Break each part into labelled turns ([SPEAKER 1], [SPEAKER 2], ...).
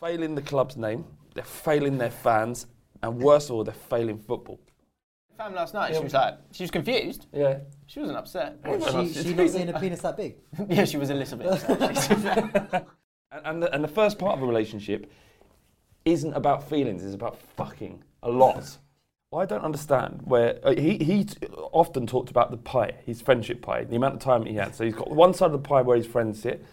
[SPEAKER 1] failing the club's name, they're failing their fans, and worse of all, they're failing football.
[SPEAKER 2] Fam last night, she was like, she was confused.
[SPEAKER 1] Yeah.
[SPEAKER 2] She wasn't upset.
[SPEAKER 3] She, she not seeing a penis that big.
[SPEAKER 2] yeah, she was a little bit upset.
[SPEAKER 1] And, and, the, and the first part of a relationship isn't about feelings, it's about fucking a lot. I don't understand where uh, he, he t- often talked about the pie, his friendship pie, the amount of time he had. So he's got one side of the pie where his friends sit,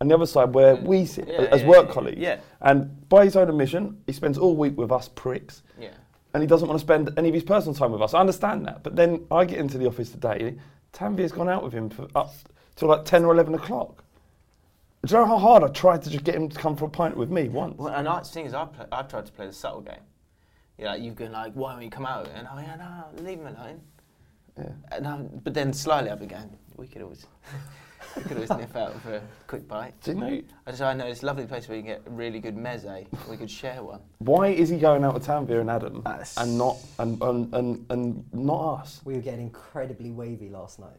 [SPEAKER 1] and the other side where we sit
[SPEAKER 2] Mm. Yeah,
[SPEAKER 1] as
[SPEAKER 2] yeah,
[SPEAKER 1] work
[SPEAKER 2] yeah,
[SPEAKER 1] colleagues.
[SPEAKER 2] yeah.
[SPEAKER 1] And by his own admission, he spends all week with us pricks.
[SPEAKER 2] Yeah.
[SPEAKER 1] And he doesn't want to spend any of his personal time with us. I understand that. But then I get into the office today, Tanvi's gone out with him for up till like 10 or 11 o'clock. Do you know how hard I tried to just get him to come for a pint with me once?
[SPEAKER 2] well, and I, the thing is, I pla I've tried to play the subtle game. Yeah, like you've been like, why won't you come out? And I'm like, no, leave him alone. Yeah. And i but then slyly I began, we could always, we could always nip out for a quick bite.
[SPEAKER 1] Do you know,
[SPEAKER 2] I just, I know this lovely place where you can get really good meze. We could share one.
[SPEAKER 1] why is he going out with Tanvir and Adam
[SPEAKER 3] That's-
[SPEAKER 1] and not and, and, and, and not us?
[SPEAKER 3] We were getting incredibly wavy last night.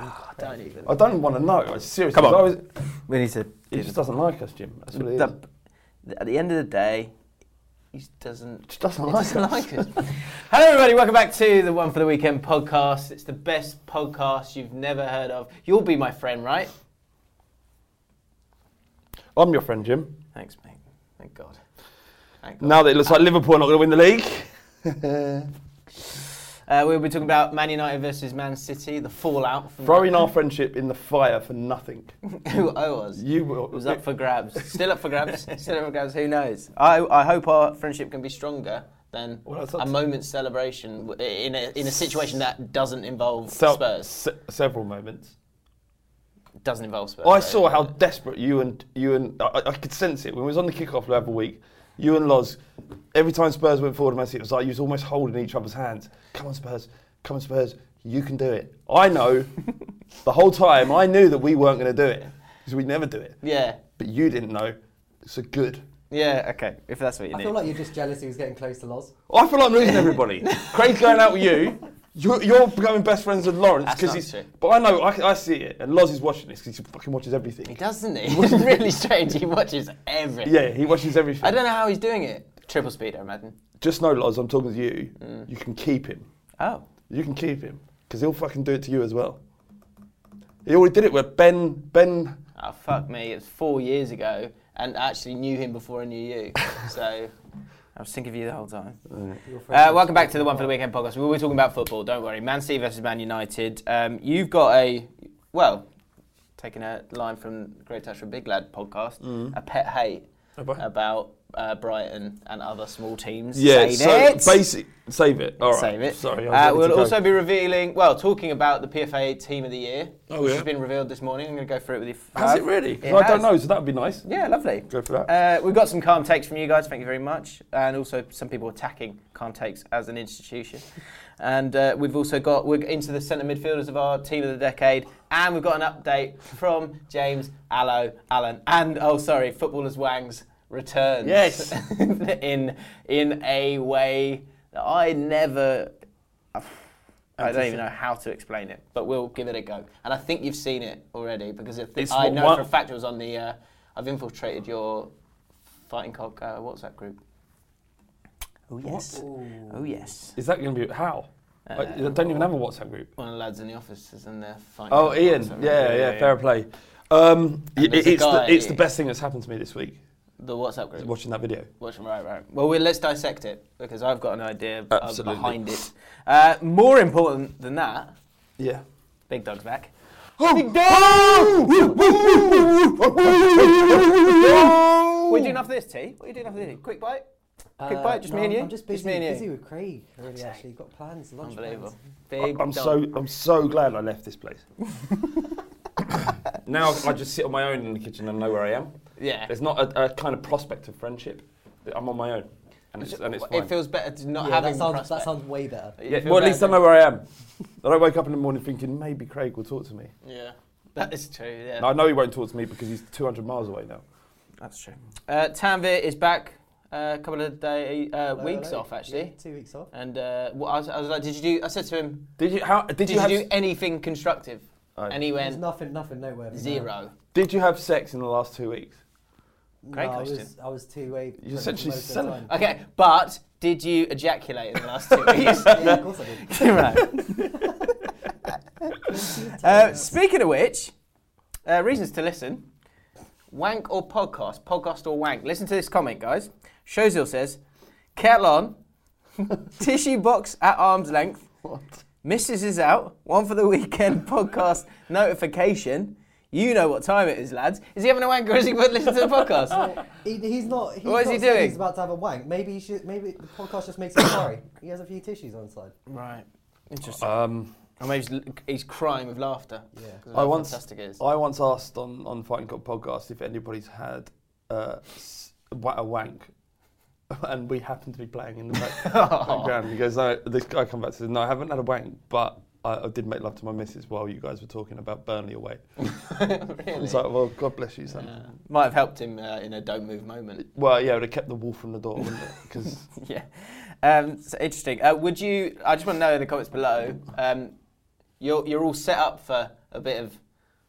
[SPEAKER 2] I don't even.
[SPEAKER 1] I don't want to know. Seriously,
[SPEAKER 4] Come on.
[SPEAKER 1] 'cause I was-
[SPEAKER 4] We need to.
[SPEAKER 1] he just doesn't like us, Jim. That's what it is.
[SPEAKER 4] The- at the end of the day,
[SPEAKER 2] He doesn't.
[SPEAKER 1] Just doesn't
[SPEAKER 2] he
[SPEAKER 1] like
[SPEAKER 2] doesn't
[SPEAKER 1] us.
[SPEAKER 2] like us. Hello, everybody. Welcome back to the One for the Weekend podcast. It's the best podcast you've never heard of. You'll be my friend, right?
[SPEAKER 1] I'm your friend, Jim.
[SPEAKER 2] Thanks, mate. Thank God. Thank God.
[SPEAKER 1] Now that it looks like Liverpool are not going to win the league.
[SPEAKER 2] Uh, we'll be talking about Man United versus Man City, the fallout from
[SPEAKER 1] Throwing our friendship in the fire for nothing.
[SPEAKER 2] who I was.
[SPEAKER 1] You will.
[SPEAKER 2] It was up for grabs. Still up for grabs. Still up for grabs. Who knows? I, I hope our friendship can be stronger than
[SPEAKER 1] Well, that's
[SPEAKER 2] a
[SPEAKER 1] up to-
[SPEAKER 2] moment's celebration w- in a, in a situation that doesn't involve
[SPEAKER 1] Se-
[SPEAKER 2] Spurs.
[SPEAKER 1] se- several moments.
[SPEAKER 2] Doesn't involve Spurs.
[SPEAKER 1] Oh, I
[SPEAKER 2] sorry.
[SPEAKER 1] saw how desperate you and you and I, I- I could sense it when we was on the kickoff the other week. You and Loz, every time Spurs went forward, Man City it was like you was almost holding each other's hands. Come on, Spurs. Come on, Spurs. You can do it. I know. the whole time, I knew that we weren't going to do it because we never do it.
[SPEAKER 2] Yeah.
[SPEAKER 1] But you didn't know. So good.
[SPEAKER 2] Yeah.
[SPEAKER 4] okay, if that's what you
[SPEAKER 3] I
[SPEAKER 4] need.
[SPEAKER 3] feel like you're just jealous he was getting close to Loz.
[SPEAKER 2] Oh,
[SPEAKER 1] Oh, I feel like I'm losing everybody. Craig's going out with you. You're, you're becoming best friends with Lawrence
[SPEAKER 2] That's
[SPEAKER 1] because
[SPEAKER 2] not
[SPEAKER 1] he's.
[SPEAKER 2] true.
[SPEAKER 1] But I know, I, can- I see it, and Loz is watching this because he fucking watches
[SPEAKER 2] He
[SPEAKER 1] everything.
[SPEAKER 2] doesn't he? It's really strange. He watches everything.
[SPEAKER 1] Yeah, he watches everything.
[SPEAKER 2] I don't know how he's doing it. Triple speed, I imagine.
[SPEAKER 1] Just know, Loz, I'm talking to you. You can keep him.
[SPEAKER 2] Oh.
[SPEAKER 1] You can keep him because he'll fucking do it to you as well. He already did it with Ben. Ben.
[SPEAKER 2] Oh fuck me! It's four years ago, and I actually knew him before I knew you. So I was thinking of you the whole time. Uh, welcome back to the One for the Weekend podcast. We'll be talking about football. Don't worry, Man City versus Man United. Um, you've got a well, taking a line from Great Touch from Big Lad podcast, a pet hate
[SPEAKER 1] I?
[SPEAKER 2] about uh, Brighton and other small teams.
[SPEAKER 1] Yeah.
[SPEAKER 2] Save
[SPEAKER 1] so
[SPEAKER 2] it.
[SPEAKER 1] basic. Save it. All right.
[SPEAKER 2] Save it.
[SPEAKER 1] Sorry. I was
[SPEAKER 2] Uh,
[SPEAKER 1] ready
[SPEAKER 2] we'll
[SPEAKER 1] to go.
[SPEAKER 2] also be revealing, well, talking about the PFA Team of the Year,
[SPEAKER 1] Oh,
[SPEAKER 2] which
[SPEAKER 1] yeah.
[SPEAKER 2] has been revealed this morning. I'm going to go through it with you.
[SPEAKER 1] Has
[SPEAKER 2] Fav.
[SPEAKER 1] it really? 'Cause
[SPEAKER 2] It
[SPEAKER 1] I don't
[SPEAKER 2] has.
[SPEAKER 1] know. So that would be Uh, nice.
[SPEAKER 2] Yeah, lovely.
[SPEAKER 1] Go for
[SPEAKER 2] Uh, we've got some calm takes from you guys. Thank you very much. And also some people attacking calm takes as an institution. And uh, we've also got we're into the centre midfielders of our team of the decade. And we've got an update from James Allo Allen and oh sorry, footballers Wangs returns.
[SPEAKER 1] Yes.
[SPEAKER 2] in in a way that I never. I don't even know how to explain it, but we'll give it a go. And I think you've seen it already because it,
[SPEAKER 1] It's
[SPEAKER 2] I
[SPEAKER 1] what-
[SPEAKER 2] know
[SPEAKER 1] what-
[SPEAKER 2] for a fact it was on the. Uh, I've infiltrated your fighting cock. Uh, what's that group? Oh yes. Oh yes.
[SPEAKER 1] Is that going to be how? I I don't even have a WhatsApp group.
[SPEAKER 2] One of the lads in the office is in there fighting.
[SPEAKER 1] Oh,
[SPEAKER 2] cock
[SPEAKER 1] Ian.
[SPEAKER 2] WhatsApp group.
[SPEAKER 1] Yeah, yeah, fair play. Um, it-
[SPEAKER 2] there's a
[SPEAKER 1] it's, the,
[SPEAKER 2] guy-
[SPEAKER 1] it's the best thing that's happened to me this week,
[SPEAKER 2] The WhatsApp group.
[SPEAKER 1] watching that video.
[SPEAKER 2] Watch 'em, right, right. Well, we, let's dissect it because I've got an idea of- of
[SPEAKER 1] Absolutely.
[SPEAKER 2] behind it. Uh, more important than that,
[SPEAKER 1] Yeah.
[SPEAKER 2] Big Dog's back.
[SPEAKER 1] Big dog!
[SPEAKER 2] What are you doing after this, T? What are you doing after this? Quick bite? Quick bite, just
[SPEAKER 3] Uh, no,
[SPEAKER 2] me and you?
[SPEAKER 3] I'm just busy,
[SPEAKER 2] me and you.
[SPEAKER 3] busy with Craig. Really, actually, got plans. Lunch
[SPEAKER 2] Unbelievable.
[SPEAKER 3] Plans.
[SPEAKER 2] Big
[SPEAKER 1] I'm
[SPEAKER 2] Dog.
[SPEAKER 1] so I'm so glad I left this place. now I just sit on my own in the kitchen and know where I am.
[SPEAKER 2] Yeah.
[SPEAKER 1] There's not a, a kind of prospect of friendship. I'm on my own, and it's and it's fine.
[SPEAKER 2] It feels better to not
[SPEAKER 3] Yeah,
[SPEAKER 2] have
[SPEAKER 3] that
[SPEAKER 2] him
[SPEAKER 3] sounds, that
[SPEAKER 2] prospect.
[SPEAKER 3] sounds way better.
[SPEAKER 2] You
[SPEAKER 1] yeah,
[SPEAKER 2] feel
[SPEAKER 1] well, at
[SPEAKER 2] better
[SPEAKER 1] least I
[SPEAKER 2] to-
[SPEAKER 1] know where I am. I don't wake up in the morning thinking maybe Craig will talk to me.
[SPEAKER 2] Yeah, that is true. Yeah,
[SPEAKER 1] And I know he won't talk to me because he's 200 miles away now.
[SPEAKER 2] that's true. Uh, Tanvir is back uh, a couple of day uh,
[SPEAKER 3] Hello,
[SPEAKER 2] weeks
[SPEAKER 3] hello.
[SPEAKER 2] off actually,
[SPEAKER 3] Yeah, two weeks off.
[SPEAKER 2] and uh, what I, was, I was like, "Did you do?" I said to him,
[SPEAKER 1] Did you how did,
[SPEAKER 2] "Did
[SPEAKER 1] you
[SPEAKER 2] you
[SPEAKER 1] have
[SPEAKER 2] do anything constructive?" And he
[SPEAKER 3] There's
[SPEAKER 2] went
[SPEAKER 3] nothing, nothing, nowhere. for now.
[SPEAKER 2] zero.
[SPEAKER 1] did you have sex in the last two weeks?
[SPEAKER 2] Great
[SPEAKER 3] no, I was,
[SPEAKER 2] question.
[SPEAKER 3] I was too way. pretty
[SPEAKER 1] essentially
[SPEAKER 3] most of the
[SPEAKER 1] selling-
[SPEAKER 3] time.
[SPEAKER 2] Okay, but did you ejaculate in the last two weeks?
[SPEAKER 3] yeah, of course I did.
[SPEAKER 2] Zero. uh, speaking of which, uh, reasons to listen. Wank or podcast? Podcast or wank? Listen to this comment, guys. Shozil says, kettle on, tissue box at arm's length. What? Mrs. is out, one for the weekend podcast notification. You know what time it is, lads. Is he having a wank or is he listening to the podcast?
[SPEAKER 3] He, he's not. He's
[SPEAKER 2] What is
[SPEAKER 3] not
[SPEAKER 2] he
[SPEAKER 3] saying
[SPEAKER 2] doing?
[SPEAKER 3] He's about to have a wank. Maybe he should. Maybe the podcast just makes him sorry. He has a few tissues on the side.
[SPEAKER 2] right. Interesting.
[SPEAKER 1] Um,
[SPEAKER 2] I mean, he's, he's crying with laughter.
[SPEAKER 3] Yeah.
[SPEAKER 2] 'Cause of
[SPEAKER 1] I
[SPEAKER 2] how
[SPEAKER 1] once
[SPEAKER 2] fantastic it is.
[SPEAKER 1] I once asked on on Fighting Cock podcast if anybody's had uh, s- wa- a wank, and we happened to be playing in the back- background. He goes, "No." This guy come back and says, "No, I haven't had a wank, but." I I did make love to my missus while you guys were talking about Burnley away. It's like, well, God bless you, son.
[SPEAKER 2] Might have helped him uh, in a don't move moment.
[SPEAKER 1] Well, yeah, it would have kept the wolf from the door, wouldn't it? Because
[SPEAKER 2] Yeah. Um, so interesting. Uh, would you? I just want to know in the comments below. Um, you're you're all set up for a bit of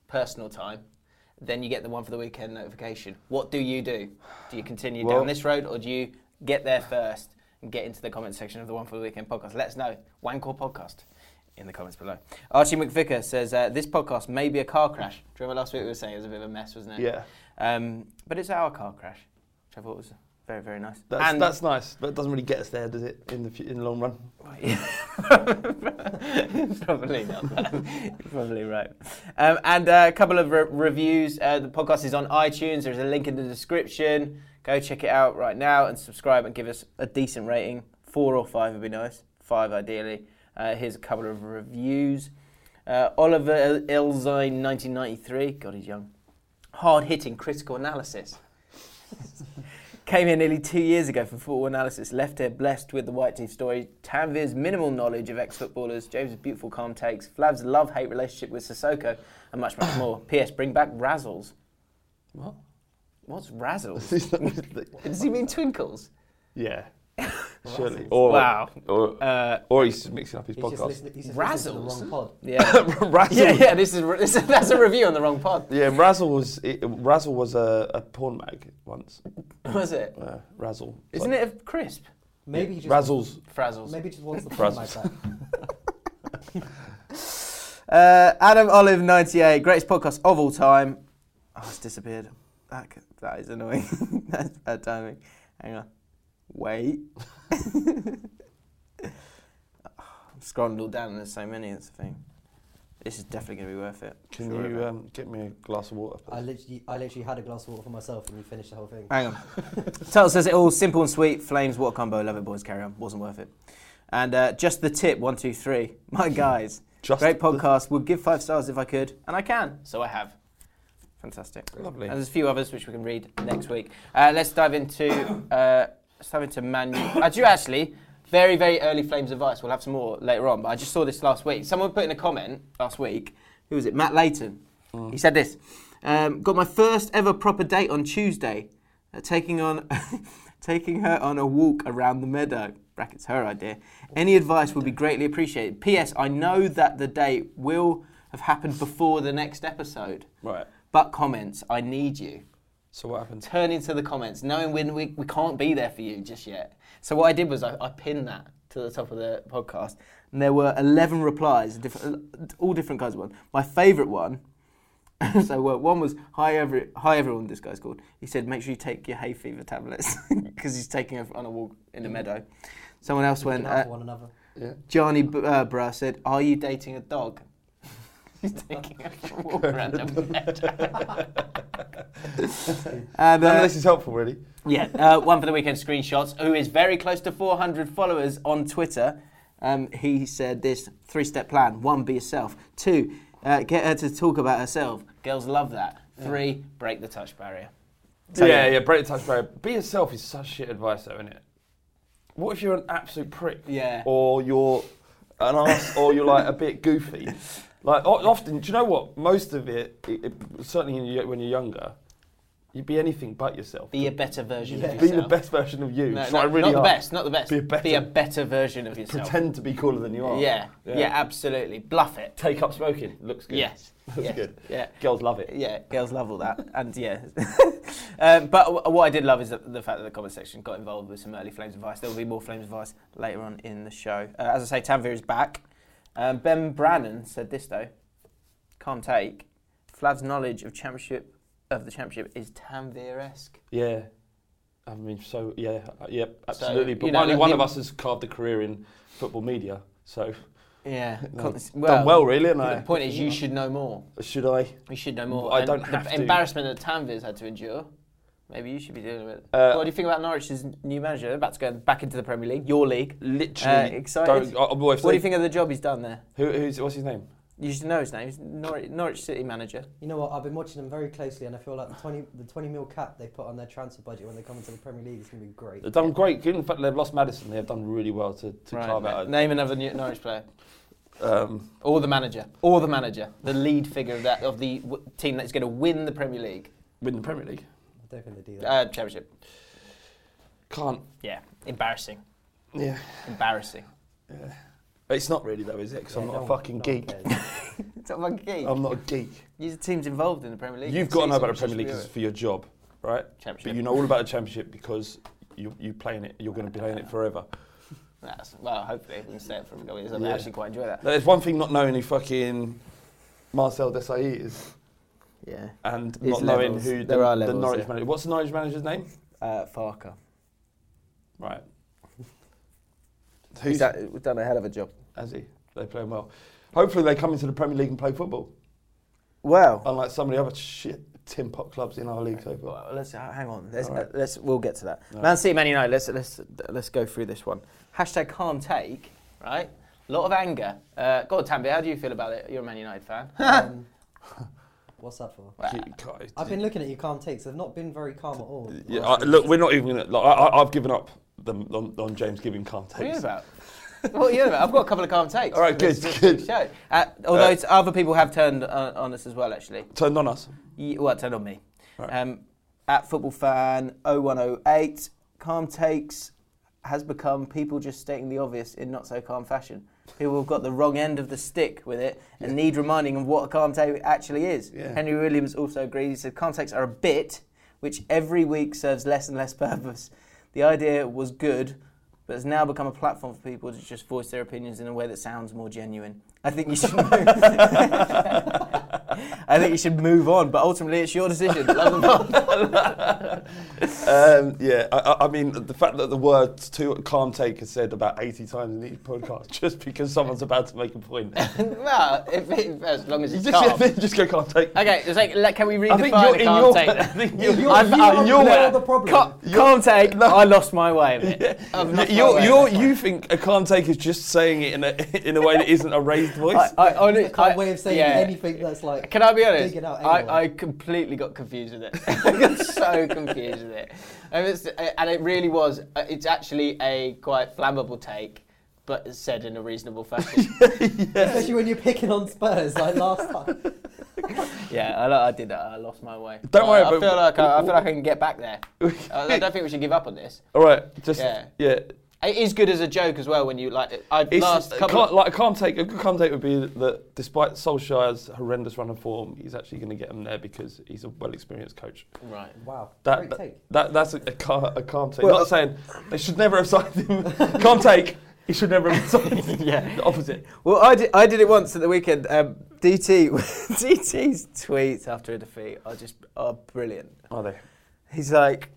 [SPEAKER 2] personal time. Then you get the one for the weekend notification. What do you do? Do you continue
[SPEAKER 1] Well-
[SPEAKER 2] down this road, or do you get there first and get into the comment section of the one for the weekend podcast? Let us know. Wank or podcast. In the comments below, Archie McVicker says uh, this podcast may be a car crash. Do you remember last week we were saying it was a bit of a mess, wasn't it?
[SPEAKER 1] Yeah.
[SPEAKER 2] Um, but it's our car crash, which I thought was very, very nice.
[SPEAKER 1] that's,
[SPEAKER 2] And-
[SPEAKER 1] that's nice, but it doesn't really get us there, does it? In the fu- in the long run,
[SPEAKER 2] probably not. You're probably right. Um, and uh, a couple of re- reviews. Uh, the podcast is on iTunes. There's a link in the description. Go check it out right now and subscribe and give us a decent rating. Four or five would be nice. Five ideally. Uh, here's a couple of reviews. Uh, Oliver El- Elzine 1993. God, he's young. Hard hitting critical analysis. Came here nearly two years ago for football analysis, left here blessed with the White Team story, Tanvir's minimal knowledge of ex footballers, James' beautiful calm takes, Flav's love hate relationship with Sissoko, and much, much more. P.S. Bring back Razzles.
[SPEAKER 1] what?
[SPEAKER 2] What's Razzles? Does he mean twinkles?
[SPEAKER 1] yeah, surely. Or,
[SPEAKER 2] Wow.
[SPEAKER 1] Or,
[SPEAKER 2] Uh,
[SPEAKER 1] or he's just mixing up his
[SPEAKER 3] He's just
[SPEAKER 1] podcast.
[SPEAKER 3] listening. He's just listening to the
[SPEAKER 2] Razzles?
[SPEAKER 3] wrong pod.
[SPEAKER 2] yeah.
[SPEAKER 1] Razzle.
[SPEAKER 2] yeah, yeah, this is, this is- that's a review on the wrong pod.
[SPEAKER 1] Yeah, Razzle was it, Razzle was a, a porn mag once.
[SPEAKER 2] Was it?
[SPEAKER 1] Uh, Razzle. It's
[SPEAKER 2] Isn't
[SPEAKER 1] like-
[SPEAKER 2] it a crisp?
[SPEAKER 3] Maybe he just.
[SPEAKER 1] Razzles.
[SPEAKER 2] Frazzles.
[SPEAKER 3] Maybe he just wants the pod
[SPEAKER 1] Razzles.
[SPEAKER 3] like that.
[SPEAKER 2] Uh, Adam Olive 98, greatest podcast of all time. Oh, it's disappeared. That, c- that is annoying. That's bad timing. Hang on. Wait. Oh, I'm scrolling all down and there's so many, it's the thing. This is definitely going to be worth it.
[SPEAKER 1] Can
[SPEAKER 2] Sure of
[SPEAKER 1] you
[SPEAKER 2] it.
[SPEAKER 1] um, get me a glass of water? please?
[SPEAKER 3] I literally, I literally had a glass of water for myself, and you finished the whole thing.
[SPEAKER 2] Hang on. Tuttle says it all, simple and sweet. Flames, what a combo. Love it, boys. Carry on. Wasn't worth it. And uh, just the tip, one, two, three. My guys,
[SPEAKER 1] Just
[SPEAKER 2] great
[SPEAKER 1] the-
[SPEAKER 2] podcast. Would give five stars if I could, and I can, so I have. Fantastic.
[SPEAKER 1] Lovely.
[SPEAKER 2] And there's a few others which we can read next week. Uh, let's dive into uh, let's dive into Man. U- I do actually. Very, very early Flames advice. We'll have some more later on, but I just saw this last week. Someone put in a comment last week. Who was it? Matt Layton. He said this. Um, got my first ever proper date on Tuesday, uh, taking on taking her on a walk around the meadow. Brackets her idea. Any advice would be greatly appreciated. P.S. I know that the date will have happened before the next episode.
[SPEAKER 1] Right.
[SPEAKER 2] But comments, I need you.
[SPEAKER 1] So what happens?
[SPEAKER 2] Turn into the comments, knowing when we, we can't be there for you just yet. So what I did was I, I pinned that to the top of the podcast, and there were 11 replies, different, all different kinds of one. My favourite one so uh, one was hi, every, hi everyone. This guy's called. He said make sure you take your hay fever tablets because he's taking her on a walk in the meadow. Someone else went.
[SPEAKER 3] Out
[SPEAKER 2] Uh,
[SPEAKER 3] for one another.
[SPEAKER 2] Johnny B- uh, Bruh said, "Are you dating a dog?" He's taking her for a walk around the meadow. and,
[SPEAKER 1] None
[SPEAKER 2] uh,
[SPEAKER 1] of this is helpful, really.
[SPEAKER 2] yeah, uh, one for the weekend screenshots. Who is very close to 400 followers on Twitter? Um, he said this three-step plan: one, be yourself; two, uh, get her to talk about herself. Girls love that. Three, break the touch barrier.
[SPEAKER 1] yeah, yeah, break the touch barrier. Be yourself is such shit advice, though, isn't it? What if you're an absolute prick?
[SPEAKER 2] Yeah.
[SPEAKER 1] Or you're an ass, or you're like a bit goofy. Like o- often, do you know what? Most of it, it, it certainly when you're, when you're younger, you'd be anything but yourself.
[SPEAKER 2] Be a better version of
[SPEAKER 1] Be
[SPEAKER 2] yourself.
[SPEAKER 1] the best version of you.
[SPEAKER 2] No,
[SPEAKER 1] Try
[SPEAKER 2] not,
[SPEAKER 1] really
[SPEAKER 2] not the
[SPEAKER 1] hard.
[SPEAKER 2] best. Not the best.
[SPEAKER 1] Be a better.
[SPEAKER 2] better version of yourself.
[SPEAKER 1] Pretend to be cooler than you are.
[SPEAKER 2] Yeah, yeah, absolutely. Bluff it.
[SPEAKER 1] Take up smoking. Looks good.
[SPEAKER 2] Yes,
[SPEAKER 1] Looks
[SPEAKER 2] yes,
[SPEAKER 1] good.
[SPEAKER 2] yeah.
[SPEAKER 1] Girls love it.
[SPEAKER 2] Yeah, girls love all that, and yeah. um, but w- what I did love is the, the fact that the comment section got involved with some early Flames advice. There will be more Flames advice later on in the show. Uh, as I say, Tanvir is back. Um, ben Brannan said this though: "Can't take Flav's knowledge of championship of the championship is Tanvir-esque."
[SPEAKER 1] Yeah. I mean, so yeah, uh, yeah, absolutely. but
[SPEAKER 2] you know,
[SPEAKER 1] only
[SPEAKER 2] like
[SPEAKER 1] one
[SPEAKER 2] the-
[SPEAKER 1] of us has carved a career in football media. So
[SPEAKER 2] Yeah,
[SPEAKER 1] No, done well, really, haven't I?
[SPEAKER 2] The point is, you should know more.
[SPEAKER 1] should I?
[SPEAKER 2] You should know more.
[SPEAKER 1] I
[SPEAKER 2] And
[SPEAKER 1] don't
[SPEAKER 2] the
[SPEAKER 1] have to.
[SPEAKER 2] embarrassment that Tanvir's had to endure. Maybe you should be dealing with. it.
[SPEAKER 1] Uh,
[SPEAKER 2] what do you think about Norwich's new manager? They're about to go back into the Premier League, your league.
[SPEAKER 1] Literally.
[SPEAKER 2] Uh, excited.
[SPEAKER 1] Don't, oh, boy, if
[SPEAKER 2] what do you
[SPEAKER 1] they-
[SPEAKER 2] think of the job he's done there?
[SPEAKER 1] Who, who's what's his name?
[SPEAKER 2] You should know his name. He's Norwich, Norwich City manager.
[SPEAKER 3] You know what? I've been watching them very closely, and I feel like the 20, the 20 mil cap they put on their transfer budget when they come into the Premier League is going to be great.
[SPEAKER 1] They've done great. In fact, they've lost Madison. They've done really well to, to carve
[SPEAKER 2] mate.
[SPEAKER 1] out.
[SPEAKER 2] Name another new Norwich player,
[SPEAKER 1] Um,
[SPEAKER 2] or the manager, or the manager, the lead figure of that of the w- team that's going to win the Premier League,
[SPEAKER 1] win the Premier League.
[SPEAKER 3] I don't think they do that.
[SPEAKER 2] uh, Championship.
[SPEAKER 1] Can't.
[SPEAKER 2] Yeah, embarrassing,
[SPEAKER 1] Yeah.
[SPEAKER 2] embarrassing.
[SPEAKER 1] It's not really though, is it? Because I'm
[SPEAKER 3] Yeah,
[SPEAKER 1] not
[SPEAKER 3] no
[SPEAKER 1] a
[SPEAKER 3] one-
[SPEAKER 1] fucking
[SPEAKER 3] no one
[SPEAKER 1] geek.
[SPEAKER 3] cares.
[SPEAKER 2] It's not like geek.
[SPEAKER 1] I'm not a geek.
[SPEAKER 2] These are teams involved in the Premier League.
[SPEAKER 1] Um, You've
[SPEAKER 2] next
[SPEAKER 1] got to know
[SPEAKER 2] season,
[SPEAKER 1] about the
[SPEAKER 2] which is
[SPEAKER 1] Premier League 'cause
[SPEAKER 2] really-
[SPEAKER 1] it's for your job, right?
[SPEAKER 2] Championship.
[SPEAKER 1] But you know all about the Championship because you you playing it. You're going to be playing it forever.
[SPEAKER 2] That's, well, hopefully we can stay up for a couple of years. I
[SPEAKER 1] Yeah.
[SPEAKER 2] actually quite enjoy that.
[SPEAKER 1] There's one thing not knowing who fucking Marcel Desailly is,
[SPEAKER 2] Yeah.
[SPEAKER 1] and
[SPEAKER 2] His
[SPEAKER 1] not knowing
[SPEAKER 2] levels.
[SPEAKER 1] who the,
[SPEAKER 2] There are
[SPEAKER 1] the
[SPEAKER 2] levels,
[SPEAKER 1] Norwich
[SPEAKER 2] yeah.
[SPEAKER 1] manager. What's the Norwich manager's name?
[SPEAKER 2] Uh, Farker.
[SPEAKER 1] Right.
[SPEAKER 2] He's
[SPEAKER 1] Who's
[SPEAKER 2] done done a hell of a job.
[SPEAKER 1] Has he? They play him well. Hopefully, they come into the Premier League and play football,
[SPEAKER 2] Well,
[SPEAKER 1] unlike some of the other shit tin pot clubs in our league so far.
[SPEAKER 2] Well, let's uh, hang on. Let's,
[SPEAKER 1] All right.
[SPEAKER 2] uh, let's we'll get to that. Man City, Man United. Let's let's let's go through this one. Hashtag can't take. Right. A lot of anger. Uh, God, Tambi, how do you feel about it? You're a Man United fan.
[SPEAKER 3] um, what's that for?
[SPEAKER 1] You guys-
[SPEAKER 3] I've been looking at you calm takes. They've not been very calm at all.
[SPEAKER 1] Yeah, I,
[SPEAKER 3] last week.
[SPEAKER 1] look, we're not even. Gonna, like, I, I, I've given up the, on, on James giving can't
[SPEAKER 2] What are you
[SPEAKER 1] takes.
[SPEAKER 2] about? what are you about? I've got a couple of calm takes.
[SPEAKER 1] All right,
[SPEAKER 2] for this-
[SPEAKER 1] good,
[SPEAKER 2] this
[SPEAKER 1] good.
[SPEAKER 2] Show. Uh, although it's- other people have turned on, on us as well, actually.
[SPEAKER 1] Turned on us.
[SPEAKER 2] Ye- well, turn on me. Um, at football fan 0108, calm takes has become people just stating the obvious in not so calm fashion. People have got the wrong end of the stick with it and need reminding of what a calm take actually is.
[SPEAKER 1] Yeah.
[SPEAKER 2] Henry Williams also agrees. He said calm takes are a bit which every week serves less and less purpose. The idea was good, but has now become a platform for people to just voice their opinions in a way that sounds more genuine. I think you should I think you should move on, but ultimately it's your decision. Love and bond.
[SPEAKER 1] Um, yeah, I- I, I mean, the fact that the word to calm take is said about 80 times in each podcast just because someone's about to make a point.
[SPEAKER 2] well, if it, as long as
[SPEAKER 1] You
[SPEAKER 2] it's
[SPEAKER 1] just,
[SPEAKER 2] calm.
[SPEAKER 1] just go calm take.
[SPEAKER 2] Okay, it's like, like, can we redefine
[SPEAKER 1] I think you're
[SPEAKER 2] the
[SPEAKER 1] in
[SPEAKER 2] calm
[SPEAKER 1] your.
[SPEAKER 2] take?
[SPEAKER 1] I think you're,
[SPEAKER 3] You're- you are-
[SPEAKER 1] in
[SPEAKER 3] you are
[SPEAKER 1] your.
[SPEAKER 3] the problem.
[SPEAKER 2] Calm, calm take. I lost my way. I've
[SPEAKER 1] You
[SPEAKER 2] lost my
[SPEAKER 1] you're,
[SPEAKER 2] way.
[SPEAKER 1] you're, you think a calm take is just saying it in a, in a way that isn't a raised voice?
[SPEAKER 2] I, I, honest-
[SPEAKER 3] It's a calm
[SPEAKER 2] I-
[SPEAKER 3] way of saying
[SPEAKER 2] yeah.
[SPEAKER 3] anything that's like.
[SPEAKER 2] Can I be honest?
[SPEAKER 3] Dig it out anyway.
[SPEAKER 2] I, I completely got confused with it. I got so confused with it. And, it's, and it really was, uh, it's actually a quite flammable take, but it's said in a reasonable fashion.
[SPEAKER 3] Especially when you're picking on Spurs like last time.
[SPEAKER 2] yeah, I, lo- I did that. I lost my way. Uh,
[SPEAKER 1] Don't worry,
[SPEAKER 2] I, I
[SPEAKER 1] but-
[SPEAKER 2] feel like I, I feel like I can get back there. I, I don't think we should give up on this.
[SPEAKER 1] All right, just.
[SPEAKER 2] Yeah.
[SPEAKER 1] yeah.
[SPEAKER 2] It is good as a joke as well when you like. I
[SPEAKER 1] It's,
[SPEAKER 2] last
[SPEAKER 1] a
[SPEAKER 2] couple.
[SPEAKER 1] calm, like a calm take, a good calm take would be that despite Solskjaer's horrendous run of form, he's actually going to get him there because he's a well-experienced coach.
[SPEAKER 2] right.
[SPEAKER 3] Wow.
[SPEAKER 1] That,
[SPEAKER 3] Great
[SPEAKER 1] that,
[SPEAKER 3] take.
[SPEAKER 1] that that's a, a, calm, a calm take.
[SPEAKER 2] Well,
[SPEAKER 1] Not saying they should never have signed him. calm take. He should never have resigned.
[SPEAKER 2] Yeah.
[SPEAKER 1] The opposite.
[SPEAKER 2] Well, I did, I did it once at the weekend. Um, DT, DT's tweets after a defeat are just are brilliant.
[SPEAKER 1] Are they?
[SPEAKER 2] He's like,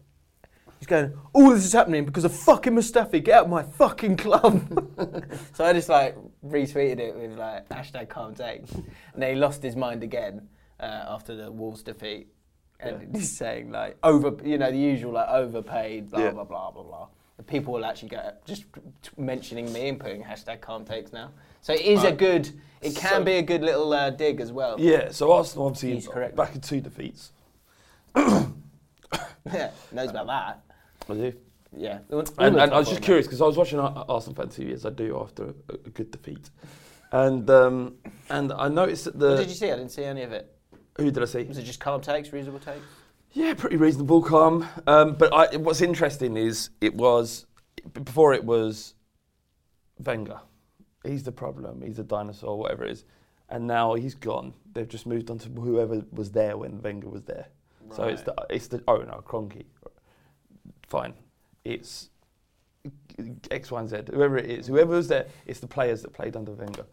[SPEAKER 2] he's going, all this is happening because of fucking Mustafi. Get out of my fucking club. so I just like retweeted it with like hashtag calm take. And then he lost his mind again uh, after the Wolves defeat. And he's saying like over, you know, the usual like overpaid, blah
[SPEAKER 1] Yeah.
[SPEAKER 2] blah blah blah blah. The people will actually go just t- mentioning me and putting hashtag calm takes now. So it is a good, it can
[SPEAKER 1] so-
[SPEAKER 2] be a good little uh, dig as well.
[SPEAKER 1] Yeah, so Arsenal obviously
[SPEAKER 2] He's correct.
[SPEAKER 1] back in two defeats.
[SPEAKER 2] knows about that.
[SPEAKER 1] I do.
[SPEAKER 2] Yeah,
[SPEAKER 1] And, and I was just curious because I was watching Ar- Arsenal fan TV as I do after a, a good defeat, and um, and I noticed that the
[SPEAKER 2] What did you see? I didn't see any of it.
[SPEAKER 1] who did I see?
[SPEAKER 2] Was it just calm takes, reasonable takes?
[SPEAKER 1] Yeah, pretty reasonable, calm. Um, but I, what's interesting is it was b- before it was Wenger. He's the problem. He's a dinosaur, whatever it is. And now he's gone. They've just moved on to whoever was there when Wenger was there. So it's the it's the owner, Cronky. Fine. It's X, Y, and Z. Whoever it is, whoever was there, it's the players that played under Wenger.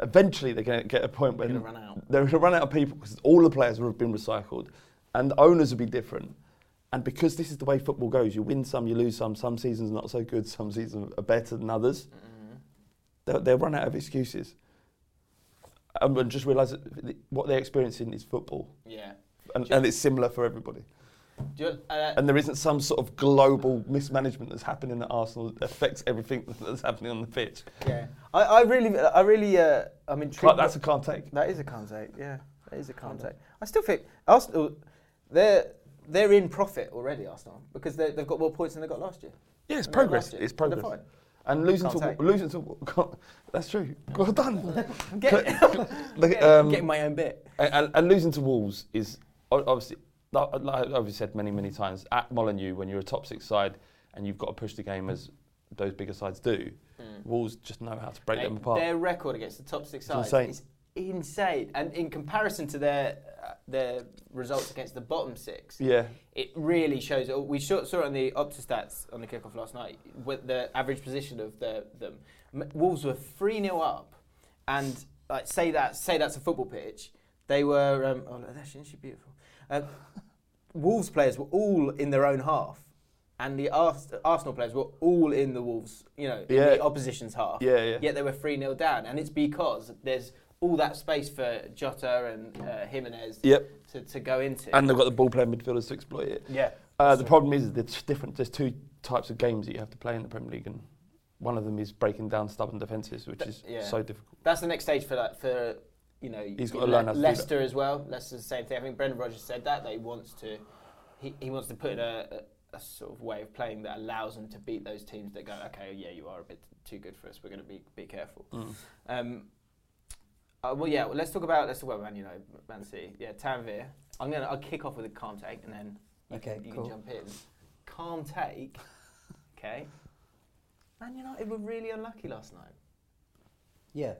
[SPEAKER 1] Eventually, they're going to get a point when
[SPEAKER 2] Gonna run out.
[SPEAKER 1] they're going to run out of people because all the players will have been recycled, and the owners will be different. And because this is the way football goes, you win some, you lose some. Some seasons not so good, some seasons are better than others.
[SPEAKER 2] Mm-hmm.
[SPEAKER 1] They'll, they'll run out of excuses, and, and just realise that th- what they're experiencing is football,
[SPEAKER 2] Yeah.
[SPEAKER 1] and, and it's similar for everybody.
[SPEAKER 2] Do you, uh,
[SPEAKER 1] And there isn't some sort of global mismanagement that's happening at Arsenal that affects everything that's happening on the pitch.
[SPEAKER 2] yeah. I, I really, I really, uh, I'm
[SPEAKER 1] Can't-
[SPEAKER 2] intrigued.
[SPEAKER 1] That's a can't take.
[SPEAKER 2] that is a calm take. Yeah, that is a calm take. I still think Arsenal, they're they're in profit already, Arsenal, because they- they've got more points than they got last year.
[SPEAKER 1] Yeah, it's
[SPEAKER 2] And they got
[SPEAKER 1] progress.
[SPEAKER 2] last year.
[SPEAKER 1] It's
[SPEAKER 2] And they're
[SPEAKER 1] progress.
[SPEAKER 2] fine.
[SPEAKER 1] And losing to
[SPEAKER 2] Can't take.
[SPEAKER 1] losing to can't- that's true. Well done.
[SPEAKER 2] Get-
[SPEAKER 1] Look,
[SPEAKER 2] Get-
[SPEAKER 1] um,
[SPEAKER 2] getting my own bit.
[SPEAKER 1] and, and- and losing to Wolves is o- obviously, like like I've obviously said many, many times, at Molineux, when you're a top six side and you've got to push the game as those bigger sides do, Wolves just know how to break them
[SPEAKER 2] Mm. Mate,
[SPEAKER 1] apart.
[SPEAKER 2] Their record against the top six sides
[SPEAKER 1] insane.
[SPEAKER 2] is insane, and in comparison to their uh, their results against the bottom six,
[SPEAKER 1] Yeah.
[SPEAKER 2] it really shows. oh, We saw, saw it on the Opta stats on the kickoff last night with the average position of the, them. M- Wolves were three 0 up, and like say that say that's a football pitch. They were um, oh look, that's actually beautiful. Uh, Wolves players were all in their own half. And the Ars- Arsenal players were all in the Wolves, you know, in
[SPEAKER 1] Yeah.
[SPEAKER 2] the opposition's half.
[SPEAKER 1] Yeah, yeah.
[SPEAKER 2] Yet they were 3 0 down. And it's because there's all that space for Jota and uh, Jimenez
[SPEAKER 1] Yep.
[SPEAKER 2] to, to go into.
[SPEAKER 1] and they've got the ball playing midfielders to exploit it.
[SPEAKER 2] Yeah.
[SPEAKER 1] Uh, the problem is there's different. There's two types of games that you have to play in the Premier League, and one of them is breaking down stubborn defences, which is
[SPEAKER 2] yeah.
[SPEAKER 1] so difficult.
[SPEAKER 2] That's the next stage for that for you know.
[SPEAKER 1] He's gotta learn how to do that.
[SPEAKER 2] Leicester as well. Leicester's the same thing. I think Brendan Rodgers said that that he wants to, he, he wants to put in a, a, a sort of way of playing that allows them to beat those teams that go, okay, yeah, you are a bit too good for us. We're going to be be careful.
[SPEAKER 1] Mm.
[SPEAKER 2] Um, uh, well, yeah. Well, let's talk about let's talk about Man United, Man City. Yeah, Tanvir. I'm gonna I'll kick off with a calm take and then you
[SPEAKER 3] Okay,
[SPEAKER 2] can, you
[SPEAKER 3] cool.
[SPEAKER 2] can jump in. Calm take. Okay. Man United were really unlucky last night.
[SPEAKER 3] Yeah,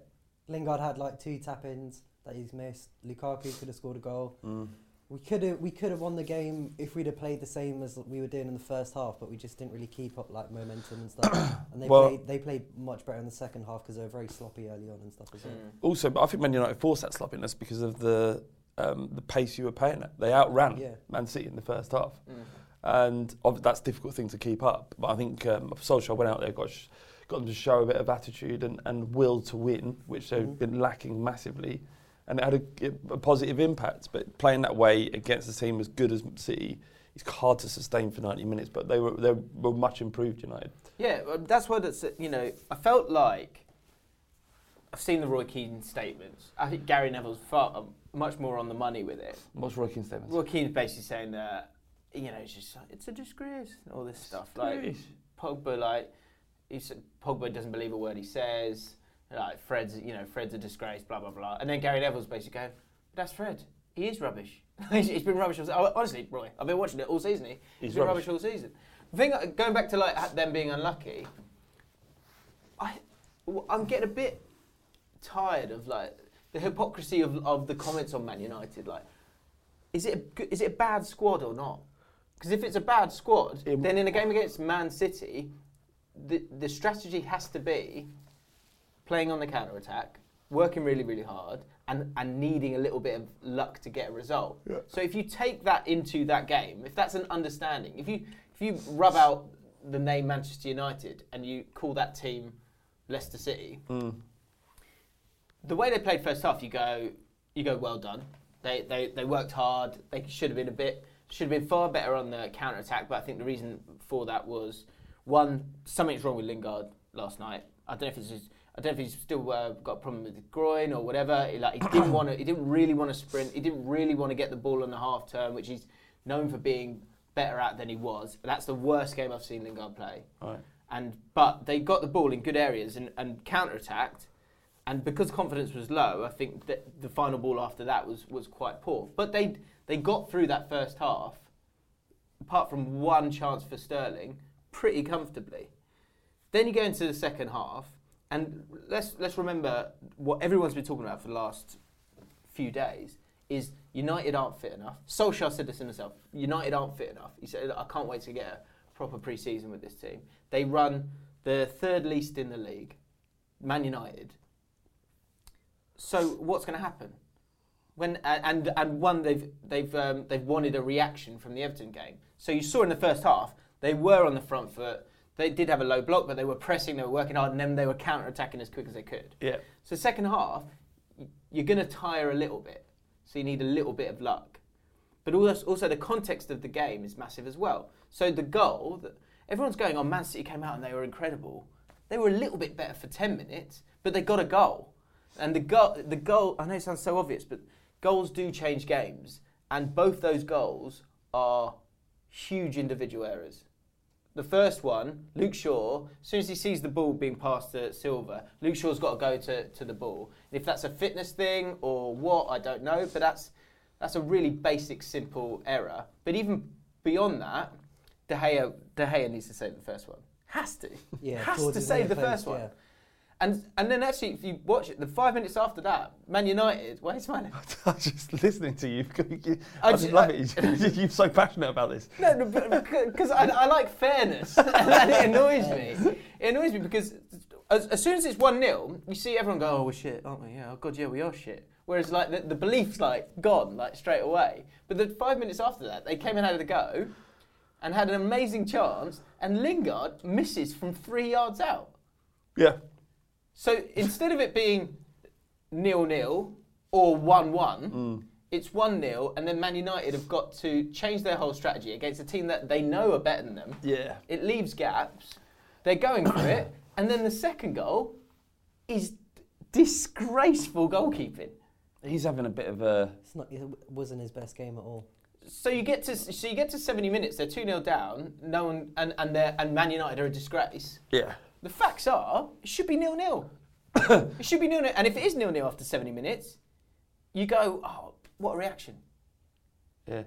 [SPEAKER 3] Lingard had like two tap ins that he's missed. Lukaku could have scored a goal.
[SPEAKER 1] Mm.
[SPEAKER 3] We could have we could have won the game if we'd have played the same as we were doing in the first half, but we just didn't really keep up like momentum and stuff. and they
[SPEAKER 1] Well-
[SPEAKER 3] played they played much better in the second half because they were very sloppy early on and stuff as well.
[SPEAKER 2] Hmm.
[SPEAKER 1] Also, but I think Man United forced that sloppiness because of the um, the pace you were playing at. They outran
[SPEAKER 3] Yeah.
[SPEAKER 1] Man City in the first half,
[SPEAKER 2] Mm.
[SPEAKER 1] and ob- that's a difficult thing to keep up. But I think um, Solskjaer went out there, got sh- got them to show a bit of attitude and, and will to win, which
[SPEAKER 2] Mm-hmm.
[SPEAKER 1] they've been lacking massively, and it had a, a positive impact. But playing that way against a team as good as City. It's hard to sustain for 90 minutes, but they were they were much improved United.
[SPEAKER 2] Yeah, well, that's what it's. You know, I felt like I've seen the Roy Keane statements. I think Gary Neville's far um, much more on the money with it.
[SPEAKER 1] What's Roy Keane's statement?
[SPEAKER 2] Roy Keane's basically saying that you know it's just like, it's a disgrace and all this stuff. Like
[SPEAKER 1] disgrace.
[SPEAKER 2] Pogba, like he's, Pogba doesn't believe a word he says. Like Fred's, you know, Fred's a disgrace. Blah blah blah. And then Gary Neville's basically going, "That's Fred. He is rubbish. he's he's been rubbish. All, se- oh, honestly, Roy, I've been watching it all season. He, he's been
[SPEAKER 1] rubbish.
[SPEAKER 2] rubbish all season. The thing, uh, going back to like ha- them being unlucky, I, w- I'm getting a bit tired of like the hypocrisy of, of the comments on Man United. Like, is it a, good- is it a bad squad or not? Because if it's a bad squad,
[SPEAKER 1] It-
[SPEAKER 2] then in a game against Man City, the, the strategy has to be playing on the counter attack, working really, really hard, and, and needing a little bit of luck to get a result. So if you take that into that game, if that's an understanding, if you if you rub out the name Manchester United and you call that team Leicester City, the way they played first half, you go, you go, well done. They, they, they worked hard. They should have been a bit, should have been far better on the counter attack. But I think the reason for that was one, something's wrong with Lingard last night. I don't know if it's his, I don't know if he's still uh, got a problem with the groin or whatever. He, like he didn't want to, he didn't really want to sprint. He didn't really want to get the ball on the half turn, which he's known for being better at than he was. That's the worst game I've seen Lingard play.
[SPEAKER 1] Right.
[SPEAKER 2] And but they got the ball in good areas and, and counter attacked. And because confidence was low, I think that the final ball after that was, was quite poor. But they they got through that first half, apart from one chance for Sterling, pretty comfortably. Then you go into the second half, and let's let's remember what everyone's been talking about for the last few days is United aren't fit enough. Solskjaer said this in himself. United aren't fit enough. He said, I can't wait to get a proper pre-season with this team. They run the third least in the league, Man United. So what's going to happen? When a- and and one they've they've um, they've wanted a reaction from the Everton game. So you saw in the first half they were on the front foot. They did have a low block, but they were pressing. They were working hard, and then they were counter attacking as quick as they could.
[SPEAKER 1] Yeah.
[SPEAKER 2] So second half, y- you're going to tire a little bit. So you need a little bit of luck. But also, also the context of the game is massive as well. So the goal that everyone's going on, Man City came out and they were incredible. They were a little bit better for 10 minutes, but they got a goal. And the goal, the goal, I know it sounds so obvious, but goals do change games. And both those goals are huge individual errors. The first one, Luke Shaw, as soon as he sees the ball being passed to Silva, Luke Shaw's got to go to, to the ball. And if that's a fitness thing or what, I don't know, but that's that's a really basic, simple error. But even beyond that, De Gea, De Gea needs to save the first one. Has to.
[SPEAKER 3] Yeah,
[SPEAKER 2] Has to
[SPEAKER 3] Jordan's
[SPEAKER 2] save
[SPEAKER 3] in
[SPEAKER 2] the
[SPEAKER 3] the
[SPEAKER 2] first
[SPEAKER 3] post,
[SPEAKER 2] one.
[SPEAKER 3] yeah.
[SPEAKER 2] And and then actually, if you watch it, the five minutes after that, Man United, where's Man?
[SPEAKER 1] I'm just listening to you. you
[SPEAKER 2] I
[SPEAKER 1] I
[SPEAKER 2] ju-
[SPEAKER 1] just love
[SPEAKER 2] I-
[SPEAKER 1] it. You- You're so passionate about this.
[SPEAKER 2] No, because I, I like fairness, and it annoys me. It annoys me because as, as soon as it's 1 0, you see everyone go, oh, we're shit, aren't we? Yeah, oh, God, yeah, we are shit. Whereas, like, the, the belief's, like, gone, like, straight away. But the five minutes after that, they came and had a go and had an amazing chance, and Lingard misses from three yards out.
[SPEAKER 1] Yeah.
[SPEAKER 2] So instead of it being nil nil or one one, it's one 0 and then Man United have got to change their whole strategy against a team that they know are better than them.
[SPEAKER 1] Yeah.
[SPEAKER 2] It leaves gaps. They're going for it, and then the second goal is disgraceful goalkeeping.
[SPEAKER 1] He's having a bit of a.
[SPEAKER 3] It's not, it wasn't his best game at all.
[SPEAKER 2] So you get to so you get to 70 minutes. They're two 0 down. No one and and they're, and Man United are a disgrace.
[SPEAKER 1] Yeah.
[SPEAKER 2] The facts are, it should be nil nil. it should be nil nil. And if it is nil nil after 70 minutes, you go, oh, what a reaction.
[SPEAKER 1] Yeah.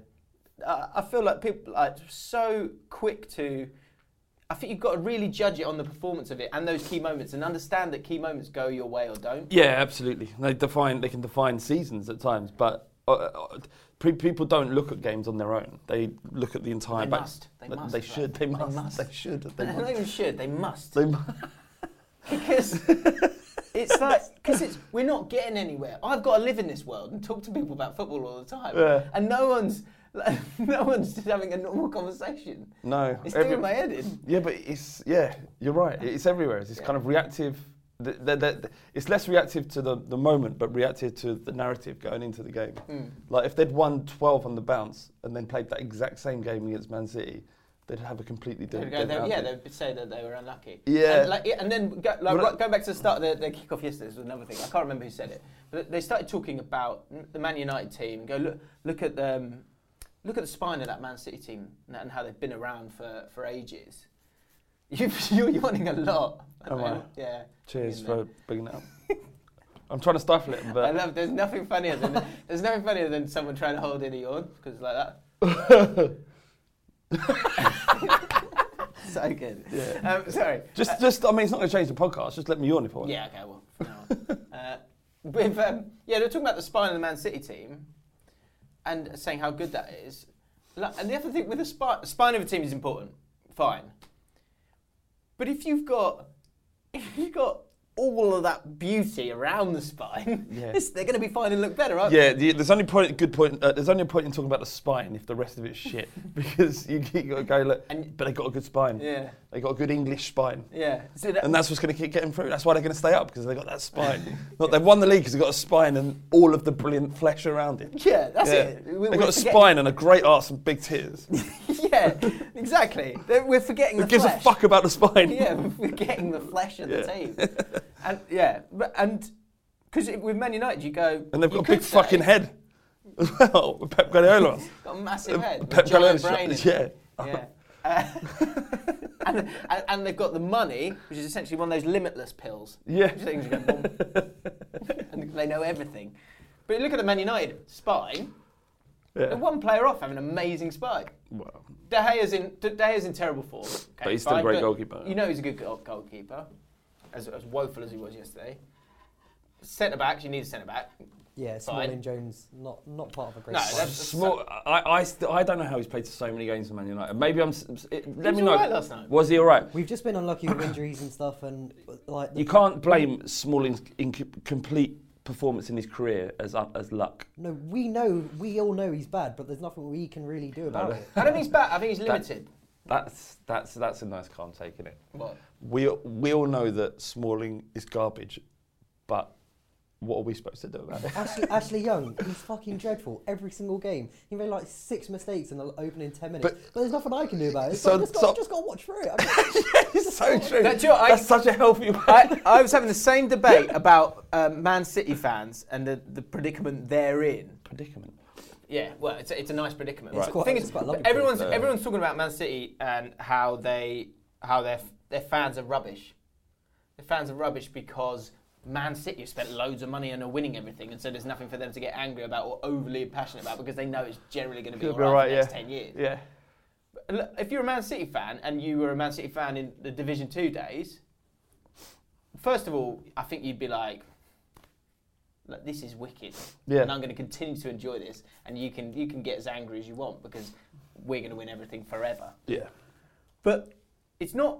[SPEAKER 2] Uh, I feel like people are so quick to. I think you've got to really judge it on the performance of it and those key moments, and understand that key moments go your way or don't.
[SPEAKER 1] Yeah, absolutely. They define. They can define seasons at times, but uh, uh, pe- people don't look at games on their own. They look at the entire.
[SPEAKER 2] They
[SPEAKER 1] back-
[SPEAKER 2] must. They
[SPEAKER 1] They,
[SPEAKER 2] must,
[SPEAKER 1] They
[SPEAKER 2] right.
[SPEAKER 1] should. They
[SPEAKER 2] They
[SPEAKER 1] must. They,
[SPEAKER 2] must.
[SPEAKER 1] should. They
[SPEAKER 2] They
[SPEAKER 1] must.
[SPEAKER 2] not even should. They must.
[SPEAKER 1] They mu-
[SPEAKER 2] because it's like because it's we're not getting anywhere. I've got to live in this world and talk to people about football all the time,
[SPEAKER 1] Yeah.
[SPEAKER 2] and no one's like, no one's just having a normal conversation.
[SPEAKER 1] No,
[SPEAKER 2] it's
[SPEAKER 1] every-
[SPEAKER 2] doing my head in.
[SPEAKER 1] Yeah, but it's yeah, you're right. It's everywhere. It's this kind of reactive. The, the, the, it's less reactive to the, the moment, but reactive to the narrative going into the game.
[SPEAKER 2] Hmm.
[SPEAKER 1] Like if they'd won 12 on the bounce and then played that exact same game against Man City, they'd have a completely
[SPEAKER 2] They
[SPEAKER 1] different.
[SPEAKER 2] would go- they- yeah,
[SPEAKER 1] narrative.
[SPEAKER 2] they would say that they were unlucky.
[SPEAKER 1] Yeah.
[SPEAKER 2] And, like, yeah, and then go, like,
[SPEAKER 1] Well,
[SPEAKER 2] right- going back to the start of the, the kickoff yesterday was another thing. I can't remember who said it, but they started talking about the Man United team. Go look, look at the, um, look at the spine of that Man City team and- and how they've been around for, for ages. You, you're yawning a lot.
[SPEAKER 1] Am I?
[SPEAKER 2] Yeah.
[SPEAKER 1] Cheers
[SPEAKER 2] Yeah,
[SPEAKER 1] for bringing that up. I'm trying to stifle it,
[SPEAKER 2] I
[SPEAKER 1] but
[SPEAKER 2] love. There's nothing funnier than there's nothing funnier than someone trying to hold in a yawn because like that. so good. Um, sorry.
[SPEAKER 1] just, just I mean, it's not going to change the podcast. Just let me yawn if I want.
[SPEAKER 2] Yeah. Okay. Well. From now on. uh, with, um, yeah, they're talking about the spine of the Man City team, and saying how good that is. Like, and the other thing with the spine, spine of a team is important. Fine. But if you've got if you've got all of that beauty around the spine, this- they're going to be fine and look better, aren't
[SPEAKER 1] Yeah, the, there's only point, good point. Uh, there's only a point in talking about the spine if the rest of it's shit, because you, you got to go look.
[SPEAKER 2] And-
[SPEAKER 1] but they got a good spine.
[SPEAKER 2] Yeah.
[SPEAKER 1] they got a good English spine.
[SPEAKER 2] they? Yeah. So that-
[SPEAKER 1] And that's what's going to keep getting through. That's why they're going to stay up because they got that spine. Not they've won the league because they've got a spine and all of the brilliant flesh around it.
[SPEAKER 2] Yeah, that's it. We-
[SPEAKER 1] they've
[SPEAKER 2] we're
[SPEAKER 1] got a
[SPEAKER 2] forgetting-
[SPEAKER 1] spine and a great arse and big tears.
[SPEAKER 2] yeah, exactly. They're- We're forgetting
[SPEAKER 1] Who
[SPEAKER 2] the
[SPEAKER 1] gives a
[SPEAKER 2] flesh.
[SPEAKER 1] fuck about the spine?
[SPEAKER 2] yeah, we're getting the flesh of the
[SPEAKER 1] Yeah.
[SPEAKER 2] team. And yeah, but, and because with Man United, you go
[SPEAKER 1] And they've
[SPEAKER 2] you
[SPEAKER 1] got a
[SPEAKER 2] could
[SPEAKER 1] big fucking
[SPEAKER 2] say-
[SPEAKER 1] head. well, with Pep Guardiola's.
[SPEAKER 2] Got a massive head, with
[SPEAKER 1] Pep
[SPEAKER 2] a giant
[SPEAKER 1] Guardiola's shot-
[SPEAKER 2] brain. in it.
[SPEAKER 1] yeah.
[SPEAKER 2] yeah. Uh, and, and, and they've got the money, which is essentially one of those limitless pills.
[SPEAKER 1] Yeah.
[SPEAKER 2] Which things go boom, and they know everything. But look at the Man United spine. They're
[SPEAKER 1] yeah.
[SPEAKER 2] one player off having an amazing spine.
[SPEAKER 1] Well,
[SPEAKER 2] De Gea's in De Gea's in terrible form. Okay,
[SPEAKER 1] But he's still a great goalkeeper.
[SPEAKER 2] You know he's a good goal, goalkeeper, as, as woeful as he was yesterday. Centre backs, you need a centre back.
[SPEAKER 3] Yeah,
[SPEAKER 2] Fine.
[SPEAKER 3] Smalling Jones, not not part of a great.
[SPEAKER 2] No,
[SPEAKER 3] side.
[SPEAKER 2] that's-
[SPEAKER 1] Small, I, I, st- I don't know how he's played so many games for Man United. Maybe I'm. s- s- It, let
[SPEAKER 2] was
[SPEAKER 1] me know.
[SPEAKER 2] all right last night.
[SPEAKER 1] Was he all right?
[SPEAKER 3] We've just been unlucky with injuries and stuff, and like the,
[SPEAKER 1] You can't blame Smalling's incomplete performance in his career as un- as luck.
[SPEAKER 3] no, we know, we all know he's bad, but there's nothing we can really do about it.
[SPEAKER 2] I don't think he's bad. I think he's limited.
[SPEAKER 1] That's that's that's a nice calm take, is it?
[SPEAKER 2] What?
[SPEAKER 1] We we all know that Smalling is garbage, but what are we supposed to do about it?
[SPEAKER 3] Ashley, Ashley Young, he's fucking dreadful every single game. He made like six mistakes in the opening ten minutes,
[SPEAKER 1] But-
[SPEAKER 3] but, there's nothing I can do about it. So,
[SPEAKER 1] So-
[SPEAKER 3] I just got,
[SPEAKER 1] so-
[SPEAKER 3] just got to watch through it. I mean,
[SPEAKER 1] it's so true.
[SPEAKER 2] That's your- I-
[SPEAKER 1] That's such a healthy.
[SPEAKER 2] I, I was having the same debate about um, Man City fans and the, the predicament they're in.
[SPEAKER 1] predicament.
[SPEAKER 2] Yeah, well, it's a, it's a nice predicament.
[SPEAKER 3] It's
[SPEAKER 2] The
[SPEAKER 3] quite-
[SPEAKER 2] thing
[SPEAKER 3] it's
[SPEAKER 2] is,
[SPEAKER 3] quite a lovely
[SPEAKER 2] everyone's everyone's talking about Man City and how they how their their fans are rubbish. Their fans are rubbish because Man City have spent loads of money and are winning everything, and so there's nothing for them to get angry about or overly passionate about because they know it's generally going to be all
[SPEAKER 1] Could
[SPEAKER 2] right,
[SPEAKER 1] be all right,
[SPEAKER 2] for the
[SPEAKER 1] yeah.
[SPEAKER 2] next ten years.
[SPEAKER 1] Yeah.
[SPEAKER 2] And look, If you're a Man City fan and you were a Man City fan in the Division Two days, first of all, I think you'd be like, "Look, "This is wicked,"
[SPEAKER 1] Yeah.
[SPEAKER 2] and I'm going to continue to enjoy this. And you can you can get as angry as you want because we're going to win everything forever.
[SPEAKER 1] Yeah.
[SPEAKER 2] But it's not.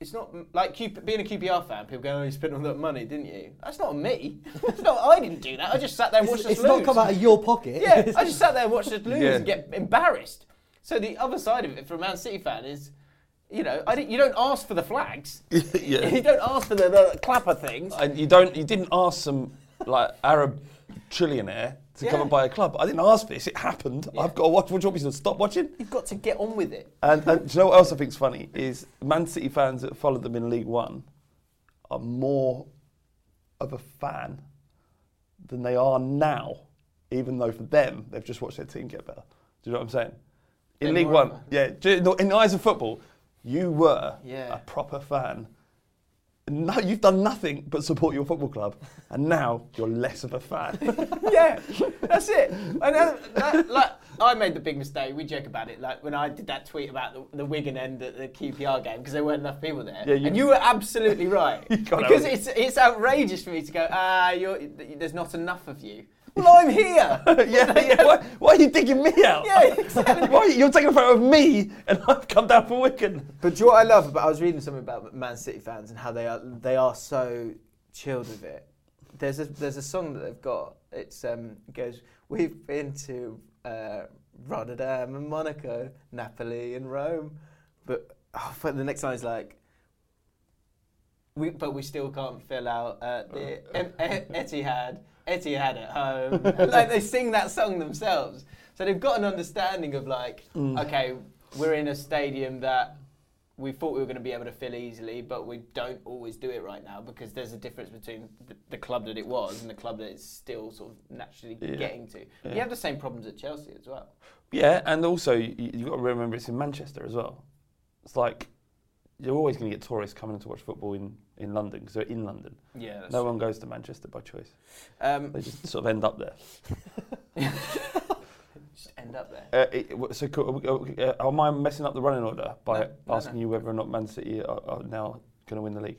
[SPEAKER 2] It's not mm, like Q, being a QPR fan. People go, "Oh, you spent all that money, didn't you?" That's not me. That's not. I didn't do that. I just sat there and
[SPEAKER 3] it's
[SPEAKER 2] watched us
[SPEAKER 3] it's
[SPEAKER 2] lose.
[SPEAKER 3] not come out of your pocket.
[SPEAKER 2] Yeah, I just sat there and watched us lose
[SPEAKER 1] Yeah.
[SPEAKER 2] and get embarrassed. So the other side of it for a Man City fan is, you know, I didn't, you don't ask for the flags. You
[SPEAKER 1] yeah.
[SPEAKER 2] don't ask for the, the clapper things.
[SPEAKER 1] And you don't. You didn't ask some like Arab trillionaire to come
[SPEAKER 2] Yeah.
[SPEAKER 1] and buy a club. I didn't ask for this. It happened. I've got to watch. What do you want me to do, stop watching?
[SPEAKER 2] You've got to get on with it.
[SPEAKER 1] And, and do you know what else I think's funny is Man City fans that followed them in League One are more of a fan than they are now, even though for them they've just watched their team get better. Do you know what I'm saying? In
[SPEAKER 2] They're
[SPEAKER 1] League
[SPEAKER 2] more of
[SPEAKER 1] One, yeah. do you know- in the eyes of football, you were
[SPEAKER 2] Yeah.
[SPEAKER 1] a proper fan. No, you've done nothing but support your football club, and now you're less of a fan.
[SPEAKER 2] yeah, that's it. And that, that- like, I made the big mistake. We joke about it. Like when I did that tweet about the, the Wigan end at the QPR game because there weren't enough people there.
[SPEAKER 1] Yeah, you-
[SPEAKER 2] and you were absolutely right
[SPEAKER 1] can't
[SPEAKER 2] because
[SPEAKER 1] have-
[SPEAKER 2] it's it's outrageous for me to go. Ah, you're, there's not enough of you. Well, I'm here.
[SPEAKER 1] yeah, yeah. Why, why are you digging me out?
[SPEAKER 2] Yeah, exactly.
[SPEAKER 1] why you're taking a photo of me and I've come down from Wigan?
[SPEAKER 2] But do you know what I love about? I was reading something about Man City fans and how they are they are so chilled with it. There's a there's a song that they've got. It's um it goes we've been to uh, Rotterdam and Monaco, Napoli and Rome, but oh, but the next line is like. We, but we still can't fill out uh, the em- E- Etihad, Etihad at home. And, like they sing that song themselves, so they've got an understanding of like, okay, we're in a stadium that we thought we were going to be able to fill easily, but we don't always do it right now because there's a difference between the, the club that it was and the club that it's still sort of naturally getting to. You have the same problems at Chelsea as well.
[SPEAKER 1] Yeah, and also you, you've got to remember it's in Manchester as well. It's like you're always going to get tourists coming in to watch football in, in London because they're in London.
[SPEAKER 2] Yeah.
[SPEAKER 1] No one goes to Manchester by choice.
[SPEAKER 2] Um,
[SPEAKER 1] They just sort of end up there.
[SPEAKER 2] just end up there.
[SPEAKER 1] Uh, it, w- so cool, are we- are we- uh, am I messing up the running order by
[SPEAKER 2] No, no,
[SPEAKER 1] asking
[SPEAKER 2] no.
[SPEAKER 1] you whether or not Man City are, are now going to win the league?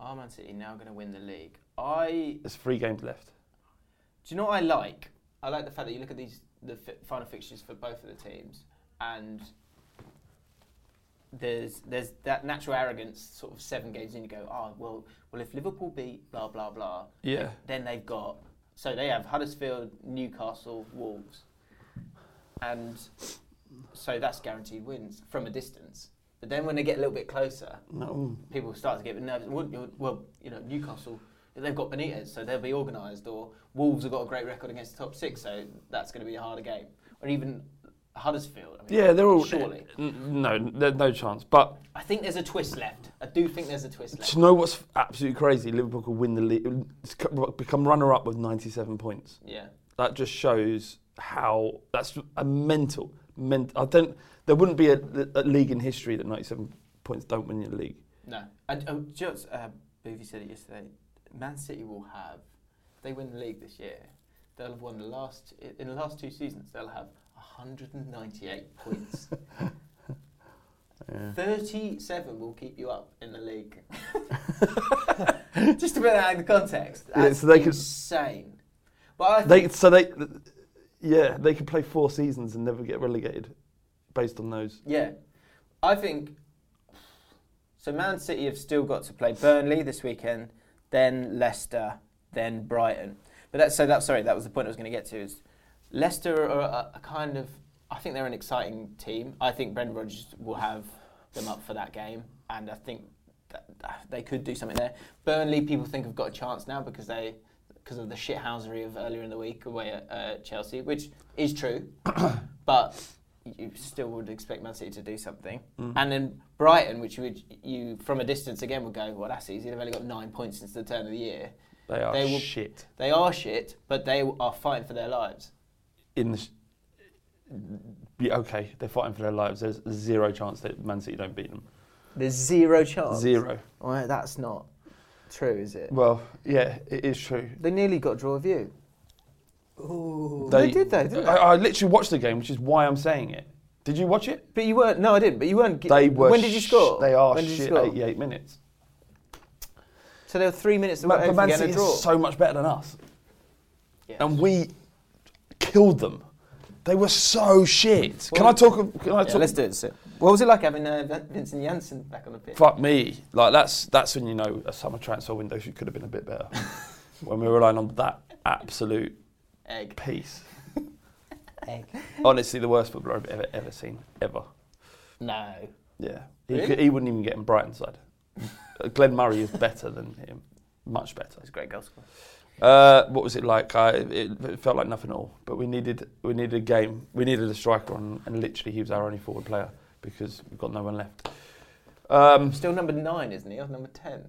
[SPEAKER 2] Are Man City now going to win the league? I
[SPEAKER 1] There's three games left.
[SPEAKER 2] Do you know what I like? I like the fact that you look at these the fi- final fixtures for both of the teams, and there's there's that natural arrogance sort of seven games in you go oh well well if Liverpool beat blah blah blah
[SPEAKER 1] Yeah.
[SPEAKER 2] then they've got so they have Huddersfield Newcastle Wolves and so that's guaranteed wins from a distance but then when they get a little bit closer people start to get a bit nervous well well, you know Newcastle they've got Benitez so they'll be organised or Wolves have got a great record against the top six so that's going to be a harder game or even Huddersfield I mean,
[SPEAKER 1] Yeah, they're all.
[SPEAKER 2] surely
[SPEAKER 1] N- no, there's no chance. But
[SPEAKER 2] I think there's a twist left. I do think there's a twist
[SPEAKER 1] do
[SPEAKER 2] left.
[SPEAKER 1] you know what's absolutely crazy? Liverpool could win the league, become runner up with 97 points.
[SPEAKER 2] Yeah.
[SPEAKER 1] That just shows how that's a mental. Ment- I don't. There wouldn't be a, a league in history that 97 points don't win your league.
[SPEAKER 2] No. And oh, just uh, Boovy said it yesterday. Man City will have. If they win the league this year, they'll have won the last in the last two seasons. They'll have 198 points. 37 will keep you up in the league. just to put that in the context,
[SPEAKER 1] Yeah,
[SPEAKER 2] that's
[SPEAKER 1] so they could-
[SPEAKER 2] insane. But I
[SPEAKER 1] They
[SPEAKER 2] think
[SPEAKER 1] so they, yeah, they could play four seasons and never get relegated, based on those.
[SPEAKER 2] Yeah, I think so. Man City have still got to play Burnley this weekend, then Leicester, then Brighton. But that's so that sorry, that was the point I was going to get to. Is Leicester are a, a kind of I think they're an exciting team. I think Brendan Rodgers will have them up for that game, and I think that, that they could do something there. Burnley, people think have got a chance now because they. Because of the shithousery of earlier in the week away at uh, Chelsea, which is true, but you still would expect Man City to do something.
[SPEAKER 1] Mm.
[SPEAKER 2] And then Brighton, which you would you from a distance again would go, well, that's easy. They've only got nine points since the turn of the year.
[SPEAKER 1] They are
[SPEAKER 2] They will-
[SPEAKER 1] shit
[SPEAKER 2] They are shit, but they are fighting for their lives.
[SPEAKER 1] in the. Sh- yeah, okay, they're fighting for their lives. There's zero chance that Man City don't beat them.
[SPEAKER 2] There's zero chance.
[SPEAKER 1] Zero.
[SPEAKER 2] Well, that's not true, is it?
[SPEAKER 1] Well, yeah, it is true.
[SPEAKER 2] They nearly got draw of you. They did though, didn't they?
[SPEAKER 1] I, I literally watched the game, which is why I'm saying it. Did you watch it?
[SPEAKER 2] But you weren't. No, I didn't. But you weren't. gi-
[SPEAKER 1] They were.
[SPEAKER 2] When did you
[SPEAKER 1] sh-
[SPEAKER 2] score?
[SPEAKER 1] They are
[SPEAKER 2] When did you
[SPEAKER 1] shit.
[SPEAKER 2] score?
[SPEAKER 1] 88 minutes.
[SPEAKER 2] So they were three minutes away
[SPEAKER 1] But, but
[SPEAKER 2] from
[SPEAKER 1] Man
[SPEAKER 2] getting
[SPEAKER 1] City
[SPEAKER 2] a draw.
[SPEAKER 1] is so much better than us,
[SPEAKER 2] Yes.
[SPEAKER 1] and we killed them. They were so shit. Can I talk? Can I
[SPEAKER 2] Yeah,
[SPEAKER 1] talk?
[SPEAKER 2] let's do it. So, what was it like having uh, Vin- Vincent Janssen back on the pitch?
[SPEAKER 1] Fuck me. Like that's that's when you know a summer transfer window should- could have been a bit better. when we were relying on that absolute
[SPEAKER 2] Egg.
[SPEAKER 1] piece.
[SPEAKER 3] Egg.
[SPEAKER 1] Honestly, the worst footballer I've ever ever seen ever.
[SPEAKER 2] No.
[SPEAKER 1] Yeah, he,
[SPEAKER 2] Really?
[SPEAKER 1] could- he wouldn't even get in Brighton side. Uh, Glenn Murray is better than him, much better.
[SPEAKER 2] It's a great goal scorer.
[SPEAKER 1] Uh, what was it like? I, it, it felt like nothing at all. But we needed we needed a game. We needed a striker, on, and literally he was our only forward player because we've got no one left. Um,
[SPEAKER 2] Still number nine, isn't he? Or number ten?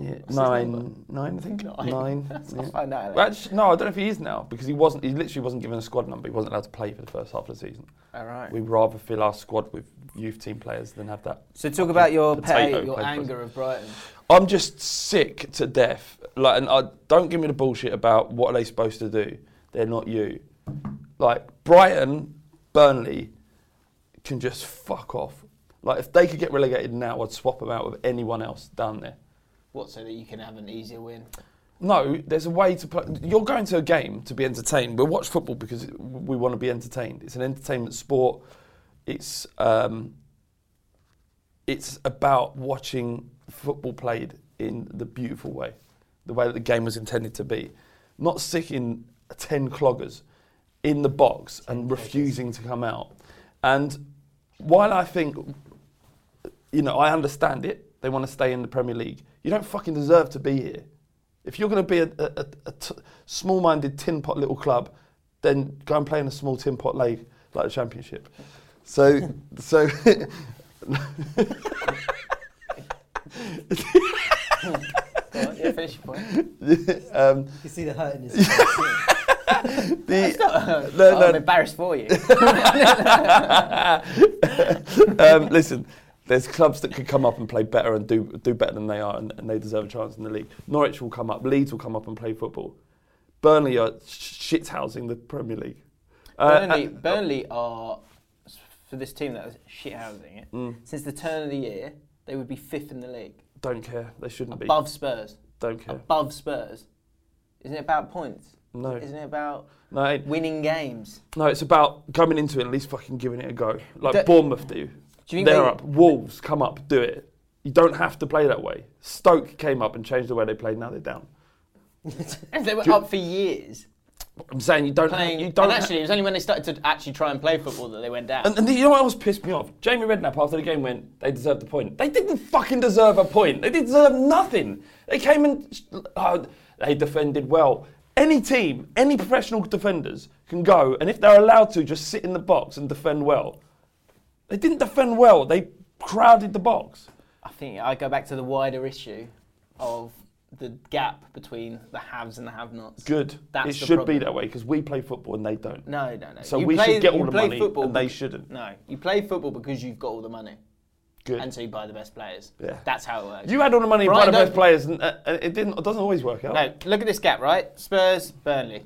[SPEAKER 1] yeah,
[SPEAKER 2] his
[SPEAKER 1] nine, nine, I think.
[SPEAKER 2] Nine. I'll
[SPEAKER 1] yeah.
[SPEAKER 2] find out.
[SPEAKER 1] Well, actually, no, I don't know if he is now because he wasn't. He literally wasn't given a squad number. He wasn't allowed to play for the first half of the season.
[SPEAKER 2] All right.
[SPEAKER 1] We'd rather fill our squad with youth team players than have that.
[SPEAKER 2] So talk about your
[SPEAKER 1] Potato
[SPEAKER 2] pay, your
[SPEAKER 1] papers.
[SPEAKER 2] anger of Brighton.
[SPEAKER 1] I'm just sick to death. Like, and I, don't give me the bullshit about what are they supposed to do. They're not you. Like Brighton, Burnley can just fuck off. Like if they could get relegated now, I'd swap them out with anyone else down there.
[SPEAKER 2] What so that you can have an easier win?
[SPEAKER 1] No, there's a way to play. You're going to a game to be entertained. We watch football because we want to be entertained. It's an entertainment sport. It's um, it's about watching football played in the beautiful way, the way that the game was intended to be, not sticking ten cloggers in the box and refusing to come out. And while I think you know, I understand it. They want to stay in the Premier League. You don't fucking deserve to be here. If you're going to be a, a, a- a t- small-minded tin pot little club, then go and play in a small tin pot league like the Championship. So, so.
[SPEAKER 2] Go on, yeah, finish your point.
[SPEAKER 1] um,
[SPEAKER 3] You see the hurt in his face.
[SPEAKER 1] the,
[SPEAKER 2] Oh,
[SPEAKER 1] no,
[SPEAKER 2] I'm
[SPEAKER 1] no,
[SPEAKER 2] embarrassed for you.
[SPEAKER 1] um, listen, there's clubs that could come up and play better and do do better than they are, and, and they deserve a chance in the league. Norwich will come up, Leeds will come up and play football. Burnley are shit housing the Premier League. Uh,
[SPEAKER 2] Burnley,
[SPEAKER 1] and-
[SPEAKER 2] Burnley are for this team that was shit housing it.
[SPEAKER 1] Mm.
[SPEAKER 2] Since the turn of the year, they would be fifth in the league,
[SPEAKER 1] don't care. They shouldn't be.
[SPEAKER 2] above Spurs,
[SPEAKER 1] Don't care.
[SPEAKER 2] above Spurs. Isn't it about points?
[SPEAKER 1] No.
[SPEAKER 2] Isn't Oh, it about
[SPEAKER 1] No, it ain't.
[SPEAKER 2] winning games?
[SPEAKER 1] no, it's about coming into it and at least fucking giving it a go, like
[SPEAKER 2] Don't-
[SPEAKER 1] Bournemouth do.
[SPEAKER 2] Do you think
[SPEAKER 1] They're
[SPEAKER 2] they-
[SPEAKER 1] up. Wolves come up, do it. You don't have to play that way. Stoke came up and changed the way they played. Now they're down.
[SPEAKER 2] they were up for years
[SPEAKER 1] I'm saying you don't. ha-
[SPEAKER 2] playing.
[SPEAKER 1] you don't.
[SPEAKER 2] and
[SPEAKER 1] ha-
[SPEAKER 2] actually, it was only when they started to actually try and play football that they went down.
[SPEAKER 1] and, and you know what else pissed me off? Jamie Redknapp after the game went, they deserved the point. They didn't fucking deserve a point. They deserved nothing. They came and oh, they defended well. Any team, any professional defenders can go and if they're allowed to, just sit in the box and defend well. They didn't defend well. They crowded the box.
[SPEAKER 2] I think I go back to the wider issue of the gap between the haves and the have-nots.
[SPEAKER 1] Good.
[SPEAKER 2] That's
[SPEAKER 1] it
[SPEAKER 2] the
[SPEAKER 1] should
[SPEAKER 2] problem.
[SPEAKER 1] be that way because we play football and they don't.
[SPEAKER 2] No, no, no.
[SPEAKER 1] So
[SPEAKER 2] You
[SPEAKER 1] we
[SPEAKER 2] play-
[SPEAKER 1] should get
[SPEAKER 2] you
[SPEAKER 1] all the
[SPEAKER 2] play
[SPEAKER 1] money
[SPEAKER 2] football
[SPEAKER 1] and they
[SPEAKER 2] bec-
[SPEAKER 1] shouldn't.
[SPEAKER 2] No, you play football because you've got all the money,
[SPEAKER 1] Good.
[SPEAKER 2] and so you buy the best players.
[SPEAKER 1] Yeah.
[SPEAKER 2] That's how it works.
[SPEAKER 1] you had all the money by
[SPEAKER 2] Right,
[SPEAKER 1] the
[SPEAKER 2] no.
[SPEAKER 1] best players, and uh, uh, it didn't. It doesn't always work out.
[SPEAKER 2] no, look at this gap, right? Spurs, Burnley.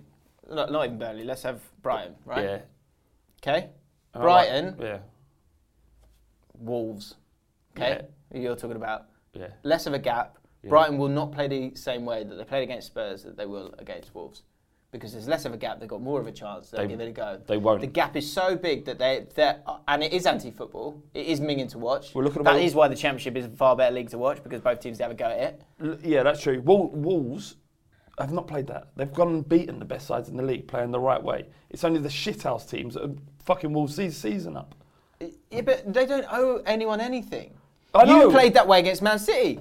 [SPEAKER 2] No, not even Burnley. Let's have Brighton, right?
[SPEAKER 1] Yeah.
[SPEAKER 2] Okay.
[SPEAKER 1] All right.
[SPEAKER 2] Brighton,
[SPEAKER 1] Yeah.
[SPEAKER 2] Wolves. Okay.
[SPEAKER 1] Yeah.
[SPEAKER 2] Who You're talking about
[SPEAKER 1] Yeah.
[SPEAKER 2] less of a gap. Brighton will not play the same way that they played against Spurs that they will against Wolves. Because there's less of a gap, they've got more of a chance. They'll
[SPEAKER 1] They-
[SPEAKER 2] give it a go.
[SPEAKER 1] they won't.
[SPEAKER 2] The gap is so big that they, they're, and it is anti-football. It is minging to watch.
[SPEAKER 1] Well, look at the
[SPEAKER 2] that
[SPEAKER 1] way-
[SPEAKER 2] is why the Championship is a far better league to watch because both teams have a go at it.
[SPEAKER 1] L- Yeah, that's true. Wol- Wolves have not played that. They've gone and beaten the best sides in the league, playing the right way. It's only the shithouse teams that are fucking Wolves' se- season up.
[SPEAKER 2] Yeah, but they don't owe anyone anything.
[SPEAKER 1] I know.
[SPEAKER 2] You played that way against Man City.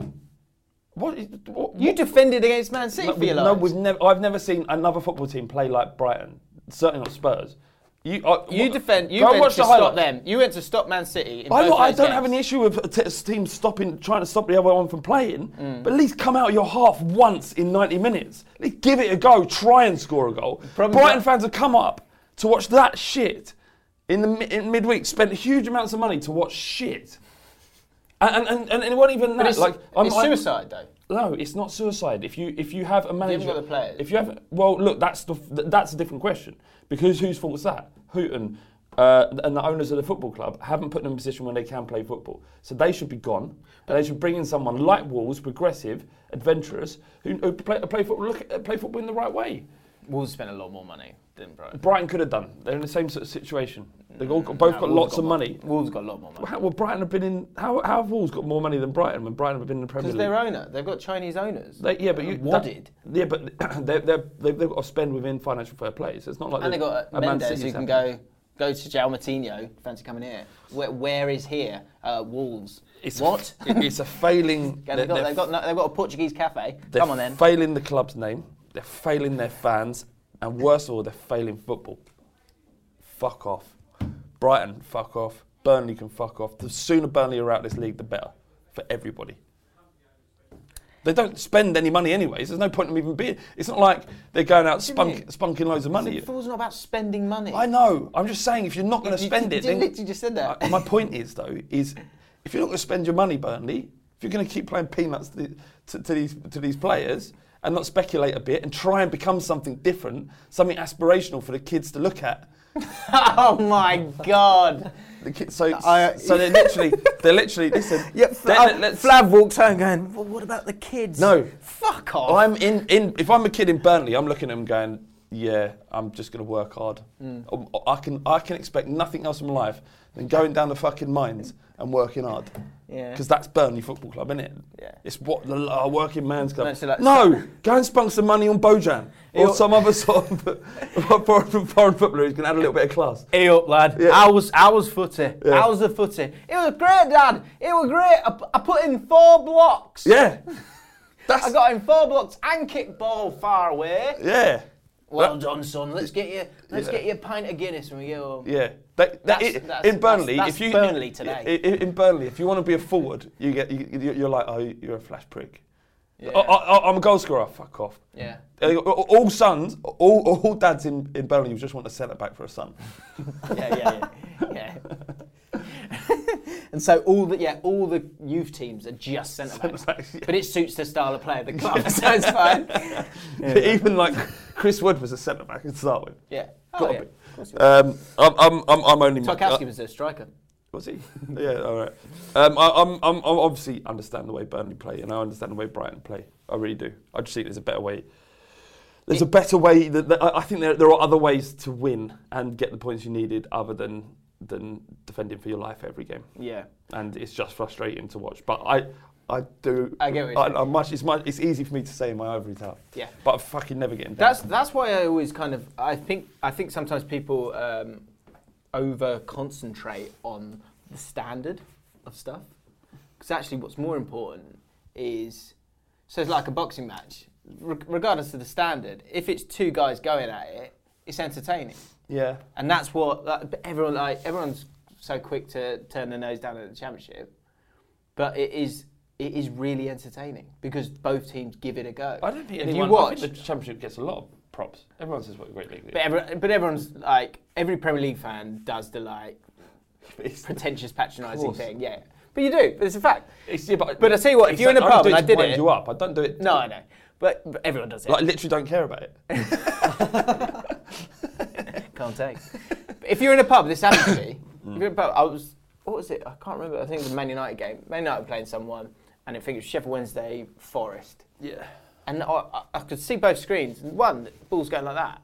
[SPEAKER 1] What? is- what-
[SPEAKER 2] You
[SPEAKER 1] what-
[SPEAKER 2] defended against Man City
[SPEAKER 1] no,
[SPEAKER 2] for your
[SPEAKER 1] no,
[SPEAKER 2] lives.
[SPEAKER 1] we've never. I've never seen another football team play like Brighton. Certainly not Spurs. You, I,
[SPEAKER 2] you
[SPEAKER 1] what-
[SPEAKER 2] defend. You
[SPEAKER 1] Go
[SPEAKER 2] went
[SPEAKER 1] watch
[SPEAKER 2] to
[SPEAKER 1] the
[SPEAKER 2] stop
[SPEAKER 1] highlights.
[SPEAKER 2] them. You went to stop Man City. In
[SPEAKER 1] I,
[SPEAKER 2] both
[SPEAKER 1] not, I
[SPEAKER 2] those
[SPEAKER 1] don't
[SPEAKER 2] games.
[SPEAKER 1] have an issue with a t- team stopping, trying to stop the other one from playing,
[SPEAKER 2] Mm.
[SPEAKER 1] but at least come out of your half once in 90 minutes. At least give it a go. Try and score a goal.
[SPEAKER 2] problem-
[SPEAKER 1] Brighton fans have come up to watch that shit in the mi- in midweek. Spent huge amounts of money to watch shit, and and, and, and it wasn't even that.
[SPEAKER 2] But it's,
[SPEAKER 1] like
[SPEAKER 2] it's suicide, though.
[SPEAKER 1] no, it's not suicide. If you if you have a manager,
[SPEAKER 2] got the players.
[SPEAKER 1] if you have well, look, that's the th- that's a different question because whose fault is that? Hooten uh, and the owners of the football club haven't put them in a position where they can play football, so they should be gone. And they should bring in someone like Wolves, progressive, adventurous, who, who play, play football look, at- play football in the right way.
[SPEAKER 2] Wolves spend a lot more money than Brighton.
[SPEAKER 1] Brighton could have done. They're in the same sort of situation. They've all got, both
[SPEAKER 2] No,
[SPEAKER 1] got
[SPEAKER 2] Wolves
[SPEAKER 1] lots
[SPEAKER 2] got
[SPEAKER 1] of
[SPEAKER 2] more-
[SPEAKER 1] money.
[SPEAKER 2] Wolves got a lot more money.
[SPEAKER 1] How, well, Brighton have been in. How, how have Wolves got more money than Brighton when Brighton have been in the Premier
[SPEAKER 2] Because
[SPEAKER 1] League?
[SPEAKER 2] their owner, they've got Chinese owners.
[SPEAKER 1] They, yeah, but you
[SPEAKER 2] Uh, wadded.
[SPEAKER 1] that- yeah, but they're, they're, they've, they've got to spend within financial fair play. So it's not like
[SPEAKER 2] and they
[SPEAKER 1] there's
[SPEAKER 2] got
[SPEAKER 1] a
[SPEAKER 2] uh,
[SPEAKER 1] Man
[SPEAKER 2] Mendes
[SPEAKER 1] City
[SPEAKER 2] who can
[SPEAKER 1] happening.
[SPEAKER 2] go go to Jao Martino. Fancy coming here? Where, where is here? Uh, Wolves.
[SPEAKER 1] It's
[SPEAKER 2] what?
[SPEAKER 1] A, it- it's a failing.
[SPEAKER 2] Yeah,
[SPEAKER 1] they're-
[SPEAKER 2] they've, got,
[SPEAKER 1] they're
[SPEAKER 2] they've, got, no- they've got a Portuguese cafe.
[SPEAKER 1] they're
[SPEAKER 2] Come on then.
[SPEAKER 1] Failing the club's name. They're failing their fans, and worse of all, they're failing football. Fuck off. Brighton, fuck off. Burnley can fuck off. The sooner Burnley are out this league, the better for everybody. They don't spend any money anyways. There's no point in them even being. It's not like they're going out
[SPEAKER 2] do you
[SPEAKER 1] spunk, spunking loads of money.
[SPEAKER 2] Football's not about spending money.
[SPEAKER 1] I know. I'm just saying, if you're not going to
[SPEAKER 2] You- you-
[SPEAKER 1] spend
[SPEAKER 2] you
[SPEAKER 1] it, then
[SPEAKER 2] literally just said that.
[SPEAKER 1] Uh, my point is, though, is if you're not going to spend your money, Burnley, if you're going to keep playing peanuts to, the- to, to these to these players and not speculate a bit and try and become something different, something aspirational for the kids to look at.
[SPEAKER 2] oh my God.
[SPEAKER 1] The kids, so,
[SPEAKER 2] I-
[SPEAKER 1] so they're literally, they're literally. Listen,
[SPEAKER 4] Yep, Fla-
[SPEAKER 1] they're-
[SPEAKER 4] uh,
[SPEAKER 1] let's-
[SPEAKER 4] Flav walks home going, well, what about the kids?
[SPEAKER 1] no,
[SPEAKER 2] Fuck off.
[SPEAKER 1] I'm in, in. If I'm a kid in Burnley, I'm looking at him going, "Yeah, I'm just going to work hard.
[SPEAKER 2] Mm.
[SPEAKER 1] Um, I can I can expect nothing else from life than going down the fucking mines and working hard.
[SPEAKER 2] Yeah.
[SPEAKER 1] Because that's Burnley Football Club, isn't it?
[SPEAKER 2] Yeah.
[SPEAKER 1] It's what the l- our working man's club.
[SPEAKER 2] No, so like-
[SPEAKER 1] no, go and spunk some money on Bojan or some other sort of foreign, foreign footballer who's going to add a little bit of class.
[SPEAKER 2] Hey up, lad. I was, I was footy. I was the footy. It was great, Dad. It was great. I, pu- I put in four blocks.
[SPEAKER 1] Yeah. That's
[SPEAKER 2] I got in four blocks and kicked ball far away.
[SPEAKER 1] yeah.
[SPEAKER 2] Well done, son. Let's get you. Let's
[SPEAKER 1] Yeah.
[SPEAKER 2] get you a pint of Guinness when we get home.
[SPEAKER 1] Yeah. That, that,
[SPEAKER 2] That's-
[SPEAKER 1] i-
[SPEAKER 2] that's-
[SPEAKER 1] in Burnley,
[SPEAKER 2] that's-
[SPEAKER 1] if
[SPEAKER 2] that's
[SPEAKER 1] you
[SPEAKER 2] Burnley today.
[SPEAKER 1] i- i- in Burnley, if you want to be a forward, you get you, you- you're like, oh, you're a flash prick.
[SPEAKER 2] Yeah.
[SPEAKER 1] Oh, oh, oh, I'm a goal scorer. Fuck off.
[SPEAKER 2] Yeah.
[SPEAKER 1] Uh, All sons, all, all dads in, in Burnley just want a centre back for a son.
[SPEAKER 2] yeah, yeah, yeah. yeah. and so all the yeah, all the youth teams are just centre backs,
[SPEAKER 1] Centre-backs, yeah.
[SPEAKER 2] but it suits the style of play of the club, so it's fine.
[SPEAKER 1] Even like Chris Wood was a centre back to start with.
[SPEAKER 2] Yeah, Oh,
[SPEAKER 1] Gotta
[SPEAKER 2] yeah.
[SPEAKER 1] be. Um, I'm, I'm, I'm, I'm only.
[SPEAKER 2] Tarkowski was a striker.
[SPEAKER 1] Was he? yeah, all right. Um, I, I'm, I'm, I obviously understand the way Burnley play, and I understand the way Brighton play. I really do. I just think there's a better way. There's a better way. That, that- I I think there, there are other ways to win and get the points you needed, other than than defending for your life every game.
[SPEAKER 2] Yeah.
[SPEAKER 1] and it's just frustrating to watch. But I, I do.
[SPEAKER 2] I get what you're
[SPEAKER 1] I,
[SPEAKER 2] saying.
[SPEAKER 1] I'm much. It's much. It's easy for me to say in my ivory tower.
[SPEAKER 2] Yeah.
[SPEAKER 1] But I'm fucking never getting down.
[SPEAKER 2] That's that's why I always kind of I think I think sometimes people um, over concentrate on the standard of stuff because actually what's more important is so it's like a boxing match Re- regardless of the standard if it's two guys going at it it's entertaining
[SPEAKER 1] yeah.
[SPEAKER 2] and that's what that, but everyone like everyone's so quick to turn their nose down at the championship but it is it is really entertaining because both teams give it a go
[SPEAKER 1] I don't think
[SPEAKER 2] if
[SPEAKER 1] anyone.
[SPEAKER 2] you watch
[SPEAKER 1] I think the championship gets a lot of props. Everyone says what a great league. it
[SPEAKER 2] But,
[SPEAKER 1] is.
[SPEAKER 2] every, but everyone's like every Premier League fan does the like
[SPEAKER 1] It's-
[SPEAKER 2] pretentious
[SPEAKER 1] Of
[SPEAKER 2] patronising
[SPEAKER 1] course.
[SPEAKER 2] thing. Yeah, but you do. But it's a fact.
[SPEAKER 1] It's, yeah, but,
[SPEAKER 2] But I tell you what, if you're in a
[SPEAKER 1] Exactly.
[SPEAKER 2] pub and I
[SPEAKER 1] don't do it to
[SPEAKER 2] did
[SPEAKER 1] wind
[SPEAKER 2] it-
[SPEAKER 1] you up. I don't do it.
[SPEAKER 2] No, I know. But, but everyone does it.
[SPEAKER 1] Like, I literally don't care about it.
[SPEAKER 2] Can't take. if you're in a pub, this happened to me.
[SPEAKER 1] Mm.
[SPEAKER 2] If you're in a pub, I was. What was it? I can't remember. I think it was a Man United game. Man United were playing someone, and I think it was Sheffield Wednesday, Forest.
[SPEAKER 1] Yeah.
[SPEAKER 2] and I, I- I could see both screens. And one, the ball's going like that,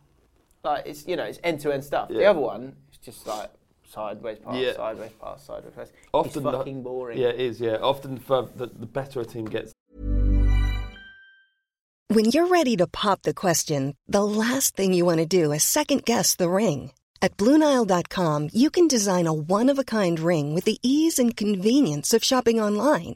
[SPEAKER 2] like it's you know it's end to end stuff. The
[SPEAKER 1] Yeah.
[SPEAKER 2] other one, it's just like sideways pass,
[SPEAKER 1] Yeah.
[SPEAKER 2] sideways pass, sideways pass.
[SPEAKER 1] Often
[SPEAKER 2] it's
[SPEAKER 1] the-
[SPEAKER 2] fucking boring.
[SPEAKER 1] Yeah, it is. Yeah. Often for the, the better a team gets,
[SPEAKER 5] When you're ready to pop the question, the last thing you want to do is second guess the ring. At Bluenile.com, you can design a one of a kind ring with the ease and convenience of shopping online.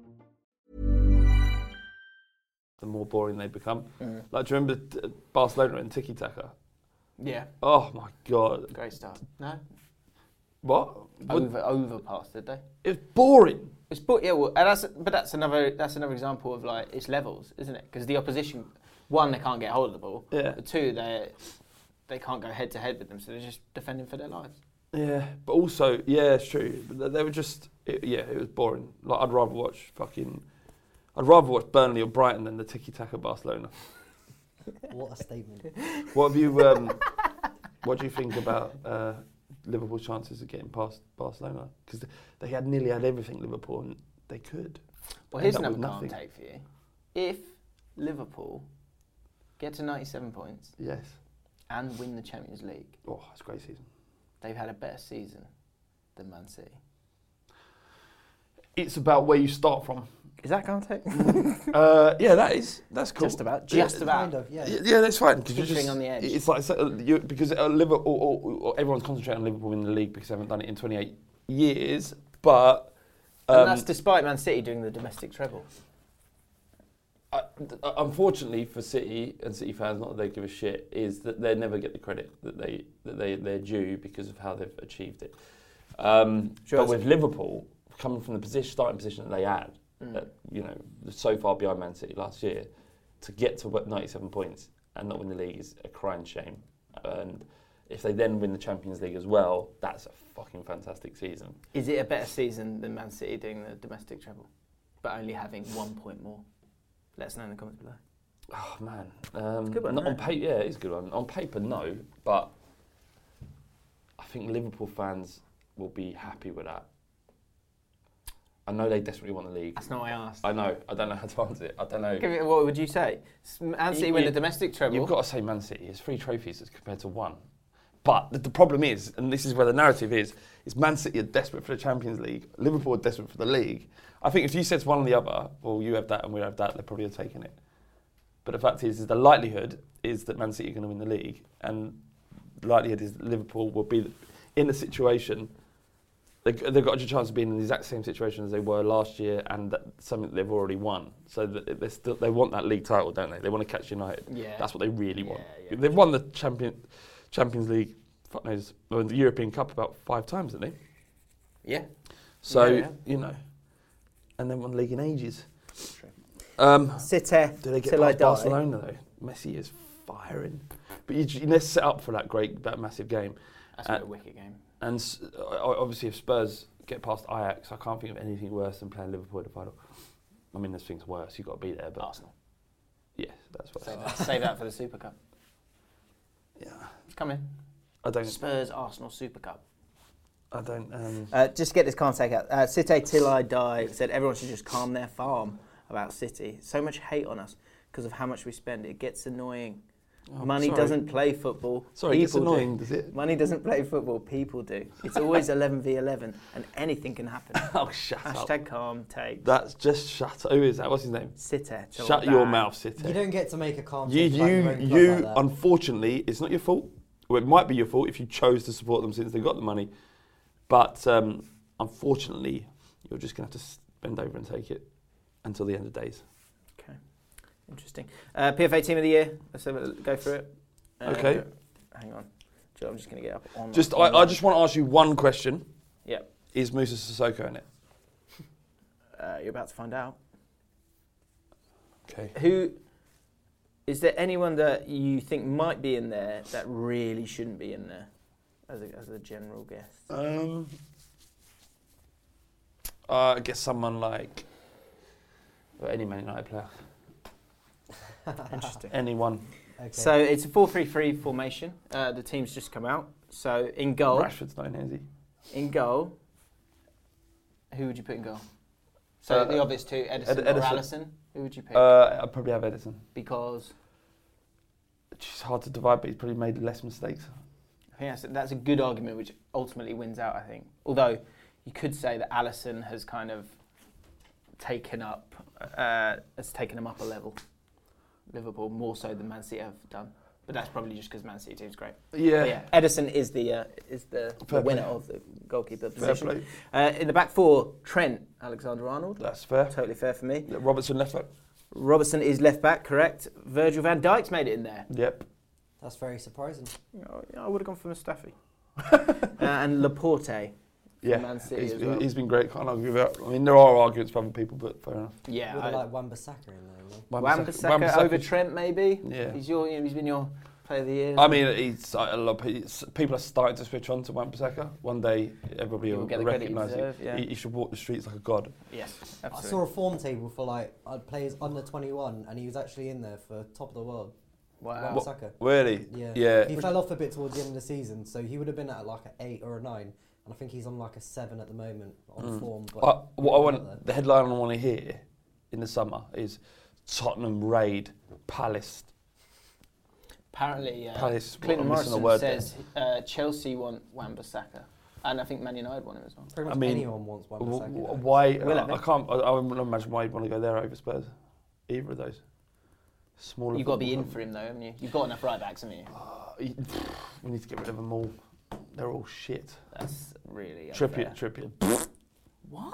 [SPEAKER 1] the more boring they become.
[SPEAKER 2] Mm.
[SPEAKER 1] Like, do you remember uh, Barcelona and Tiki Taka?
[SPEAKER 2] yeah,
[SPEAKER 1] Oh my god.
[SPEAKER 2] great start. No,
[SPEAKER 1] What? What-
[SPEAKER 2] over overpass did they?
[SPEAKER 1] It's boring.
[SPEAKER 2] It's but yeah, well, and that's but that's another that's another example of like it's levels, isn't it? Because the opposition, one they can't get hold of the ball.
[SPEAKER 1] Yeah.
[SPEAKER 2] But two they they can't go head to head with them, so they're just defending for their lives.
[SPEAKER 1] Yeah, but also, yeah, it's true. But th- they were just, it, yeah, it was boring. Like, I'd rather watch fucking, I'd rather watch Burnley or Brighton than the Tiki Taka Barcelona.
[SPEAKER 3] What a statement.
[SPEAKER 1] What have you, um, what do you think about uh, Liverpool's chances of getting past Barcelona? Because they had nearly had everything Liverpool, and they could.
[SPEAKER 2] Well,
[SPEAKER 1] end
[SPEAKER 2] here's
[SPEAKER 1] up
[SPEAKER 2] another
[SPEAKER 1] with
[SPEAKER 2] calm take for you. If Liverpool get to 97 points
[SPEAKER 1] Yes.
[SPEAKER 2] and win the Champions League,
[SPEAKER 1] Oh, it's a great season.
[SPEAKER 2] they've had a better season than Man City.
[SPEAKER 1] It's about where you start from.
[SPEAKER 2] Is that calm take?
[SPEAKER 1] Uh, yeah, that is that's cool.
[SPEAKER 2] Just about. Just
[SPEAKER 1] Yeah,
[SPEAKER 2] about.
[SPEAKER 3] Kind of, yeah.
[SPEAKER 1] Yeah, yeah, that's fine. 'cause you
[SPEAKER 2] Teetering
[SPEAKER 1] just-
[SPEAKER 2] on the edge.
[SPEAKER 1] It's like so, you, because uh, Liverpool, or, or, or everyone's concentrating on Liverpool in the league because they haven't done it in 28 years. But um,
[SPEAKER 2] and that's despite Man City doing the domestic treble.
[SPEAKER 1] uh, uh, unfortunately for City and City fans, not that they give a shit, is that they never get the credit that they that they they're due because of how they've achieved it. Um, but with Liverpool coming from the position, starting position that they had, uh, you know, so far behind Man City last year, to get to what, 97 points and not win the league is a crying shame. And if they then win the Champions League as well, that's a fucking fantastic season.
[SPEAKER 2] Is it a better season than Man City doing the domestic treble, but only having one point more? Let us know in the comments below.
[SPEAKER 1] Oh man, um,
[SPEAKER 2] good one,
[SPEAKER 1] not on
[SPEAKER 2] isn't it?
[SPEAKER 1] paper. Yeah, it's a good one. On paper, no, but I think Liverpool fans will be happy with that. I I know they desperately want the league.
[SPEAKER 2] That's not what I asked.
[SPEAKER 1] I know. I don't know how to answer it. I don't know.
[SPEAKER 2] Give it- What would you say? S- Man City win the domestic treble.
[SPEAKER 1] You've got to say Man City. It's three trophies as compared to one. But the, the problem is, and this is where the narrative is, is Man City are desperate for the Champions League. Liverpool are desperate for the league. I think if you said to one or the other, well, you have that and we have that, they probably have taken it. But the fact is, is the likelihood is that Man City are going to win the league, and the likelihood is that Liverpool will be in a situation. They, they've got a chance of being in the exact same situation as they were last year, and that something that they've already won. So that they're still, they want that league title, don't they? They want to catch United.
[SPEAKER 2] Yeah.
[SPEAKER 1] That's what they really want. They've won the champion, Champions League, fuck knows, or the European Cup about five times, haven't they?
[SPEAKER 2] Yeah.
[SPEAKER 1] So
[SPEAKER 2] Yeah, yeah.
[SPEAKER 1] you know, and then won the league in ages. Um,
[SPEAKER 4] City
[SPEAKER 1] do they get
[SPEAKER 4] till I
[SPEAKER 1] past
[SPEAKER 4] die.
[SPEAKER 1] Barcelona though? Messi is firing, but you, you need to set up for that great, that massive game.
[SPEAKER 2] That's
[SPEAKER 1] Uh,
[SPEAKER 2] a wicked game.
[SPEAKER 1] and s- o- o- obviously, if Spurs get past Ajax, I can't think of anything worse than playing Liverpool in the final. I mean, there's things worse. You've got to be there, but
[SPEAKER 2] Arsenal.
[SPEAKER 1] yes, that's worse.
[SPEAKER 2] Save that, save that for the Super Cup.
[SPEAKER 1] Yeah,
[SPEAKER 2] It's coming.
[SPEAKER 1] I don't.
[SPEAKER 2] Spurs Arsenal Super Cup.
[SPEAKER 1] I don't. Um,
[SPEAKER 4] Uh, just get this contact out. Uh, City till I die said everyone should just calm their farm about City. So much hate on us because of how much we spend. It gets annoying. Money
[SPEAKER 1] Oh, sorry.
[SPEAKER 4] doesn't play football.
[SPEAKER 1] Sorry, it gets
[SPEAKER 4] People do.
[SPEAKER 1] annoying, does it?
[SPEAKER 4] Money doesn't play football. People do. It's always 11 v 11, and anything can happen.
[SPEAKER 1] oh, shut up.
[SPEAKER 4] Hashtag calm take.
[SPEAKER 1] That's just shut. Who is that? What's his name?
[SPEAKER 4] City till
[SPEAKER 1] Shut
[SPEAKER 4] I die.
[SPEAKER 1] your mouth, City.
[SPEAKER 3] You don't get to make a calm
[SPEAKER 1] You,
[SPEAKER 3] take about your
[SPEAKER 1] you,
[SPEAKER 3] own club
[SPEAKER 1] you
[SPEAKER 3] like that.
[SPEAKER 1] unfortunately, it's not your fault. Well, it might be your fault if you chose to support them since they got the money. But um, unfortunately, you're just going to have to bend over and take it until the end of days.
[SPEAKER 4] Okay. Interesting. Uh, PFA team of the year. Let's have a go through it. Uh,
[SPEAKER 1] Okay.
[SPEAKER 4] Hang on. Joe, I'm just going to get up on.
[SPEAKER 1] Just, I, I just want to ask you one question.
[SPEAKER 4] Yeah.
[SPEAKER 1] Is Musa Sissoko in it?
[SPEAKER 4] Uh, you're about to find out.
[SPEAKER 1] Okay.
[SPEAKER 4] Who is there anyone that you think might be in there that really shouldn't be in there as a, as a general guess?
[SPEAKER 1] Um, uh, I guess someone like or any Man United player.
[SPEAKER 4] Interesting.
[SPEAKER 1] Anyone.
[SPEAKER 3] Okay.
[SPEAKER 4] So it's a 4 3 3 formation. Uh, the team's just come out. So in goal,
[SPEAKER 1] Rashford's not in, is he?
[SPEAKER 4] in goal, who would you put in goal?
[SPEAKER 2] So
[SPEAKER 1] Uh,
[SPEAKER 2] the obvious two, Edison,
[SPEAKER 1] Ed- Edison.
[SPEAKER 2] or Allison. Who would you pick?
[SPEAKER 1] Uh, I'd probably have Edison.
[SPEAKER 2] because
[SPEAKER 1] It's hard to divide, but he's probably made less mistakes.
[SPEAKER 2] I think that's, that's a good argument, which ultimately wins out. I think. Although you could say that Allison has kind of taken up, uh, has taken them up a level. Liverpool more so than Man City have done, but that's probably just because Man City team's great.
[SPEAKER 1] Yeah.
[SPEAKER 4] But yeah, Edison is the uh, is the, the
[SPEAKER 1] Fair play.
[SPEAKER 4] winner of the goalkeeper
[SPEAKER 1] Fair
[SPEAKER 4] position.
[SPEAKER 1] play.
[SPEAKER 4] Uh, in the back four, Trent Alexander-Arnold.
[SPEAKER 1] That's fair.
[SPEAKER 4] Totally fair for me.
[SPEAKER 1] Robertson left back.
[SPEAKER 4] Robertson is left back, correct? Virgil van Dijk's made it in there.
[SPEAKER 1] Yep.
[SPEAKER 3] That's very surprising.
[SPEAKER 4] I would have gone for Mustafi. uh, and Laporte.
[SPEAKER 1] Yeah.
[SPEAKER 4] Man City
[SPEAKER 1] He's-
[SPEAKER 4] as well.
[SPEAKER 1] he's been great. Can't argue with that. I mean, there are arguments for other people, but fair enough.
[SPEAKER 2] Yeah,
[SPEAKER 3] Would have
[SPEAKER 2] I-
[SPEAKER 3] liked Wan-Bissaka in there. wouldn't
[SPEAKER 4] Wan-Bissaka,
[SPEAKER 1] Wan-Bissaka-
[SPEAKER 4] over Trent, maybe.
[SPEAKER 1] Yeah.
[SPEAKER 4] He's your, you know, he's been your player of the year.
[SPEAKER 1] I mean, he's, uh, I love, he's, people are starting to switch on to Wan-Bissaka. One day, everybody
[SPEAKER 2] He will
[SPEAKER 1] will
[SPEAKER 2] get the credit he
[SPEAKER 1] recognise him.
[SPEAKER 2] deserves, yeah.
[SPEAKER 1] He, he should walk the streets like a god.
[SPEAKER 2] yes,
[SPEAKER 3] he? I
[SPEAKER 2] absolutely.
[SPEAKER 3] saw a form table for like uh, players under 21, and he was actually in there for top of the world.
[SPEAKER 2] Wow.
[SPEAKER 1] What-
[SPEAKER 3] Wan-Bissaka.
[SPEAKER 1] Really?
[SPEAKER 3] Yeah.
[SPEAKER 1] Yeah.
[SPEAKER 3] He fell off a bit towards the end of the season, so he would have been at like an eight or a nine, and I think he's on like a seven at the moment on form. But
[SPEAKER 1] Mm. I, what I want,
[SPEAKER 3] There.
[SPEAKER 1] the headline I want to hear in the summer is Tottenham raid Palace.
[SPEAKER 2] Apparently, uh,
[SPEAKER 1] Palace, what,
[SPEAKER 2] Clinton
[SPEAKER 1] I'm missing a
[SPEAKER 2] Morrison
[SPEAKER 1] word
[SPEAKER 2] says uh, Chelsea want Wan-Bissaka, and I think Man United want him as well.
[SPEAKER 3] pretty
[SPEAKER 1] I
[SPEAKER 3] much
[SPEAKER 1] mean,
[SPEAKER 3] anyone wants one.
[SPEAKER 1] W-
[SPEAKER 3] Bissaka.
[SPEAKER 1] w-
[SPEAKER 3] though.
[SPEAKER 1] why?
[SPEAKER 4] Will have
[SPEAKER 1] I, I
[SPEAKER 4] it.
[SPEAKER 1] can't. I, I wouldn't imagine why you'd want to go there over Spurs. Either of those. Smaller.
[SPEAKER 2] You've got to be
[SPEAKER 1] football
[SPEAKER 2] in for him though, haven't you? You've got enough right backs, haven't you?
[SPEAKER 1] club. We need to get rid of them all. They're all shit.
[SPEAKER 2] That's really unfair.
[SPEAKER 1] Trippier, Trippier.
[SPEAKER 2] What?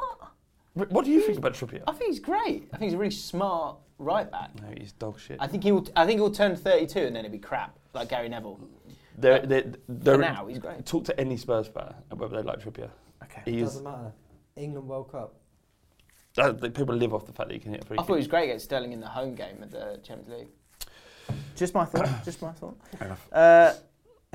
[SPEAKER 1] Wh- What do you think about Trippier?
[SPEAKER 2] I think he's great. I think he's a really smart right back.
[SPEAKER 1] No, he's dog shit.
[SPEAKER 2] I think he'll. I think he'll turn 32 and then it'll be crap, like Gary Neville.
[SPEAKER 1] They're, they're, they're,
[SPEAKER 2] now, he's great.
[SPEAKER 1] Talk to any Spurs fan whether they like Trippier.
[SPEAKER 4] Okay.
[SPEAKER 1] He is,
[SPEAKER 3] Doesn't matter. England World Cup.
[SPEAKER 1] uh, the people live off the fact that he can hit a free
[SPEAKER 2] I thought he
[SPEAKER 1] kick.
[SPEAKER 2] was great against Sterling in the home game at the Champions League.
[SPEAKER 4] just my thought. just my thought. Uh,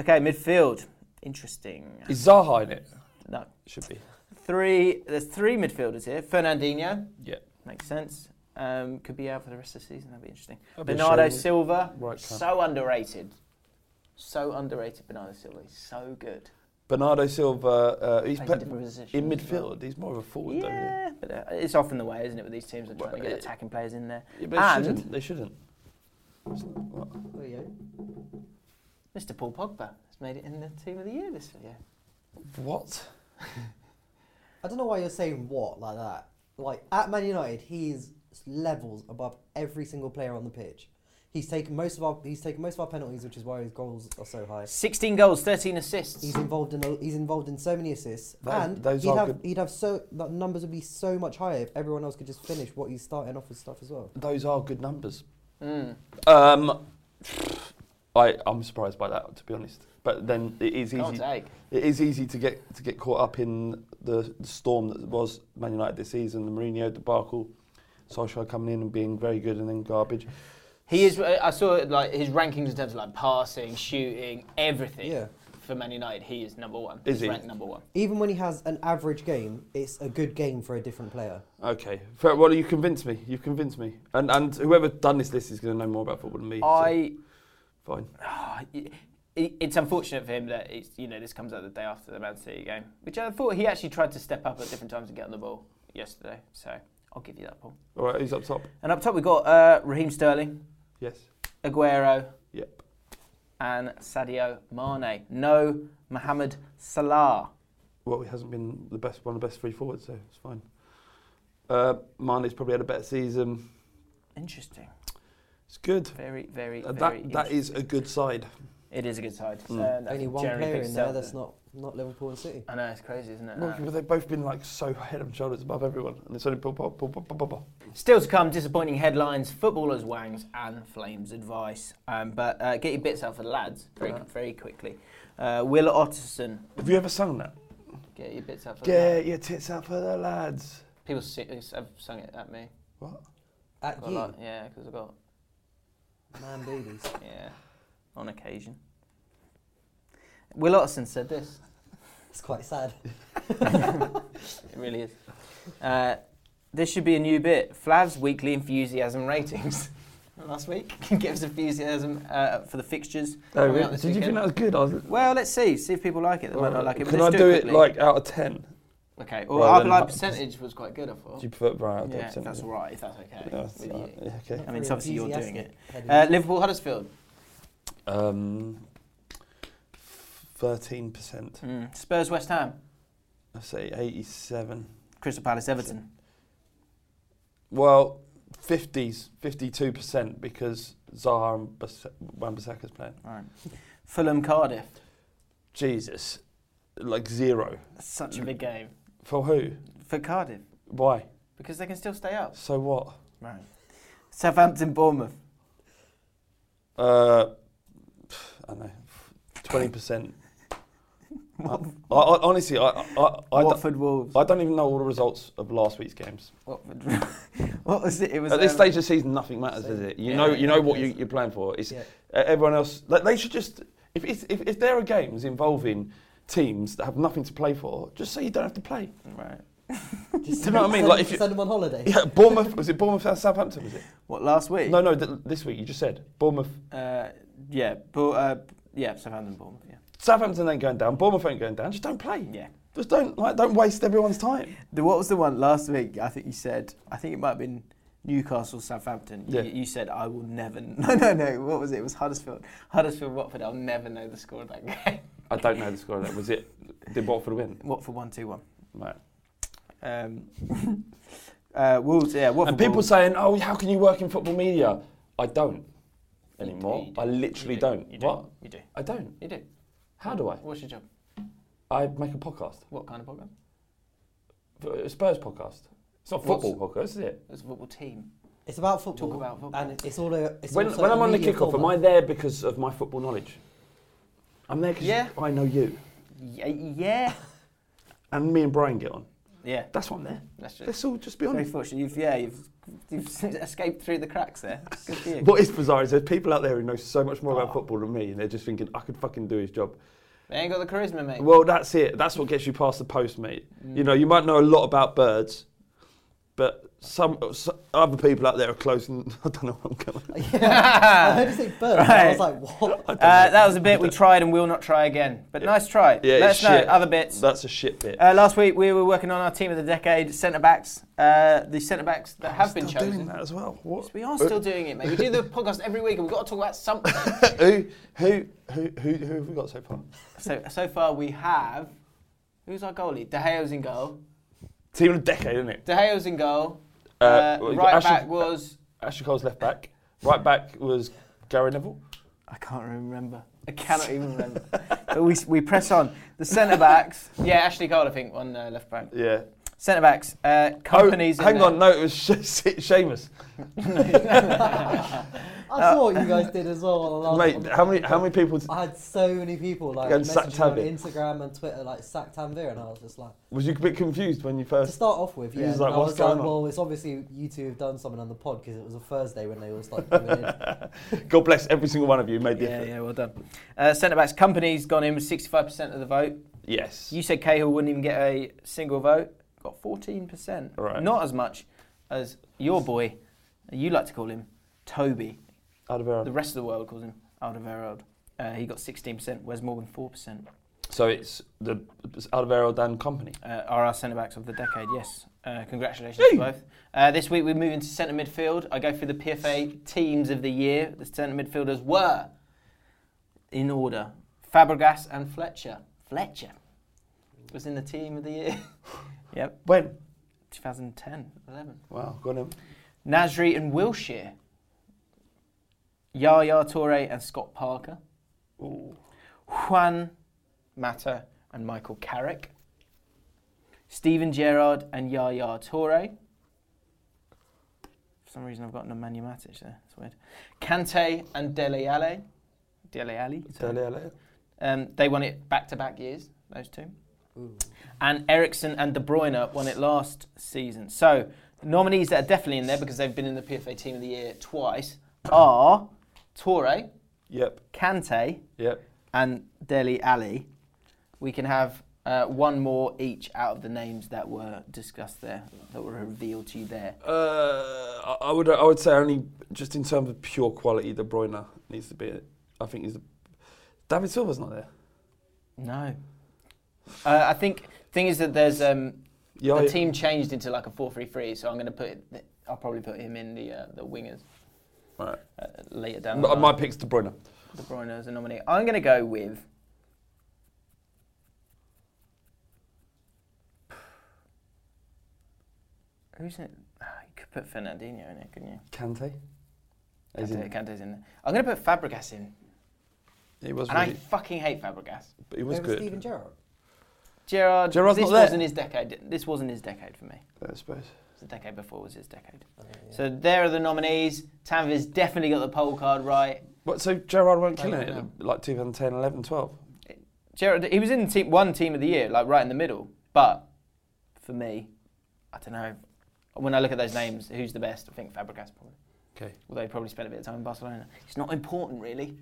[SPEAKER 4] okay, midfield. Interesting.
[SPEAKER 1] Is Zaha in it?
[SPEAKER 4] No.
[SPEAKER 1] Should be.
[SPEAKER 4] Three. There's three midfielders here. Fernandinho
[SPEAKER 1] Yeah.
[SPEAKER 4] makes sense. Um, could be out for the rest of the season. That'd be interesting.
[SPEAKER 1] That'd be a
[SPEAKER 4] Bernardo
[SPEAKER 1] shame.
[SPEAKER 4] Silva.
[SPEAKER 1] Right,
[SPEAKER 4] so underrated. So underrated. Bernardo Silva. He's so good.
[SPEAKER 1] Bernardo Silva, uh, he's
[SPEAKER 4] Plays
[SPEAKER 1] pla-
[SPEAKER 4] in different positions
[SPEAKER 1] in
[SPEAKER 4] as
[SPEAKER 1] midfield. He's more of a forward, though. isn't he?
[SPEAKER 4] Yeah, but uh, it's often the way, isn't it, with these teams that are trying
[SPEAKER 1] Well,
[SPEAKER 4] to get
[SPEAKER 1] it-
[SPEAKER 4] attacking players in there.
[SPEAKER 1] Yeah, but they
[SPEAKER 4] and
[SPEAKER 1] shouldn't. They shouldn't.
[SPEAKER 3] There you go.
[SPEAKER 4] Mr. Paul Pogba has made it in the team of the year this year.
[SPEAKER 1] What?
[SPEAKER 3] I don't know why you're saying what like that. Like at Man United, he is levels above every single player on the pitch. He's taken most of our he's taken most of our penalties, which is why his goals are so high.
[SPEAKER 4] 16 goals, 13 assists.
[SPEAKER 3] He's involved in a, he's involved in so many assists,
[SPEAKER 1] That-
[SPEAKER 3] and
[SPEAKER 1] those
[SPEAKER 3] he'd
[SPEAKER 1] are
[SPEAKER 3] have
[SPEAKER 1] good-
[SPEAKER 3] he'd have so the numbers would be so much higher if everyone else could just finish what he's starting off with stuff as well.
[SPEAKER 1] Those are good numbers. Um, I I'm surprised by that, to be honest. But then it is
[SPEAKER 4] Can't
[SPEAKER 1] easy.
[SPEAKER 4] take.
[SPEAKER 1] It is easy to get to get caught up in the storm that was Man United this season, the Mourinho debacle, Solskjaer coming in and being very good and then garbage.
[SPEAKER 2] He is. uh, I saw like his rankings in terms of like passing, shooting, everything.
[SPEAKER 3] Yeah.
[SPEAKER 2] For Man United, he is number one.
[SPEAKER 1] Is
[SPEAKER 2] He's
[SPEAKER 1] he?
[SPEAKER 2] ranked number one.
[SPEAKER 3] Even when he has an average game, it's a good game for a different player.
[SPEAKER 1] Okay, fair, well you convinced me. You've convinced me. And and whoever done this list is going to know more about football than me. so
[SPEAKER 2] I.
[SPEAKER 1] fine.
[SPEAKER 2] it- It's unfortunate for him that it's, you know this comes out the day after the Man City game, which I thought he actually tried to step up at different times and get on the ball yesterday. So I'll give you that, Paul.
[SPEAKER 1] All right, who's up top?
[SPEAKER 2] And up top we've got uh, Raheem Sterling,
[SPEAKER 1] Yes.
[SPEAKER 2] Aguero,
[SPEAKER 1] Yep.
[SPEAKER 2] and Sadio Mane. No Mohamed Salah.
[SPEAKER 1] Well, he hasn't been the best one of the best three forwards, so it's fine. Uh, Mane's probably had a better season.
[SPEAKER 2] Interesting.
[SPEAKER 1] It's good.
[SPEAKER 2] Very, very,
[SPEAKER 1] Uh,
[SPEAKER 2] very.
[SPEAKER 1] that that is a good side.
[SPEAKER 2] It is a good side. Uh,
[SPEAKER 3] Hmm. Only one
[SPEAKER 2] Jeremy
[SPEAKER 3] player
[SPEAKER 2] picks
[SPEAKER 3] in
[SPEAKER 2] it
[SPEAKER 3] there
[SPEAKER 2] up.
[SPEAKER 3] that's not not Liverpool and City.
[SPEAKER 2] I know it's crazy, isn't it?
[SPEAKER 1] Well,
[SPEAKER 2] Uh,
[SPEAKER 1] they've both been like so head and shoulders above everyone, and it's only Paul Paul Paul Paul Paul. Paul.
[SPEAKER 2] Still to come, disappointing headlines, footballers' wangs, and Flames' advice. Um, but uh, get your bits out for the lads very, very quickly. Uh, Will Otterson,
[SPEAKER 1] Have you ever sung that?
[SPEAKER 2] get your bits out for the lads.
[SPEAKER 1] Get your tits out for the lads.
[SPEAKER 2] People si- have sung it at me.
[SPEAKER 1] What?
[SPEAKER 3] At
[SPEAKER 2] Got a
[SPEAKER 3] you,
[SPEAKER 2] lot, yeah, because I got
[SPEAKER 3] man, babies.
[SPEAKER 2] yeah, on occasion. Will Otterson said this.
[SPEAKER 3] It's quite sad.
[SPEAKER 2] It really is. Uh, this should be a new bit. Flav's weekly enthusiasm ratings. Last week, give us enthusiasm uh, for the fixtures. coming up this
[SPEAKER 1] Oh, did you think
[SPEAKER 2] weekend.
[SPEAKER 1] that was good? I was,
[SPEAKER 2] Well, let's see. See if people like it. They might not like it. but
[SPEAKER 1] Can I
[SPEAKER 2] let's
[SPEAKER 1] do it
[SPEAKER 2] quickly.
[SPEAKER 1] like Oh, out of ten?
[SPEAKER 2] Okay. Well,
[SPEAKER 1] rather
[SPEAKER 2] our
[SPEAKER 1] than
[SPEAKER 2] like
[SPEAKER 1] hu-
[SPEAKER 2] percentage was quite good. I thought.
[SPEAKER 1] Do you prefer right out of
[SPEAKER 2] yeah, if
[SPEAKER 1] 10?
[SPEAKER 2] that's all right. If that's okay.
[SPEAKER 1] Yeah, that's
[SPEAKER 2] with
[SPEAKER 1] all
[SPEAKER 2] you.
[SPEAKER 1] right. Okay.
[SPEAKER 2] I mean, it's obviously you're doing it.
[SPEAKER 3] Enthusiastic headed
[SPEAKER 2] Uh,
[SPEAKER 3] in.
[SPEAKER 2] Liverpool Huddersfield.
[SPEAKER 1] Um, thirteen percent.
[SPEAKER 2] Mm. Spurs West Ham.
[SPEAKER 1] I say eighty-seven.
[SPEAKER 2] Crystal Palace Everton.
[SPEAKER 1] Well, fifties, fifty-two percent because Zaha and Bas- Wan-Bissaka's playing.
[SPEAKER 2] Right. Fulham Cardiff.
[SPEAKER 1] Jesus, like zero
[SPEAKER 2] Such a big game
[SPEAKER 1] for who?
[SPEAKER 2] for Cardiff
[SPEAKER 1] Why?
[SPEAKER 2] because they can still stay up.
[SPEAKER 1] So what?
[SPEAKER 2] Right. Southampton Bournemouth.
[SPEAKER 1] Uh, I don't know. Twenty percent. I, I, honestly, I, I, I, I, don't,
[SPEAKER 2] Watford Wolves.
[SPEAKER 1] I don't even know all the results of last week's games.
[SPEAKER 2] Watford. what was it? It was
[SPEAKER 1] At this
[SPEAKER 2] um,
[SPEAKER 1] stage of the season, nothing matters, does it? You
[SPEAKER 2] Yeah,
[SPEAKER 1] know, you know
[SPEAKER 2] yeah,
[SPEAKER 1] what
[SPEAKER 2] yeah.
[SPEAKER 1] you, you're playing for. It's
[SPEAKER 3] Yeah.
[SPEAKER 1] uh, everyone else. Like, they should just if, it's, if if there are games involving teams that have nothing to play for, just say you don't have to play.
[SPEAKER 2] Right.
[SPEAKER 3] Just
[SPEAKER 1] Do you know what I mean?
[SPEAKER 3] send-
[SPEAKER 1] Like, if you-
[SPEAKER 3] send them on holiday.
[SPEAKER 1] Yeah, Bournemouth was it Bournemouth and Southampton? Was it?
[SPEAKER 2] What last week?
[SPEAKER 1] No, no, th- this week you just said Bournemouth,
[SPEAKER 2] Uh, yeah. But uh, yeah. Southampton Bournemouth. Yeah.
[SPEAKER 1] Southampton ain't going down, Bournemouth ain't going down. Just don't play.
[SPEAKER 2] Yeah.
[SPEAKER 1] Just don't like don't waste everyone's time.
[SPEAKER 2] The, what was the one last week? I think you said. I think it might have been Newcastle, Southampton. You,
[SPEAKER 1] Yeah.
[SPEAKER 2] you said I will never. No, no, no. What was it? It was Huddersfield. Huddersfield, Watford. I'll never know the score of that game.
[SPEAKER 1] I don't know the score of that. Was it did Watford win?
[SPEAKER 2] Watford one two one.
[SPEAKER 1] Right.
[SPEAKER 2] Um, uh, Wolves. Yeah. Watford.
[SPEAKER 1] And people
[SPEAKER 2] Wolves.
[SPEAKER 1] saying, "Oh, how can you work in football media?" I don't anymore. I literally
[SPEAKER 2] you do.
[SPEAKER 1] not
[SPEAKER 2] You do.
[SPEAKER 1] What?
[SPEAKER 2] You do.
[SPEAKER 1] I don't.
[SPEAKER 2] You do.
[SPEAKER 1] How do I?
[SPEAKER 2] What's your job?
[SPEAKER 1] I make a podcast,
[SPEAKER 2] What kind of program?
[SPEAKER 1] a Spurs podcast. It's not football podcast, is it?
[SPEAKER 2] It's a football team.
[SPEAKER 3] It's about football.
[SPEAKER 2] about football.
[SPEAKER 3] And it's all a. It's
[SPEAKER 1] When,
[SPEAKER 3] also
[SPEAKER 1] when
[SPEAKER 3] a
[SPEAKER 1] I'm on the
[SPEAKER 3] media
[SPEAKER 1] kickoff, am I
[SPEAKER 3] format.
[SPEAKER 1] there because of my football knowledge? I'm there because
[SPEAKER 2] Yeah.
[SPEAKER 1] I know you,
[SPEAKER 2] Yeah. Yeah.
[SPEAKER 1] and me and Brian get on.
[SPEAKER 2] yeah.
[SPEAKER 1] That's why I'm there.
[SPEAKER 2] That's true.
[SPEAKER 1] Let's all just be
[SPEAKER 2] Very
[SPEAKER 1] honest.
[SPEAKER 2] fortunate. You've yeah. You've you've escaped through the cracks there. Good for Oh. you.
[SPEAKER 1] What is bizarre is there's people out there who know so much more about football than me, and they're just thinking I could fucking do his job.
[SPEAKER 2] They ain't got the charisma, mate.
[SPEAKER 1] Well, that's it. That's what gets you past the post, mate. You know, you might know a lot about birds, but some, so- other people out there are close, and I don't know what I'm going.
[SPEAKER 3] I heard you say bird. and I
[SPEAKER 2] Right.
[SPEAKER 3] was like, what?
[SPEAKER 2] Uh, that was a bit we tried and will not try again. But nice try.
[SPEAKER 1] Yeah,
[SPEAKER 2] Let
[SPEAKER 1] it's
[SPEAKER 2] us know
[SPEAKER 1] shit.
[SPEAKER 2] other bits.
[SPEAKER 1] That's a shit bit.
[SPEAKER 2] Uh, last week we were working on our team of the decade centre backs, uh, the centre backs that have been
[SPEAKER 1] Still doing
[SPEAKER 2] chosen.
[SPEAKER 1] that Uh, as well. What?
[SPEAKER 2] We are still doing it, mate. We do the podcast every week, and we've got to talk about something.
[SPEAKER 1] who, Uh, who, who, who, who have we got so far?
[SPEAKER 2] so so far we have who's our goalie? De Gea's in goal.
[SPEAKER 1] Team of the decade, isn't it?
[SPEAKER 2] De Gea's in goal.
[SPEAKER 1] Uh,
[SPEAKER 2] Uh,
[SPEAKER 1] well, we've got
[SPEAKER 2] right
[SPEAKER 1] Ashley-
[SPEAKER 2] back was
[SPEAKER 1] Ashley Cole's left back. Right back was Gary Neville.
[SPEAKER 2] I can't remember. I cannot even remember. but we we press on. The centre backs. yeah, Ashley Cole, I think, on uh, left back.
[SPEAKER 1] Yeah.
[SPEAKER 2] Centre backs. Uh,
[SPEAKER 1] Oh,
[SPEAKER 2] companies. in
[SPEAKER 1] hang
[SPEAKER 2] there.
[SPEAKER 1] on, no, it was she- she- Seamus.
[SPEAKER 3] I saw what you guys did as well. on the
[SPEAKER 2] Oh,
[SPEAKER 3] last
[SPEAKER 1] Mate,
[SPEAKER 3] one.
[SPEAKER 1] how many, how many people?
[SPEAKER 3] I had so many people like
[SPEAKER 1] And sacked
[SPEAKER 3] messaging me on
[SPEAKER 1] Tanvir.
[SPEAKER 3] Instagram and Twitter like sack Tanvir, and I was just like,
[SPEAKER 1] Was you a bit confused when you
[SPEAKER 3] to
[SPEAKER 1] first?
[SPEAKER 3] start off with,
[SPEAKER 1] He's
[SPEAKER 3] yeah.
[SPEAKER 1] like,
[SPEAKER 3] and I
[SPEAKER 1] "What's
[SPEAKER 3] was
[SPEAKER 1] going
[SPEAKER 3] like,
[SPEAKER 1] on?"
[SPEAKER 3] well, it's obviously you two have done something on the pod because it was a Thursday when they all started coming in.
[SPEAKER 1] God bless every single one of you made the
[SPEAKER 2] Yeah,
[SPEAKER 1] effort.
[SPEAKER 2] yeah, well done. Uh, Centre backs. Companies gone in with 65% of the vote.
[SPEAKER 1] Yes.
[SPEAKER 2] You said Cahill wouldn't even get a single vote. Got 14%.
[SPEAKER 1] Right.
[SPEAKER 2] Not as much as your boy, you like to call him Toby.
[SPEAKER 1] Alderweireld.
[SPEAKER 2] The rest of the world calls him Alderweireld. Uh, he got 16%, whereas Morgan 4%.
[SPEAKER 1] So it's the it's Alderweireld and Company.
[SPEAKER 2] Uh, are our centre backs of the decade, yes. Uh, congratulations to both. Uh, this week we move into centre midfield. I go through the PFA teams of the year. The centre midfielders were, in order, Fabregas and Fletcher. Fletcher was in the team of the year. yep.
[SPEAKER 1] When?
[SPEAKER 2] 2010, 11.
[SPEAKER 1] Wow, got him.
[SPEAKER 2] Nasri and Wilshire. Yaya Toure and Scott Parker. Juan Mata and Michael Carrick. Steven Gerrard and Yaya Toure. For some reason, I've got Nemanja Matic there. That's weird. Kante and Dele Alli. Dele Alli. sorry.
[SPEAKER 1] Dele Alli.
[SPEAKER 2] Um, they won it back to back years, those two. And Ericsson and De Bruyne won it last season. So, nominees that are definitely in there because they've been in the PFA Team of the Year twice are Torre,
[SPEAKER 1] Yep,
[SPEAKER 2] Kante,
[SPEAKER 1] yep.
[SPEAKER 2] and Deli Ali. We can have uh, one more each out of the names that were discussed there, that were revealed to you there.
[SPEAKER 1] Uh, I I would I would say only just in terms of pure quality, De Bruyne needs to be. I think he's the David Silva's not there.
[SPEAKER 2] No. Uh, I think thing is that there's um,
[SPEAKER 1] Yeah,
[SPEAKER 2] the
[SPEAKER 1] I-
[SPEAKER 2] team changed into like a 4-3-3, so I'm going to put it, th- I'll probably put him in the uh, the wingers
[SPEAKER 1] Right.
[SPEAKER 2] uh, later down.
[SPEAKER 1] My,
[SPEAKER 2] the
[SPEAKER 1] my
[SPEAKER 2] line.
[SPEAKER 1] pick's De Bruyne.
[SPEAKER 2] De Bruyne as a nominee. I'm going to go with. Who's it? Ah, You could put Fernandinho in it, couldn't you?
[SPEAKER 1] Kante. He's
[SPEAKER 2] Kante,
[SPEAKER 1] in.
[SPEAKER 2] Kante's in there. I'm going to put Fabregas in,
[SPEAKER 1] He was
[SPEAKER 2] and I
[SPEAKER 1] really,
[SPEAKER 2] fucking hate Fabregas.
[SPEAKER 1] but he was
[SPEAKER 3] Over
[SPEAKER 1] good.
[SPEAKER 3] Steven Gerrard.
[SPEAKER 2] Gerard,
[SPEAKER 1] Gerrard's
[SPEAKER 2] this
[SPEAKER 1] not there.
[SPEAKER 2] wasn't his decade. This wasn't his decade for me.
[SPEAKER 1] I suppose.
[SPEAKER 2] The decade before was his decade.
[SPEAKER 1] Oh,
[SPEAKER 2] So there are the nominees. Tanvir's definitely got the poll card right.
[SPEAKER 1] But so Gerard weren't killing
[SPEAKER 2] don't
[SPEAKER 1] it in the- like 2010, 11, 12.
[SPEAKER 2] Gerard, he was in team, one team of the year, like right in the middle. But for me, I don't know. When I look at those names, who's the best? I think Fabregas probably.
[SPEAKER 1] Okay.
[SPEAKER 2] Although he probably spent a bit of time in Barcelona. It's not important really.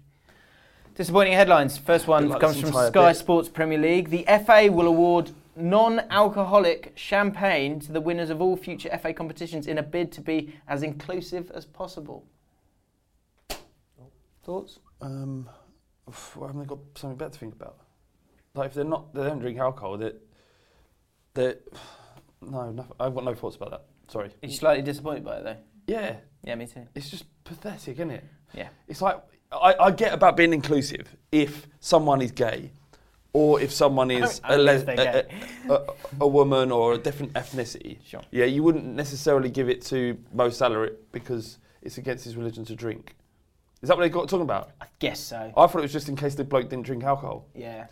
[SPEAKER 2] Disappointing headlines. First one
[SPEAKER 1] like
[SPEAKER 2] comes
[SPEAKER 1] this
[SPEAKER 2] from
[SPEAKER 1] entire
[SPEAKER 2] Sky
[SPEAKER 1] bit.
[SPEAKER 2] Sports Premier League. The FA will award non-alcoholic champagne to the winners of all future FA competitions in a bid to be as inclusive as possible. Thoughts?
[SPEAKER 1] Um, oof, well, haven't they got something better to think about? Like if they're not, they don't drink alcohol. They, they, no, no, I've got no thoughts about that. Sorry.
[SPEAKER 2] Are you slightly disappointed by it though?
[SPEAKER 1] Yeah,
[SPEAKER 2] Yeah, me too.
[SPEAKER 1] it's just pathetic, isn't it?
[SPEAKER 2] Yeah.
[SPEAKER 1] It's like I, I get about being inclusive if someone is gay, or if someone is
[SPEAKER 2] I
[SPEAKER 1] a,
[SPEAKER 2] don't
[SPEAKER 1] les-
[SPEAKER 2] think they're
[SPEAKER 1] a, a, a, a woman or a different ethnicity.
[SPEAKER 2] Sure.
[SPEAKER 1] Yeah, you wouldn't necessarily give it to Mo Salah because it's against his religion to drink. Is that what they got talking about?
[SPEAKER 2] I guess so.
[SPEAKER 1] I thought it was just in case the bloke didn't drink alcohol.
[SPEAKER 2] Yeah.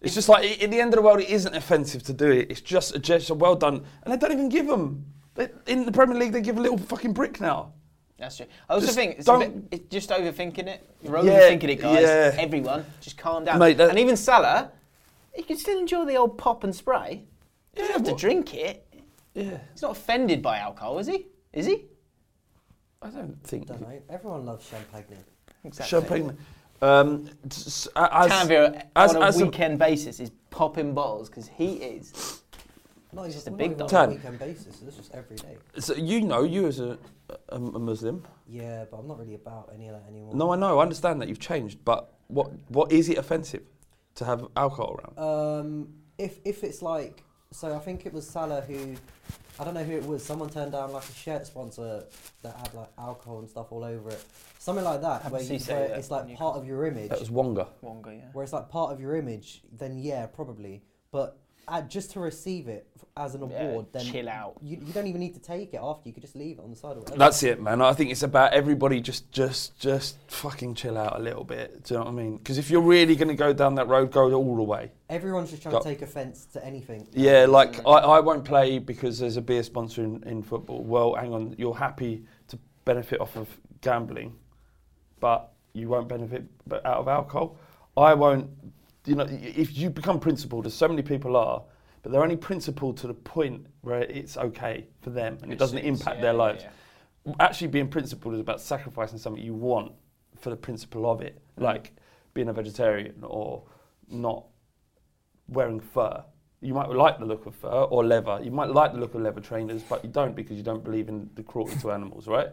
[SPEAKER 1] It's just like i- at the end of the world, it isn't offensive to do it. It's just a gesture, well done, and they don't even give them. They, in the Premier League, they give a little fucking brick now.
[SPEAKER 2] That's true. I also
[SPEAKER 1] Just
[SPEAKER 2] think it's, a bit,
[SPEAKER 1] don't-
[SPEAKER 2] it's just overthinking it. You're
[SPEAKER 1] Yeah,
[SPEAKER 2] overthinking it, guys.
[SPEAKER 1] yeah.
[SPEAKER 2] Everyone, just calm down.
[SPEAKER 1] Mate, that-
[SPEAKER 2] and even Salah, he can still enjoy the old pop and spray. He doesn't have to drink it.
[SPEAKER 1] Yeah,
[SPEAKER 2] He's not offended by alcohol, is he? Is he?
[SPEAKER 1] I don't think
[SPEAKER 3] Don't know. Everyone loves champagne.
[SPEAKER 1] champagne. Um, t- s- a- as,
[SPEAKER 2] Tanvir,
[SPEAKER 1] as-
[SPEAKER 2] on a
[SPEAKER 1] as a-
[SPEAKER 2] weekend basis, is popping bottles because he is
[SPEAKER 3] Not even,
[SPEAKER 2] just a
[SPEAKER 3] well,
[SPEAKER 2] big
[SPEAKER 3] not even
[SPEAKER 2] dog.
[SPEAKER 3] on
[SPEAKER 1] Tan.
[SPEAKER 3] a weekend basis. It's just every day.
[SPEAKER 1] So you know, you as a, a, a Muslim.
[SPEAKER 3] Yeah, but I'm not really about any of that anymore.
[SPEAKER 1] No, I know, I understand that you've changed, but what what is it offensive to have alcohol around?
[SPEAKER 3] Um, if if it's like so, I think it was Salah who, I don't know who it was. Someone turned down like a shirt sponsor that had like alcohol and stuff all over it, something like that. Where, you,
[SPEAKER 2] Cisse,
[SPEAKER 3] where
[SPEAKER 2] yeah,
[SPEAKER 3] it's like
[SPEAKER 2] Newcastle.
[SPEAKER 3] part of your image,
[SPEAKER 1] that was Wonga.
[SPEAKER 2] Wonga, yeah.
[SPEAKER 3] where it's like part of your image. Then yeah, probably. But uh, just to receive it f- as an
[SPEAKER 2] Yeah,
[SPEAKER 3] award, then
[SPEAKER 2] chill out.
[SPEAKER 3] You, you don't even need to take it after. You could just leave it on the side or whatever.
[SPEAKER 1] That's it, man. I think it's about everybody just, just, just fucking chill out a little bit. Do you know what I mean? Because if you're really going to go down that road, go all the way.
[SPEAKER 3] Everyone's just trying
[SPEAKER 1] Got-
[SPEAKER 3] to take offence to anything.
[SPEAKER 1] Yeah,
[SPEAKER 2] Um,
[SPEAKER 1] like I, I won't play because there's a beer sponsor in, in football. Well, hang on, you're happy to benefit off of gambling, but you won't benefit b- out of alcohol. I won't, you know, y- if you become principled, as so many people are, but they're only principled to the point where it's okay for them and it,
[SPEAKER 2] It
[SPEAKER 1] doesn't
[SPEAKER 2] suits,
[SPEAKER 1] impact
[SPEAKER 2] yeah,
[SPEAKER 1] their
[SPEAKER 2] yeah,
[SPEAKER 1] lives.
[SPEAKER 2] yeah.
[SPEAKER 1] Actually, being principled is about sacrificing something you want for the principle of it,
[SPEAKER 2] Mm.
[SPEAKER 1] like being a vegetarian or not wearing fur. You might like the look of fur or leather. You might like the look of leather trainers, but you don't because you don't believe in the cruelty to animals, right?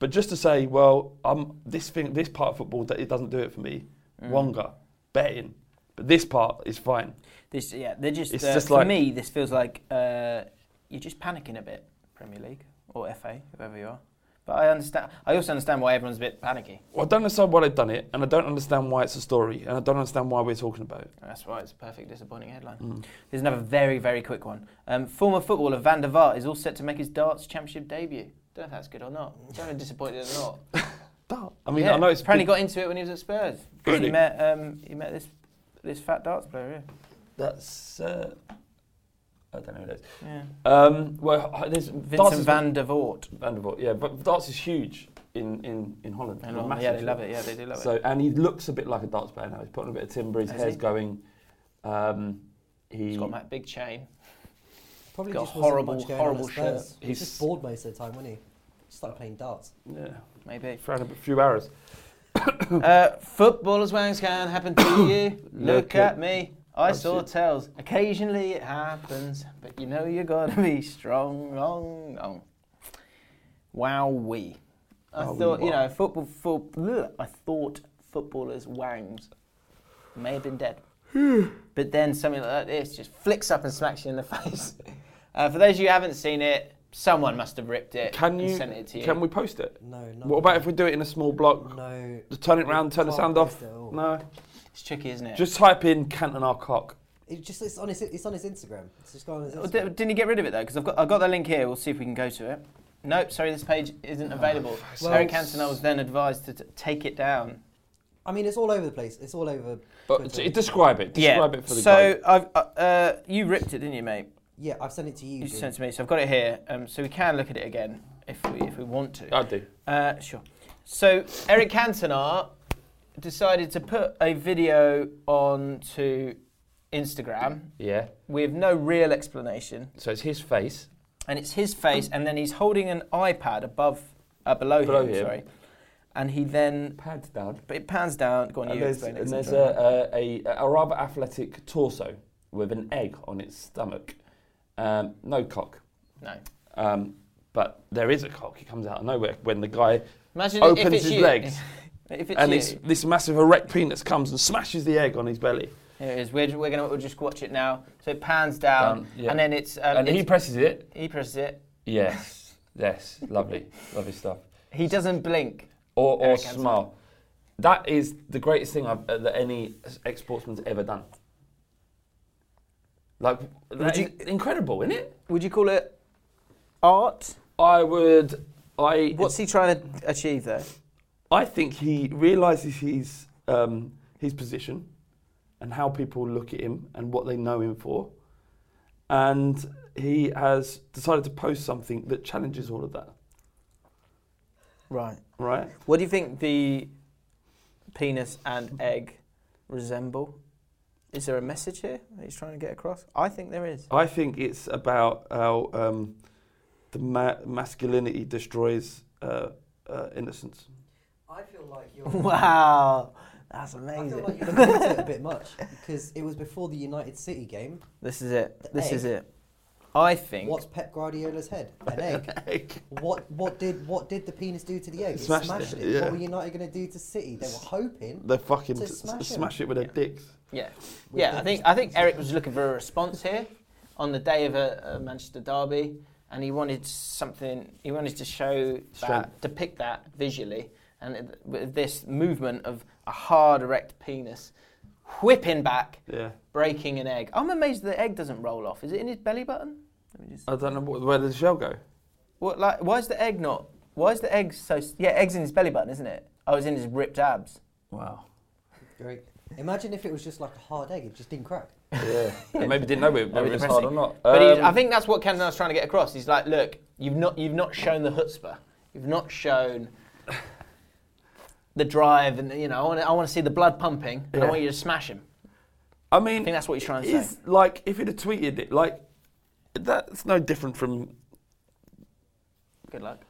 [SPEAKER 1] But just to say, well, um, this thing, this part of football, that it doesn't do it for me.
[SPEAKER 2] Mm.
[SPEAKER 1] Wonga, betting, but this part is fine.
[SPEAKER 2] This, yeah, they're just,
[SPEAKER 1] It's
[SPEAKER 2] uh,
[SPEAKER 1] just
[SPEAKER 2] for
[SPEAKER 1] like-
[SPEAKER 2] me, this feels like uh, you're just panicking a bit, Premier League or FA, whoever you are. But I understand. I also understand why everyone's a bit panicky.
[SPEAKER 1] Well, I don't understand why they've done it, and I don't understand why it's a story, and I don't understand why we're talking about it.
[SPEAKER 2] That's right, it's a perfect disappointing headline.
[SPEAKER 1] Mm.
[SPEAKER 2] There's another very, very quick one. Um, former footballer Van der Vaart is all set to make his darts championship debut. Don't know if that's good or not. Don't know if disappointed or not.
[SPEAKER 1] But, I mean,
[SPEAKER 2] yeah,
[SPEAKER 1] I know it's
[SPEAKER 2] apparently
[SPEAKER 1] big-
[SPEAKER 2] got into it when he was at Spurs.
[SPEAKER 1] Really?
[SPEAKER 2] He met um, he met this this fat darts player.
[SPEAKER 1] That's uh, I don't know who that is.
[SPEAKER 2] Yeah. yeah.
[SPEAKER 1] Um, well, h- there's darts
[SPEAKER 2] Vincent
[SPEAKER 1] is-
[SPEAKER 2] Van der Voort.
[SPEAKER 1] Vanderbilt, yeah, but darts is huge in in in Holland.
[SPEAKER 2] And
[SPEAKER 1] They're
[SPEAKER 2] all-
[SPEAKER 1] massive.
[SPEAKER 2] yeah, they love it. Yeah, they do love
[SPEAKER 1] So
[SPEAKER 2] it.
[SPEAKER 1] and he looks a bit like a darts player now. He's putting a bit of timber. His
[SPEAKER 2] Has
[SPEAKER 1] hair's
[SPEAKER 2] he?
[SPEAKER 1] going. Um, he
[SPEAKER 2] He's got that big chain.
[SPEAKER 3] Probably
[SPEAKER 2] Got
[SPEAKER 3] just
[SPEAKER 2] a
[SPEAKER 3] horrible,
[SPEAKER 2] horrible-
[SPEAKER 3] much going
[SPEAKER 2] horrible
[SPEAKER 3] on at Spurs.
[SPEAKER 2] shirt.
[SPEAKER 3] He was
[SPEAKER 1] He's-
[SPEAKER 3] just bored most of the time, wasn't he? Just started playing darts.
[SPEAKER 1] yeah,
[SPEAKER 2] Maybe.
[SPEAKER 1] for a few hours.
[SPEAKER 2] uh, footballers' wangs can happen to you. Look at me. I
[SPEAKER 1] That's
[SPEAKER 2] saw
[SPEAKER 1] it.
[SPEAKER 2] tells. Occasionally it happens, but you know you gotta be strong. Long, long. Wow, we. I
[SPEAKER 1] Oh,
[SPEAKER 2] thought you
[SPEAKER 1] wow.
[SPEAKER 2] know football. foot- bleh, I thought footballers' wangs may have been dead, but then something like this just flicks up and smacks you in the face. Uh, for those of you who haven't seen it, someone must have ripped it
[SPEAKER 1] Can
[SPEAKER 2] and
[SPEAKER 1] you?
[SPEAKER 2] sent it to you.
[SPEAKER 1] Can we post it?
[SPEAKER 3] No, no.
[SPEAKER 1] What about if we do it in a small block?
[SPEAKER 3] No.
[SPEAKER 1] Just turn it round, turn the sound
[SPEAKER 3] Can't post
[SPEAKER 1] off.
[SPEAKER 3] it at all.
[SPEAKER 1] No.
[SPEAKER 2] It's tricky, isn't it?
[SPEAKER 1] Just type in Cantona cock.
[SPEAKER 3] It just it's on his it's on his Instagram. It's just gone on his
[SPEAKER 2] Well,
[SPEAKER 3] Instagram.
[SPEAKER 2] Oh, di- Didn't he get rid of it though? Because I've got, I've got the link here. We'll see if we can go to it. Nope, sorry, this page isn't available.
[SPEAKER 3] Well-
[SPEAKER 2] Eric Cantona was then advised to t- take it down.
[SPEAKER 3] I mean, it's all over the place. It's all over.
[SPEAKER 1] But
[SPEAKER 3] Twitter.
[SPEAKER 1] Uh, d- describe it. Describe it for the
[SPEAKER 2] so
[SPEAKER 1] guys.
[SPEAKER 2] I've, uh, uh, you ripped it, didn't you, mate?
[SPEAKER 3] yeah, I've sent it to you.
[SPEAKER 2] You
[SPEAKER 3] Dean.
[SPEAKER 2] sent it to me, so I've got it here. Um, so we can look at it again if we if we want to.
[SPEAKER 1] I do.
[SPEAKER 2] Uh, sure. So Eric Cantona decided to put a video onto Instagram
[SPEAKER 1] Yeah.
[SPEAKER 2] with no real explanation,
[SPEAKER 1] So it's his face.
[SPEAKER 2] and it's his face, and then he's holding an iPad above, uh, below,
[SPEAKER 1] Below
[SPEAKER 2] him,
[SPEAKER 1] him.
[SPEAKER 2] sorry, and he then,
[SPEAKER 1] Pads down.
[SPEAKER 2] but it pans down. Go on,
[SPEAKER 1] And
[SPEAKER 2] you
[SPEAKER 1] there's,
[SPEAKER 2] explain it.
[SPEAKER 1] and there's
[SPEAKER 2] Sandra.
[SPEAKER 1] a, a, a, a rather athletic torso with an egg on its stomach. Um, no cock.
[SPEAKER 2] no.
[SPEAKER 1] Um, but there is a cock. It comes out of nowhere when the guy
[SPEAKER 2] Imagine
[SPEAKER 1] opens
[SPEAKER 2] if it's
[SPEAKER 1] his
[SPEAKER 2] you.
[SPEAKER 1] legs
[SPEAKER 2] if it's
[SPEAKER 1] and
[SPEAKER 2] you.
[SPEAKER 1] this, this massive erect penis comes and smashes the egg on his belly.
[SPEAKER 2] Here it is. We're, we're gonna we'll just watch it now. So it pans down,
[SPEAKER 1] Down, yeah.
[SPEAKER 2] and then it's, um,
[SPEAKER 1] and he
[SPEAKER 2] it's-
[SPEAKER 1] presses it.
[SPEAKER 2] he presses it.
[SPEAKER 1] Yes. Yes. Lovely. Lovely stuff.
[SPEAKER 2] He doesn't blink.
[SPEAKER 1] Or, or
[SPEAKER 2] Eric Hansen.
[SPEAKER 1] smile. That is the greatest thing I've, uh, that any ex sportsman's ever done. Like, that
[SPEAKER 2] you-
[SPEAKER 1] is incredible, isn't it?
[SPEAKER 2] Would you call it art?
[SPEAKER 1] I would. I.
[SPEAKER 2] What's he trying to achieve there?
[SPEAKER 1] I think he realizes his um, his position and how people look at him and what they know him for, and he has decided to post something that challenges all of that.
[SPEAKER 2] Right.
[SPEAKER 1] Right?
[SPEAKER 2] What do you think the penis and egg resemble? Is there a message here that he's trying to get across? I think there is.
[SPEAKER 1] I think it's about how um, the ma- masculinity destroys uh, uh, innocence.
[SPEAKER 3] I feel like you're.
[SPEAKER 2] Wow, that's
[SPEAKER 3] I feel like
[SPEAKER 2] amazing.
[SPEAKER 3] you're looking into it a bit much because it was before the United City game.
[SPEAKER 2] This is it. This is
[SPEAKER 3] egg.
[SPEAKER 2] it. I think.
[SPEAKER 3] What's Pep Guardiola's head? An egg. what what did what did the penis do to the egg? It
[SPEAKER 1] Smashed
[SPEAKER 3] smashed,
[SPEAKER 1] it,
[SPEAKER 3] it.
[SPEAKER 1] yeah.
[SPEAKER 3] What were United going to do to City? They were hoping.
[SPEAKER 1] They're fucking
[SPEAKER 3] To
[SPEAKER 1] s- s-
[SPEAKER 3] smash
[SPEAKER 1] smash,
[SPEAKER 3] him.
[SPEAKER 1] it with their dicks.
[SPEAKER 2] Yeah, yeah. I think I think Eric was looking for a response here on the day of a, a Manchester derby, and he wanted something. He wanted to show
[SPEAKER 1] Strength.
[SPEAKER 2] that, depict that visually, and it- with this movement of a hard erect penis whipping back,
[SPEAKER 1] Yeah.
[SPEAKER 2] breaking an egg. I'm amazed the egg doesn't roll off. Is it in his belly button?
[SPEAKER 1] I don't know what, where did the shell go.
[SPEAKER 2] What like? Why is the egg not? Why is the egg so? s- Yeah, eggs in his belly button, isn't it? I was in his ripped abs.
[SPEAKER 1] Wow.
[SPEAKER 3] Great. Imagine if it was just like a hard egg. It just didn't crack.
[SPEAKER 1] Yeah. Maybe didn't know whether it was hard or
[SPEAKER 2] depressing.
[SPEAKER 1] not.
[SPEAKER 2] But he's-
[SPEAKER 1] Um,
[SPEAKER 2] I think that's what Cantona was trying to get across. He's like, look, you've not you've not shown the chutzpah. You've not shown the drive, and you know, I want to I want to see the blood pumping, and
[SPEAKER 1] Yeah.
[SPEAKER 2] I want you to smash him.
[SPEAKER 1] I mean,
[SPEAKER 2] think that's what he's trying to
[SPEAKER 1] it's
[SPEAKER 2] say.
[SPEAKER 1] Like, if he'd have tweeted it, like, that's no different from
[SPEAKER 2] Good luck.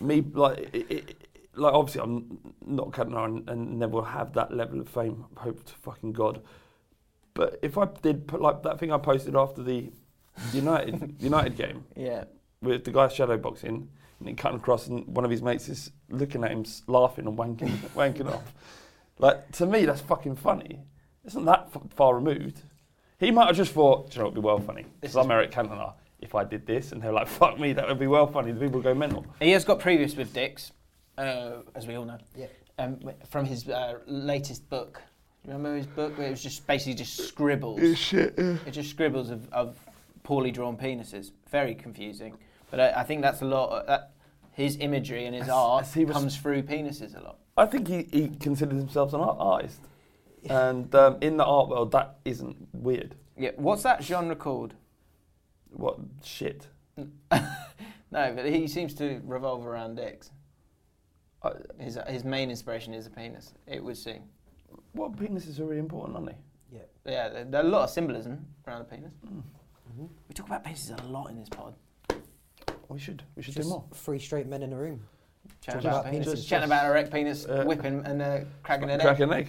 [SPEAKER 1] me. Like, it, it, it- like obviously, I'm not Cantona and, and never will have that level of fame. Hope to fucking god. But if I did put like that thing I posted after the United United game,
[SPEAKER 2] Yeah.
[SPEAKER 1] with the guy shadowboxing and he cutting across and one of his mates is looking at him s- laughing and wanking, wanking off. Like, to me, that's fucking funny. It's not that f- far removed. He might have just thought, do you know what would be well funny? Because I'm Eric Cantona. If I did this and they're like, fuck me, that would be well funny. The people would go mental.
[SPEAKER 2] He has got previous with dicks, uh, as we all know.
[SPEAKER 3] Yeah.
[SPEAKER 2] Um, w- from his uh, latest book. Do you remember his book? Where it was just basically just scribbles. It's just scribbles of, of poorly drawn penises. Very confusing. But I, I think that's a lot. uh, that his imagery and his art
[SPEAKER 1] as he was-
[SPEAKER 2] comes through penises a lot.
[SPEAKER 1] I think he, he considers himself an art artist. And um, in the art world, that isn't weird.
[SPEAKER 2] Yeah. What's that genre called?
[SPEAKER 1] What shit.
[SPEAKER 2] No, but he seems to revolve around dicks.
[SPEAKER 1] I,
[SPEAKER 2] His, his main inspiration is a penis. It would seem.
[SPEAKER 1] what penises are really important, aren't they?
[SPEAKER 3] Yeah.
[SPEAKER 2] Yeah, there, there are a lot of symbolism around the penis. We talk about penises a lot in this pod.
[SPEAKER 1] We should. We should
[SPEAKER 3] Just
[SPEAKER 1] do more.
[SPEAKER 3] three straight men in a room.
[SPEAKER 2] Chatting
[SPEAKER 3] Talking
[SPEAKER 2] about,
[SPEAKER 3] about
[SPEAKER 2] penises.
[SPEAKER 3] penises.
[SPEAKER 2] Chatting about erect penis,
[SPEAKER 1] Uh,
[SPEAKER 2] whipping and uh, cracking an
[SPEAKER 1] Crack
[SPEAKER 2] egg.
[SPEAKER 1] an egg.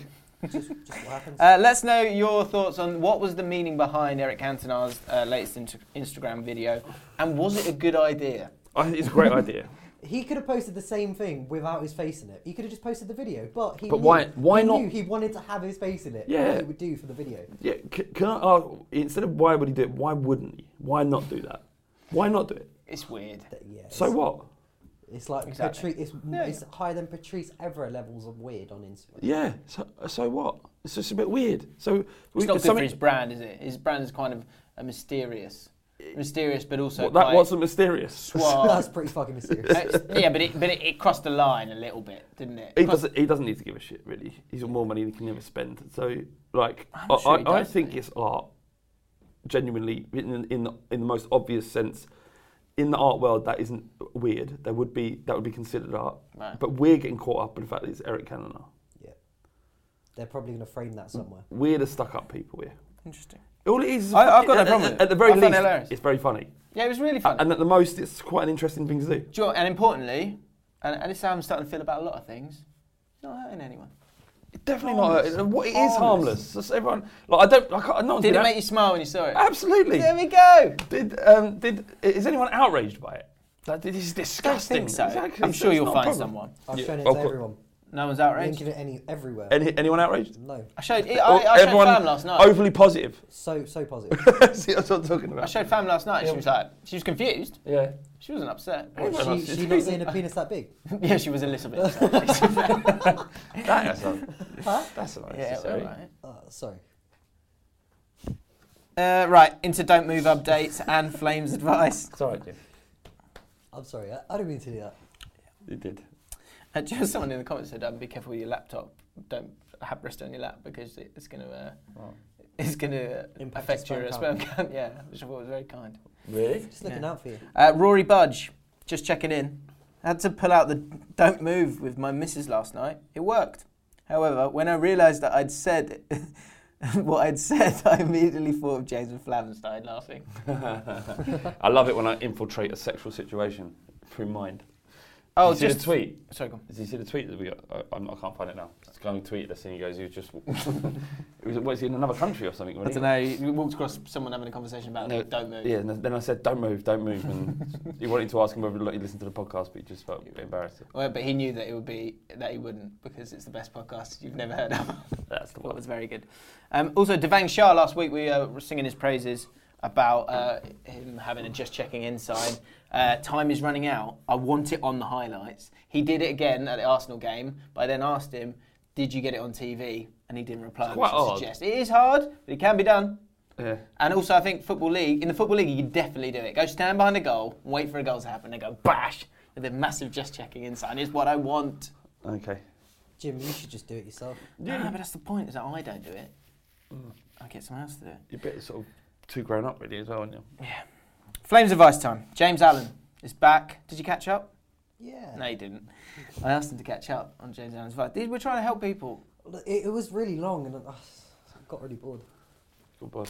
[SPEAKER 3] Just what happens.
[SPEAKER 2] Uh, let's know your thoughts on what was the meaning behind Eric Cantona's uh, latest inter- Instagram video, and was it a good idea?
[SPEAKER 1] I think it's a great idea.
[SPEAKER 3] He could have posted the same thing without his face in it. He could have just posted the video, but he
[SPEAKER 1] But
[SPEAKER 3] knew,
[SPEAKER 1] why- why
[SPEAKER 3] he
[SPEAKER 1] not-
[SPEAKER 3] Knew he wanted to have his face in it.
[SPEAKER 1] Yeah.
[SPEAKER 3] What he would do for the video.
[SPEAKER 1] Yeah, c- can I ask, instead of why would he do it, why wouldn't he? Why not do that? Why not do it?
[SPEAKER 2] It's weird.
[SPEAKER 3] Yeah. it's-
[SPEAKER 1] So what?
[SPEAKER 3] It's like
[SPEAKER 2] Exactly.
[SPEAKER 3] Patrice. It's, it's higher than Patrice Evra levels of weird on Instagram.
[SPEAKER 1] Yeah, so, so what? It's just a bit weird. So we,
[SPEAKER 2] It's not good for
[SPEAKER 1] something-
[SPEAKER 2] his brand, is it? His brand is kind of a mysterious, mysterious, but also
[SPEAKER 1] What, that
[SPEAKER 2] quite
[SPEAKER 1] wasn't mysterious.
[SPEAKER 3] That's
[SPEAKER 2] suave.
[SPEAKER 3] pretty fucking mysterious.
[SPEAKER 2] Uh, yeah, but it but it, it crossed the line a little bit, didn't it?
[SPEAKER 1] He
[SPEAKER 2] Crossed-
[SPEAKER 1] doesn't. He doesn't need to give a shit, really. He's got more money than he can ever spend. So, like, I,
[SPEAKER 2] I'm sure he
[SPEAKER 1] I, I
[SPEAKER 2] does,
[SPEAKER 1] think
[SPEAKER 2] mate.
[SPEAKER 1] it's art. Genuinely, in, in the- in the most obvious sense, in the art world, that isn't weird. There would be that would be considered art.
[SPEAKER 2] Right.
[SPEAKER 1] But we're getting caught up in the fact that it's Eric Cantona.
[SPEAKER 3] yeah. They're probably going to frame that somewhere.
[SPEAKER 1] We're the stuck-up people here.
[SPEAKER 2] Interesting.
[SPEAKER 1] All it is, is
[SPEAKER 2] I- I've got no
[SPEAKER 1] at-
[SPEAKER 2] problem
[SPEAKER 1] At,
[SPEAKER 2] with
[SPEAKER 1] at the
[SPEAKER 2] it.
[SPEAKER 1] very
[SPEAKER 2] I find it hilarious.
[SPEAKER 1] least, it's very funny.
[SPEAKER 2] Yeah, it was really fun.
[SPEAKER 1] And at the most, it's quite an interesting thing to do.
[SPEAKER 2] Do you know what- and importantly, and, and this is how I'm starting to feel about a lot of things, it's not hurting anyone.
[SPEAKER 1] It's definitely not. uh, What it is harmless. That's everyone. Like I don't. I can't, no one's
[SPEAKER 2] Did
[SPEAKER 1] been
[SPEAKER 2] it
[SPEAKER 1] out-
[SPEAKER 2] make you smile when you saw it?
[SPEAKER 1] Absolutely.
[SPEAKER 2] There we go.
[SPEAKER 1] Did um, did is anyone outraged by it? Like, this is disgusting.
[SPEAKER 2] so.
[SPEAKER 1] Exactly.
[SPEAKER 2] I'm
[SPEAKER 1] So
[SPEAKER 2] sure
[SPEAKER 1] it's
[SPEAKER 2] you'll
[SPEAKER 1] not a
[SPEAKER 2] find
[SPEAKER 1] problem.
[SPEAKER 2] someone.
[SPEAKER 3] I've
[SPEAKER 1] Yeah,
[SPEAKER 3] shown
[SPEAKER 1] of
[SPEAKER 3] it to
[SPEAKER 1] course.
[SPEAKER 3] everyone.
[SPEAKER 2] No one's outraged.
[SPEAKER 3] Linking it any everywhere.
[SPEAKER 1] Any, anyone outraged?
[SPEAKER 3] no.
[SPEAKER 2] I showed, I, I, I showed
[SPEAKER 1] everyone
[SPEAKER 2] Fam last night.
[SPEAKER 1] overly positive.
[SPEAKER 3] So so positive.
[SPEAKER 1] See, that's what I'm talking about.
[SPEAKER 2] I showed Fam last night. She was like, she was confused.
[SPEAKER 1] yeah.
[SPEAKER 2] She wasn't upset.
[SPEAKER 3] Oh, she, she not seeing a penis that big.
[SPEAKER 2] yeah, she was a little bit upset.
[SPEAKER 1] That's un- that's
[SPEAKER 2] yeah,
[SPEAKER 1] unnecessary.
[SPEAKER 2] right.
[SPEAKER 3] Uh, sorry.
[SPEAKER 2] Uh, right, into Don't Move updates and Flames advice.
[SPEAKER 1] It's all right, Jim.
[SPEAKER 3] I'm sorry. I, I don't mean to do that.
[SPEAKER 1] You did.
[SPEAKER 2] And just someone in the comments said, um, "Be careful with your laptop. Don't have rest on your lap because it, it's going to uh, it's going to
[SPEAKER 3] Impact
[SPEAKER 2] affect
[SPEAKER 3] your
[SPEAKER 2] your sperm
[SPEAKER 3] sperm
[SPEAKER 2] count." yeah, which I thought was very kind.
[SPEAKER 1] Really?
[SPEAKER 3] Just looking out for you.
[SPEAKER 2] Uh, Rory Budge, just checking in. Had to pull out the "Don't move" with my missus last night. It worked. However, when I realised that I'd said what I'd said, I immediately thought of James and Flavenstein laughing.
[SPEAKER 1] I love it when I infiltrate a sexual situation through mind.
[SPEAKER 2] Oh,
[SPEAKER 1] Did you see
[SPEAKER 2] just-
[SPEAKER 1] the tweet.
[SPEAKER 2] Sorry, go on.
[SPEAKER 1] Did you see the tweet that we got? I, I'm, I can't find it now. This guy who tweeted this and he goes, he was just. it was, was he in another country or something?
[SPEAKER 2] I don't know. You walked across someone having a conversation about
[SPEAKER 1] No,
[SPEAKER 2] don't move.
[SPEAKER 1] Yeah, and then I said, don't move, don't move. And he wanted to ask him whether he listened to the podcast, but he just felt a bit embarrassed.
[SPEAKER 2] Well, but he knew that it would be that he wouldn't because it's the best podcast you've never heard of.
[SPEAKER 1] That's the
[SPEAKER 2] That
[SPEAKER 1] one.
[SPEAKER 2] was very good. Um, also, Devang Shah last week we uh, were singing his praises about uh, him having a just checking in sign. Uh, time is running out. I want it on the highlights. He did it again at the Arsenal game, but I then asked him, "Did you get it on TV?" And he didn't reply.
[SPEAKER 1] quite
[SPEAKER 2] which I
[SPEAKER 1] hard.
[SPEAKER 2] suggest it is hard, but it can be done.
[SPEAKER 1] Yeah.
[SPEAKER 2] And also, I think football league in the football league, you can definitely do it. Go stand behind a goal, wait for a goal to happen, and go bash with a massive just checking in sign. Is what I want.
[SPEAKER 1] Okay.
[SPEAKER 3] Jim, you should just do it yourself.
[SPEAKER 2] Yeah, Mm. but that's the point. Is that I don't do it. I get someone else to do it.
[SPEAKER 1] You're a bit sort of too grown up, really, as well, aren't you?
[SPEAKER 2] Flames of Ice time. James Allen is back. Did you catch up?
[SPEAKER 3] Yeah.
[SPEAKER 2] No, you didn't. I asked him to catch up on James Allen's Vice. We're trying to help people.
[SPEAKER 3] Look, It, it was really long and uh, I got really bored.
[SPEAKER 1] Good boy.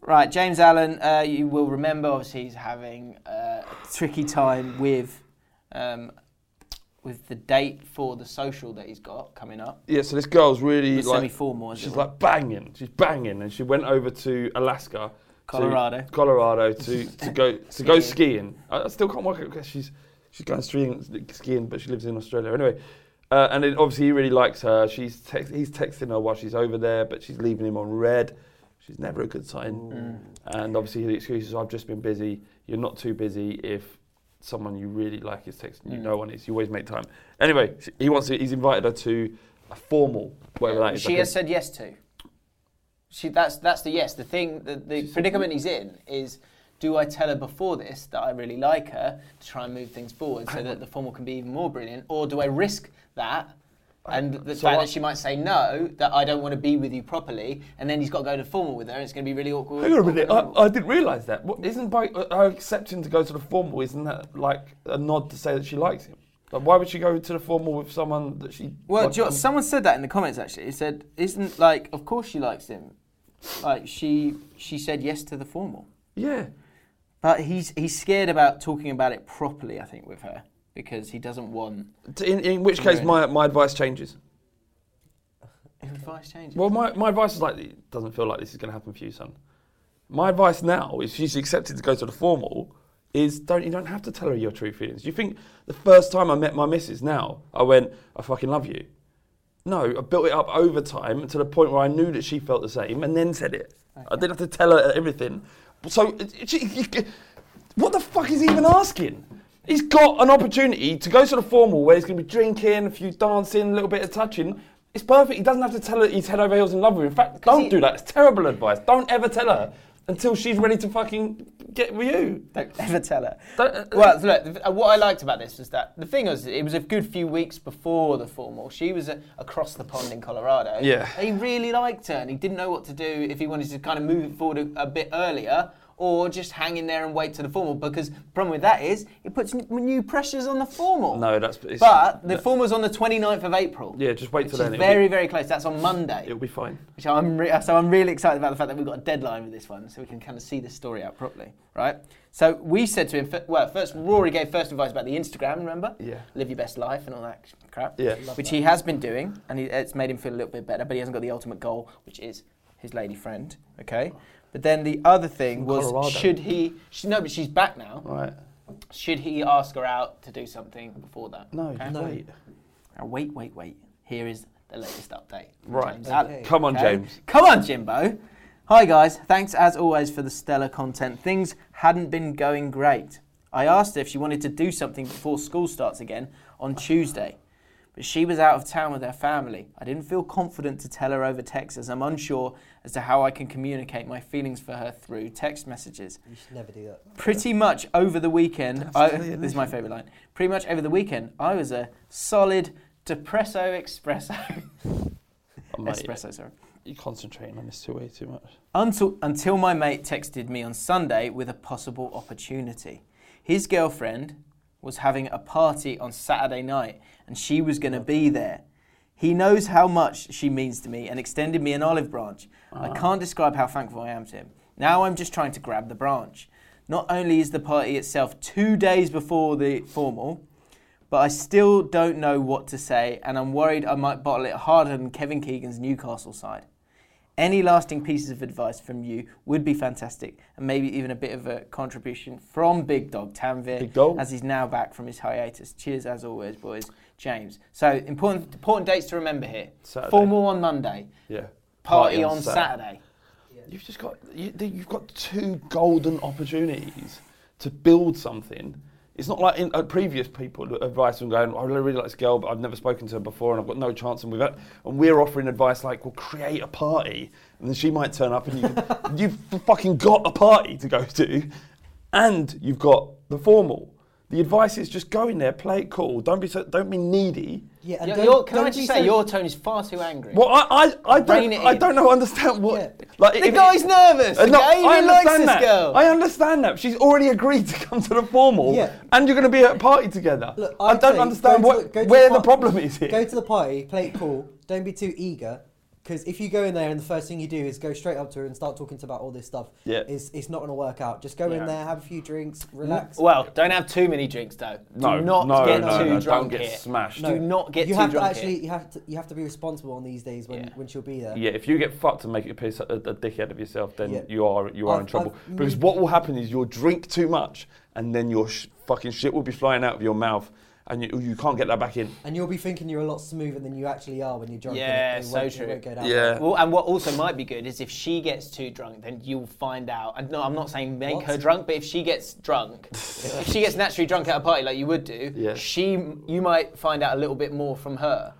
[SPEAKER 2] Right, James Allen, uh, you will remember, obviously, he's having uh, a tricky time with, um, with the date for the social that he's got coming up.
[SPEAKER 1] Yeah, so this girl's really
[SPEAKER 2] The
[SPEAKER 1] like
[SPEAKER 2] semi-formal, is it?
[SPEAKER 1] She's like banging. She's banging, and she went over to Alaska, to
[SPEAKER 2] Colorado.
[SPEAKER 1] Colorado to, to go to go skiing. I, I still can't work it because she's she's going skiing, skiing, but she lives in Australia anyway. Uh, and then obviously he really likes her. She's text, he's texting her while she's over there, but she's leaving him on red. She's never a good sign.
[SPEAKER 2] Mm.
[SPEAKER 1] And obviously the excuse is I've just been busy. You're not too busy if someone you really like is texting
[SPEAKER 2] Mm.
[SPEAKER 1] you. No one is. You always make time. Anyway, she- he wants. To, he's invited her to a formal whatever that is.
[SPEAKER 2] she
[SPEAKER 1] like a-
[SPEAKER 2] has said yes to. She, that's, that's the yes. The thing, the, the predicament he's in is do I tell her before this that I really like her to try and move things forward so that the formal can be even more brilliant, or do I risk that? And the
[SPEAKER 1] So
[SPEAKER 2] fact
[SPEAKER 1] I-
[SPEAKER 2] that she might say no, that I don't want to be with you properly, and then he's got to go to formal with her, and it's going to be really awkward.
[SPEAKER 1] Hang on a minute,
[SPEAKER 2] awkward and
[SPEAKER 1] I, I didn't realise that. What, isn't by uh, her accepting to go to the formal, isn't that like a nod to say that she likes him? Like, why would she go to the formal with someone that she?
[SPEAKER 2] Well,
[SPEAKER 1] like,
[SPEAKER 2] do you know,
[SPEAKER 1] um,
[SPEAKER 2] someone said that in the comments actually. He said, "Isn't like, of course she likes him. Like she she said yes to the formal,
[SPEAKER 1] yeah,
[SPEAKER 2] but he's he's scared about talking about it properly. I think with her because he doesn't want
[SPEAKER 1] T- in, in which case my, my advice changes.
[SPEAKER 2] advice changes.
[SPEAKER 1] Well, my, my advice is like, it doesn't feel like this is going to happen for you, son. My advice now, if she's accepted to go to the formal, is don't you don't have to tell her your true feelings. You think the first time I met my missus now, I went, I fucking love you. No, I built it up over time to the point where I knew that she felt the same and then said it. I didn't have to tell her everything. So, it- it- she- what the fuck is he even asking? He's got an opportunity to go to the formal where he's going to be drinking, a few dancing, a little bit of touching. It's perfect. He doesn't have to tell her he's head over heels in love with her. In fact, don't
[SPEAKER 2] he-
[SPEAKER 1] do that. It's terrible advice. Don't ever tell her until she's ready to fucking get with you.
[SPEAKER 2] Don't ever tell her.
[SPEAKER 1] Don't- uh,
[SPEAKER 2] well, look, th- uh, what I liked about this was that the thing was, it was a good few weeks before the formal. She was uh, across the pond in Colorado.
[SPEAKER 1] Yeah.
[SPEAKER 2] And he really liked her, and he didn't know what to do if he wanted to kind of move it forward a, a bit earlier. Or just hang in there and wait to the formal because the problem with that is it puts n- new pressures on the formal.
[SPEAKER 1] No, that's- it's-
[SPEAKER 2] but the
[SPEAKER 1] no.
[SPEAKER 2] formal's on the 29th of April.
[SPEAKER 1] Yeah, just wait
[SPEAKER 2] which
[SPEAKER 1] till then.
[SPEAKER 2] is
[SPEAKER 1] It'll be-
[SPEAKER 2] Very, very close. That's on Monday.
[SPEAKER 1] It'll be fine.
[SPEAKER 2] Which I'm re- so I'm really excited about the fact that we've got a deadline with this one, so we can kind of see this story out properly, right? So we said to him, fir- well, first Rory gave first advice about the Instagram, remember?
[SPEAKER 1] Yeah.
[SPEAKER 2] Live your best life and all that crap.
[SPEAKER 1] Yeah.
[SPEAKER 2] Which he has been doing, and he, it's made him feel a little bit better, but he hasn't got the ultimate goal, which is his lady friend, okay? But then the other thing was,
[SPEAKER 1] Colorado.
[SPEAKER 2] should he? She, no, but she's back now.
[SPEAKER 1] All right.
[SPEAKER 2] Should he ask her out to do something before that?
[SPEAKER 1] No,
[SPEAKER 2] Okay?
[SPEAKER 1] just wait.
[SPEAKER 2] Now, wait, wait, wait. Here is the latest update. from
[SPEAKER 1] Right.
[SPEAKER 2] James Allen.
[SPEAKER 1] Come on,
[SPEAKER 2] Okay.
[SPEAKER 1] James.
[SPEAKER 2] Come on, Jimbo. Hi, guys. Thanks as always for the stellar content. Things hadn't been going great. I asked her if she wanted to do something before school starts again on Tuesday, but she was out of town with her family. I didn't feel confident to tell her over text as I'm unsure as to how I can communicate my feelings for her through text messages
[SPEAKER 3] You should never do that.
[SPEAKER 2] pretty much over the weekend. I, this is my favourite line. Pretty much over the weekend, I was a solid depresso espresso.
[SPEAKER 1] Oh, mate,
[SPEAKER 2] espresso, sorry.
[SPEAKER 1] You're concentrating on this too way too much.
[SPEAKER 2] Until, until my mate texted me on Sunday with a possible opportunity. His girlfriend was having a party on Saturday night and she was going to be there. He knows how much she means to me and extended me an olive branch. I can't describe how thankful I am to him. Now I'm just trying to grab the branch. Not only is the party itself two days before the formal,
[SPEAKER 4] but I still don't know what to say, and I'm worried I might bottle it harder than Kevin Keegan's Newcastle side. Any lasting pieces of advice from you would be fantastic, and maybe even a bit of a contribution from Big Dog Tanvir,
[SPEAKER 1] Big Dog.
[SPEAKER 4] as he's now back from his hiatus. Cheers as always, boys. James. So important, important dates to remember here.
[SPEAKER 1] Saturday.
[SPEAKER 4] Formal on Monday,
[SPEAKER 1] Yeah.
[SPEAKER 4] party, on, Saturday.
[SPEAKER 1] You've just got you, you've got two golden opportunities to build something. It's not like in, uh, previous people that advice from going, "Oh, I really, really like this girl, but I've never spoken to her before, and I've got no chance. And we've had, and we're offering advice like, well, create a party, and then she might turn up, and you can, you've fucking got a party to go to, and you've got the formal. The advice is just go in there, play it cool, don't be so, don't be needy.
[SPEAKER 3] Yeah, and
[SPEAKER 2] You're-
[SPEAKER 3] don't,
[SPEAKER 2] you're- can
[SPEAKER 3] don't
[SPEAKER 2] I
[SPEAKER 3] be
[SPEAKER 2] just say,
[SPEAKER 3] so-
[SPEAKER 2] your tone is far too angry.
[SPEAKER 1] Well, I, I, I don't,
[SPEAKER 2] Rein it
[SPEAKER 1] I
[SPEAKER 2] in.
[SPEAKER 1] don't know, understand what.
[SPEAKER 3] Yeah.
[SPEAKER 1] Like,
[SPEAKER 2] The
[SPEAKER 1] if it-
[SPEAKER 2] guy's nervous.
[SPEAKER 1] Uh,
[SPEAKER 2] The guy
[SPEAKER 1] I
[SPEAKER 2] really likes
[SPEAKER 1] understand
[SPEAKER 2] this
[SPEAKER 1] that.
[SPEAKER 2] girl.
[SPEAKER 1] I understand that. She's already agreed to come to the formal,
[SPEAKER 3] Yeah.
[SPEAKER 1] and you're going to be at a party together.
[SPEAKER 3] Look,
[SPEAKER 1] I
[SPEAKER 3] I'd
[SPEAKER 1] don't
[SPEAKER 3] say
[SPEAKER 1] understand
[SPEAKER 3] go to
[SPEAKER 1] what,
[SPEAKER 3] go to
[SPEAKER 1] where the
[SPEAKER 3] par-
[SPEAKER 1] problem is here.
[SPEAKER 3] Go to the party, play it cool. Don't be too eager, because if you go in there and the first thing you do is go straight up to her and start talking to her about all this stuff,
[SPEAKER 1] Yeah.
[SPEAKER 3] it's, it's not going to work out. Just go in there, have a few drinks, relax.
[SPEAKER 2] Well, don't have too many drinks, though.
[SPEAKER 1] No,
[SPEAKER 2] Do not
[SPEAKER 1] no,
[SPEAKER 2] get
[SPEAKER 1] no,
[SPEAKER 2] too
[SPEAKER 1] no, don't
[SPEAKER 2] drunk
[SPEAKER 1] get
[SPEAKER 2] here.
[SPEAKER 1] smashed.
[SPEAKER 2] Do not get
[SPEAKER 3] you
[SPEAKER 2] too
[SPEAKER 3] have
[SPEAKER 2] drunk
[SPEAKER 3] to actually
[SPEAKER 2] here.
[SPEAKER 3] you have to you have to be responsible on these days when,
[SPEAKER 2] Yeah.
[SPEAKER 3] when she'll be there.
[SPEAKER 1] yeah, if you get fucked and make a piece a, a dickhead of yourself, then
[SPEAKER 3] Yeah.
[SPEAKER 1] you are you are in
[SPEAKER 3] I've-
[SPEAKER 1] trouble.
[SPEAKER 3] I've-
[SPEAKER 1] because what will happen is you'll drink too much, and then your sh- fucking shit will be flying out of your mouth, and you, you can't get that back in.
[SPEAKER 3] And you'll be thinking you're a lot smoother than you actually are when you're drunk. and
[SPEAKER 2] Yeah,
[SPEAKER 3] it- it
[SPEAKER 2] so
[SPEAKER 3] won't- it
[SPEAKER 2] true.
[SPEAKER 3] won't go down
[SPEAKER 1] Yeah.
[SPEAKER 3] well.
[SPEAKER 2] Well, and what also might be good is if she gets too drunk, then you'll find out. And no, I'm not saying make her drunk, but if she gets drunk, if she gets naturally drunk at a party like you would do,
[SPEAKER 1] Yeah.
[SPEAKER 2] she you might find out a little bit more from her,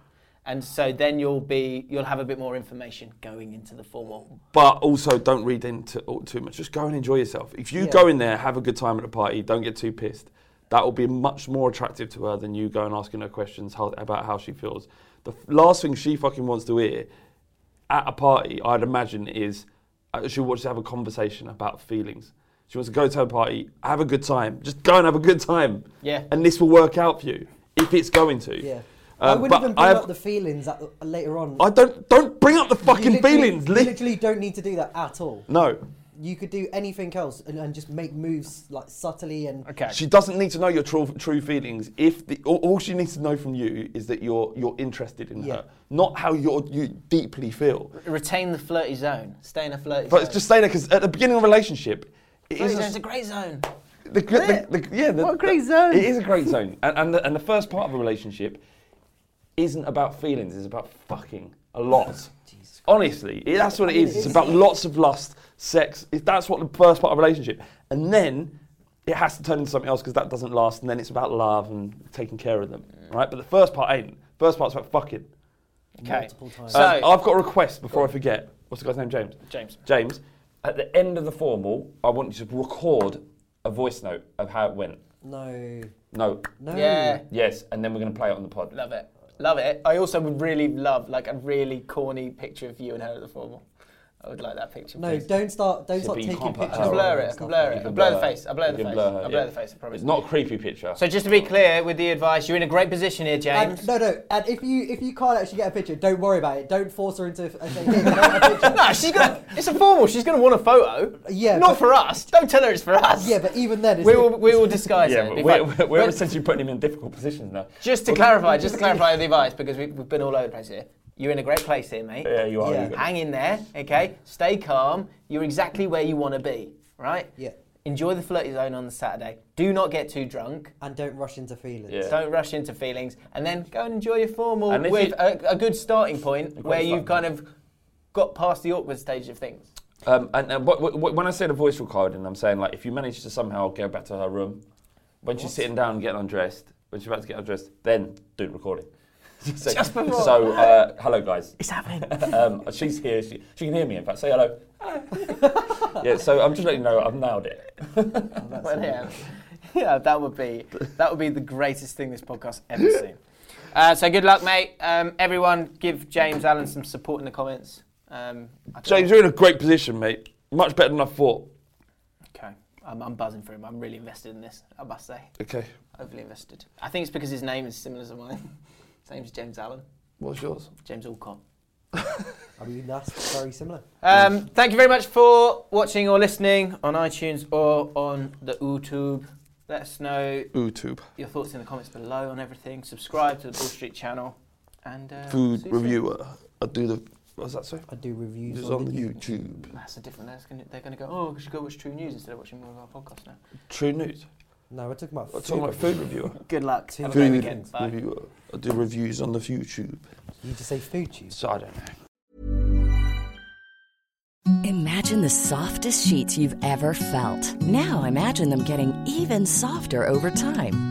[SPEAKER 2] and so then you'll be you'll have a bit more information going into the formal.
[SPEAKER 1] But also, don't read into all too much. Just go and enjoy yourself. If you
[SPEAKER 3] Yeah.
[SPEAKER 1] go in there, have a good time at the party. Don't get too pissed. That will be much more attractive to her than you go and asking her questions how, about how she feels. The f- last thing she fucking wants to hear at a party, I'd imagine, is uh, she wants to have a conversation about feelings. She wants to go to a party, have a good time. Just go and have a good time.
[SPEAKER 2] Yeah.
[SPEAKER 1] And this will work out for you if it's going to.
[SPEAKER 3] Yeah. I
[SPEAKER 1] Uh,
[SPEAKER 3] wouldn't
[SPEAKER 1] but
[SPEAKER 3] even bring
[SPEAKER 1] I, have-
[SPEAKER 3] up the feelings at the, later on.
[SPEAKER 1] I don't don't bring up the fucking
[SPEAKER 3] literally-
[SPEAKER 1] feelings.
[SPEAKER 3] You
[SPEAKER 1] Li-
[SPEAKER 3] literally don't need to do that at all.
[SPEAKER 1] no.
[SPEAKER 3] You could do anything else and, and just make moves like subtly and
[SPEAKER 2] Okay.
[SPEAKER 1] She doesn't need to know your true, true feelings. If the, all, all she needs to know from you is that you're you're interested in
[SPEAKER 3] Yeah.
[SPEAKER 1] her, not how you're, you deeply feel.
[SPEAKER 2] Retain the flirty zone. Stay in a flirty
[SPEAKER 1] But
[SPEAKER 2] zone.
[SPEAKER 1] it's just saying that because at the beginning of a relationship, it
[SPEAKER 2] flirty
[SPEAKER 1] is
[SPEAKER 2] zone's a
[SPEAKER 1] a,
[SPEAKER 2] great zone.
[SPEAKER 1] the, the, the, yeah, the,
[SPEAKER 2] What a great
[SPEAKER 1] the-
[SPEAKER 2] zone.
[SPEAKER 1] It is a great zone, and and the, and the first part of a relationship isn't about feelings. It's about fucking a lot. Honestly, it, that's what it is. It's about lots of lust, sex. It, that's what the first part of a relationship, and then it has to turn into something else because that doesn't last. And then it's about love and taking care of them, right? But the first part ain't. First part's about fucking.
[SPEAKER 2] Okay.
[SPEAKER 3] multiple times.
[SPEAKER 2] So
[SPEAKER 1] Um, I've got a request before I forget. What's the guy's name? James.
[SPEAKER 2] James.
[SPEAKER 1] James. At the end of the formal, I want you to record a voice note of how it went.
[SPEAKER 3] no,
[SPEAKER 1] No.
[SPEAKER 3] no.
[SPEAKER 2] yeah.
[SPEAKER 1] Yes, and then we're going to play it on the pod.
[SPEAKER 2] Love it. Love it. I also would really love like a really corny picture of you and her at the formal. I would like that picture.
[SPEAKER 3] No,
[SPEAKER 2] please.
[SPEAKER 3] don't start. Don't
[SPEAKER 1] Yeah,
[SPEAKER 3] start
[SPEAKER 1] but you
[SPEAKER 3] taking
[SPEAKER 1] can't put
[SPEAKER 3] pictures.
[SPEAKER 1] her
[SPEAKER 3] of
[SPEAKER 1] on.
[SPEAKER 2] blur
[SPEAKER 3] and
[SPEAKER 2] it. I can
[SPEAKER 3] stuff.
[SPEAKER 2] blur
[SPEAKER 1] You
[SPEAKER 2] it.
[SPEAKER 1] can
[SPEAKER 2] I blur the
[SPEAKER 1] her.
[SPEAKER 2] face. I blur
[SPEAKER 1] You
[SPEAKER 2] the
[SPEAKER 1] can
[SPEAKER 2] face.
[SPEAKER 1] blur her,
[SPEAKER 2] I
[SPEAKER 1] yeah.
[SPEAKER 2] blur the face. I promise.
[SPEAKER 1] It's not a creepy picture.
[SPEAKER 2] So just to be clear with the advice, you're in a great position here,
[SPEAKER 3] And-
[SPEAKER 2] James.
[SPEAKER 3] Um, no, no. And if you if you can't actually get a picture, don't worry about it. Don't force her into. a- saying, "Hey, can I have a picture?"
[SPEAKER 2] no, she's gonna. It's a formal. She's gonna want a photo.
[SPEAKER 3] Yeah,
[SPEAKER 2] Not
[SPEAKER 3] but-
[SPEAKER 2] for us. Don't tell her it's for us.
[SPEAKER 3] Yeah, but even then, it's
[SPEAKER 2] we will. We will disguise
[SPEAKER 1] yeah,
[SPEAKER 2] it.
[SPEAKER 1] but
[SPEAKER 2] Be
[SPEAKER 1] we're,
[SPEAKER 2] fine.
[SPEAKER 1] we're, we're
[SPEAKER 2] But
[SPEAKER 1] essentially putting him in difficult positions now.
[SPEAKER 2] just to clarify, just to clarify the advice because we, we've been all over the place here. You're in a great place here, mate.
[SPEAKER 1] Yeah, you are.
[SPEAKER 3] Yeah.
[SPEAKER 1] you got-
[SPEAKER 2] Hang in there, okay? Stay calm. You're exactly where you want to be, right?
[SPEAKER 3] Yeah.
[SPEAKER 2] Enjoy the flirty zone on the Saturday. Do not get too drunk.
[SPEAKER 3] and don't rush into feelings.
[SPEAKER 1] Yeah.
[SPEAKER 2] Don't rush into feelings, and then go and enjoy your formal
[SPEAKER 1] And if
[SPEAKER 2] with
[SPEAKER 1] you-
[SPEAKER 2] a, a good starting point where
[SPEAKER 1] start
[SPEAKER 2] you've
[SPEAKER 1] point.
[SPEAKER 2] kind of got past the awkward stage of things.
[SPEAKER 1] Um, and uh, what, what, when I say the voice recording, I'm saying like if you manage to somehow go back to her room when she's sitting down and getting undressed, when she's about to get undressed, then do the recording. so,
[SPEAKER 2] Just before.
[SPEAKER 1] So uh, hello guys.
[SPEAKER 2] It's happening.
[SPEAKER 1] um, she's here. She, she can hear me. In fact, say hello. yeah. So I'm just letting you know I've nailed it.
[SPEAKER 2] But yeah, yeah, that would be that would be the greatest thing this podcast ever seen. Uh, so good luck, mate. Um, everyone, give James Allen some support in the comments. Um, I don't
[SPEAKER 1] James,
[SPEAKER 2] know-
[SPEAKER 1] you're in a great position, mate. Much better than I thought.
[SPEAKER 2] Okay, I'm, I'm buzzing for him. I'm really invested in this. I must say,
[SPEAKER 1] Okay.
[SPEAKER 2] overly invested. I think it's because his name is similar to mine. His name's James Allen.
[SPEAKER 1] What's yours?
[SPEAKER 2] James Alcott.
[SPEAKER 3] I mean, that's very similar.
[SPEAKER 2] Um, thank you very much for watching or listening on iTunes or on the YouTube. Let us know
[SPEAKER 1] YouTube.
[SPEAKER 2] your thoughts in the comments below on everything. Subscribe to the Bull Street channel. And uh,
[SPEAKER 1] Food
[SPEAKER 2] see you soon.
[SPEAKER 1] reviewer. I do the. What's that say?
[SPEAKER 3] I do reviews
[SPEAKER 1] It's
[SPEAKER 3] on,
[SPEAKER 1] on
[SPEAKER 3] the YouTube.
[SPEAKER 1] YouTube.
[SPEAKER 2] That's a different. That's gonna, they're going to go. Oh, we should go watch True News instead of watching more of our podcasts now.
[SPEAKER 1] True news.
[SPEAKER 3] No, we're talking about
[SPEAKER 1] I'm
[SPEAKER 3] food.
[SPEAKER 1] talking about food reviewer.
[SPEAKER 6] Good luck.
[SPEAKER 3] Two
[SPEAKER 2] Have a great
[SPEAKER 1] Food
[SPEAKER 2] weekend. Bye.
[SPEAKER 1] reviewer. I do reviews on the YouTube.
[SPEAKER 3] You just say food choose.
[SPEAKER 1] So I don't know.
[SPEAKER 5] Imagine the softest sheets you've ever felt. Now imagine them getting even softer over time.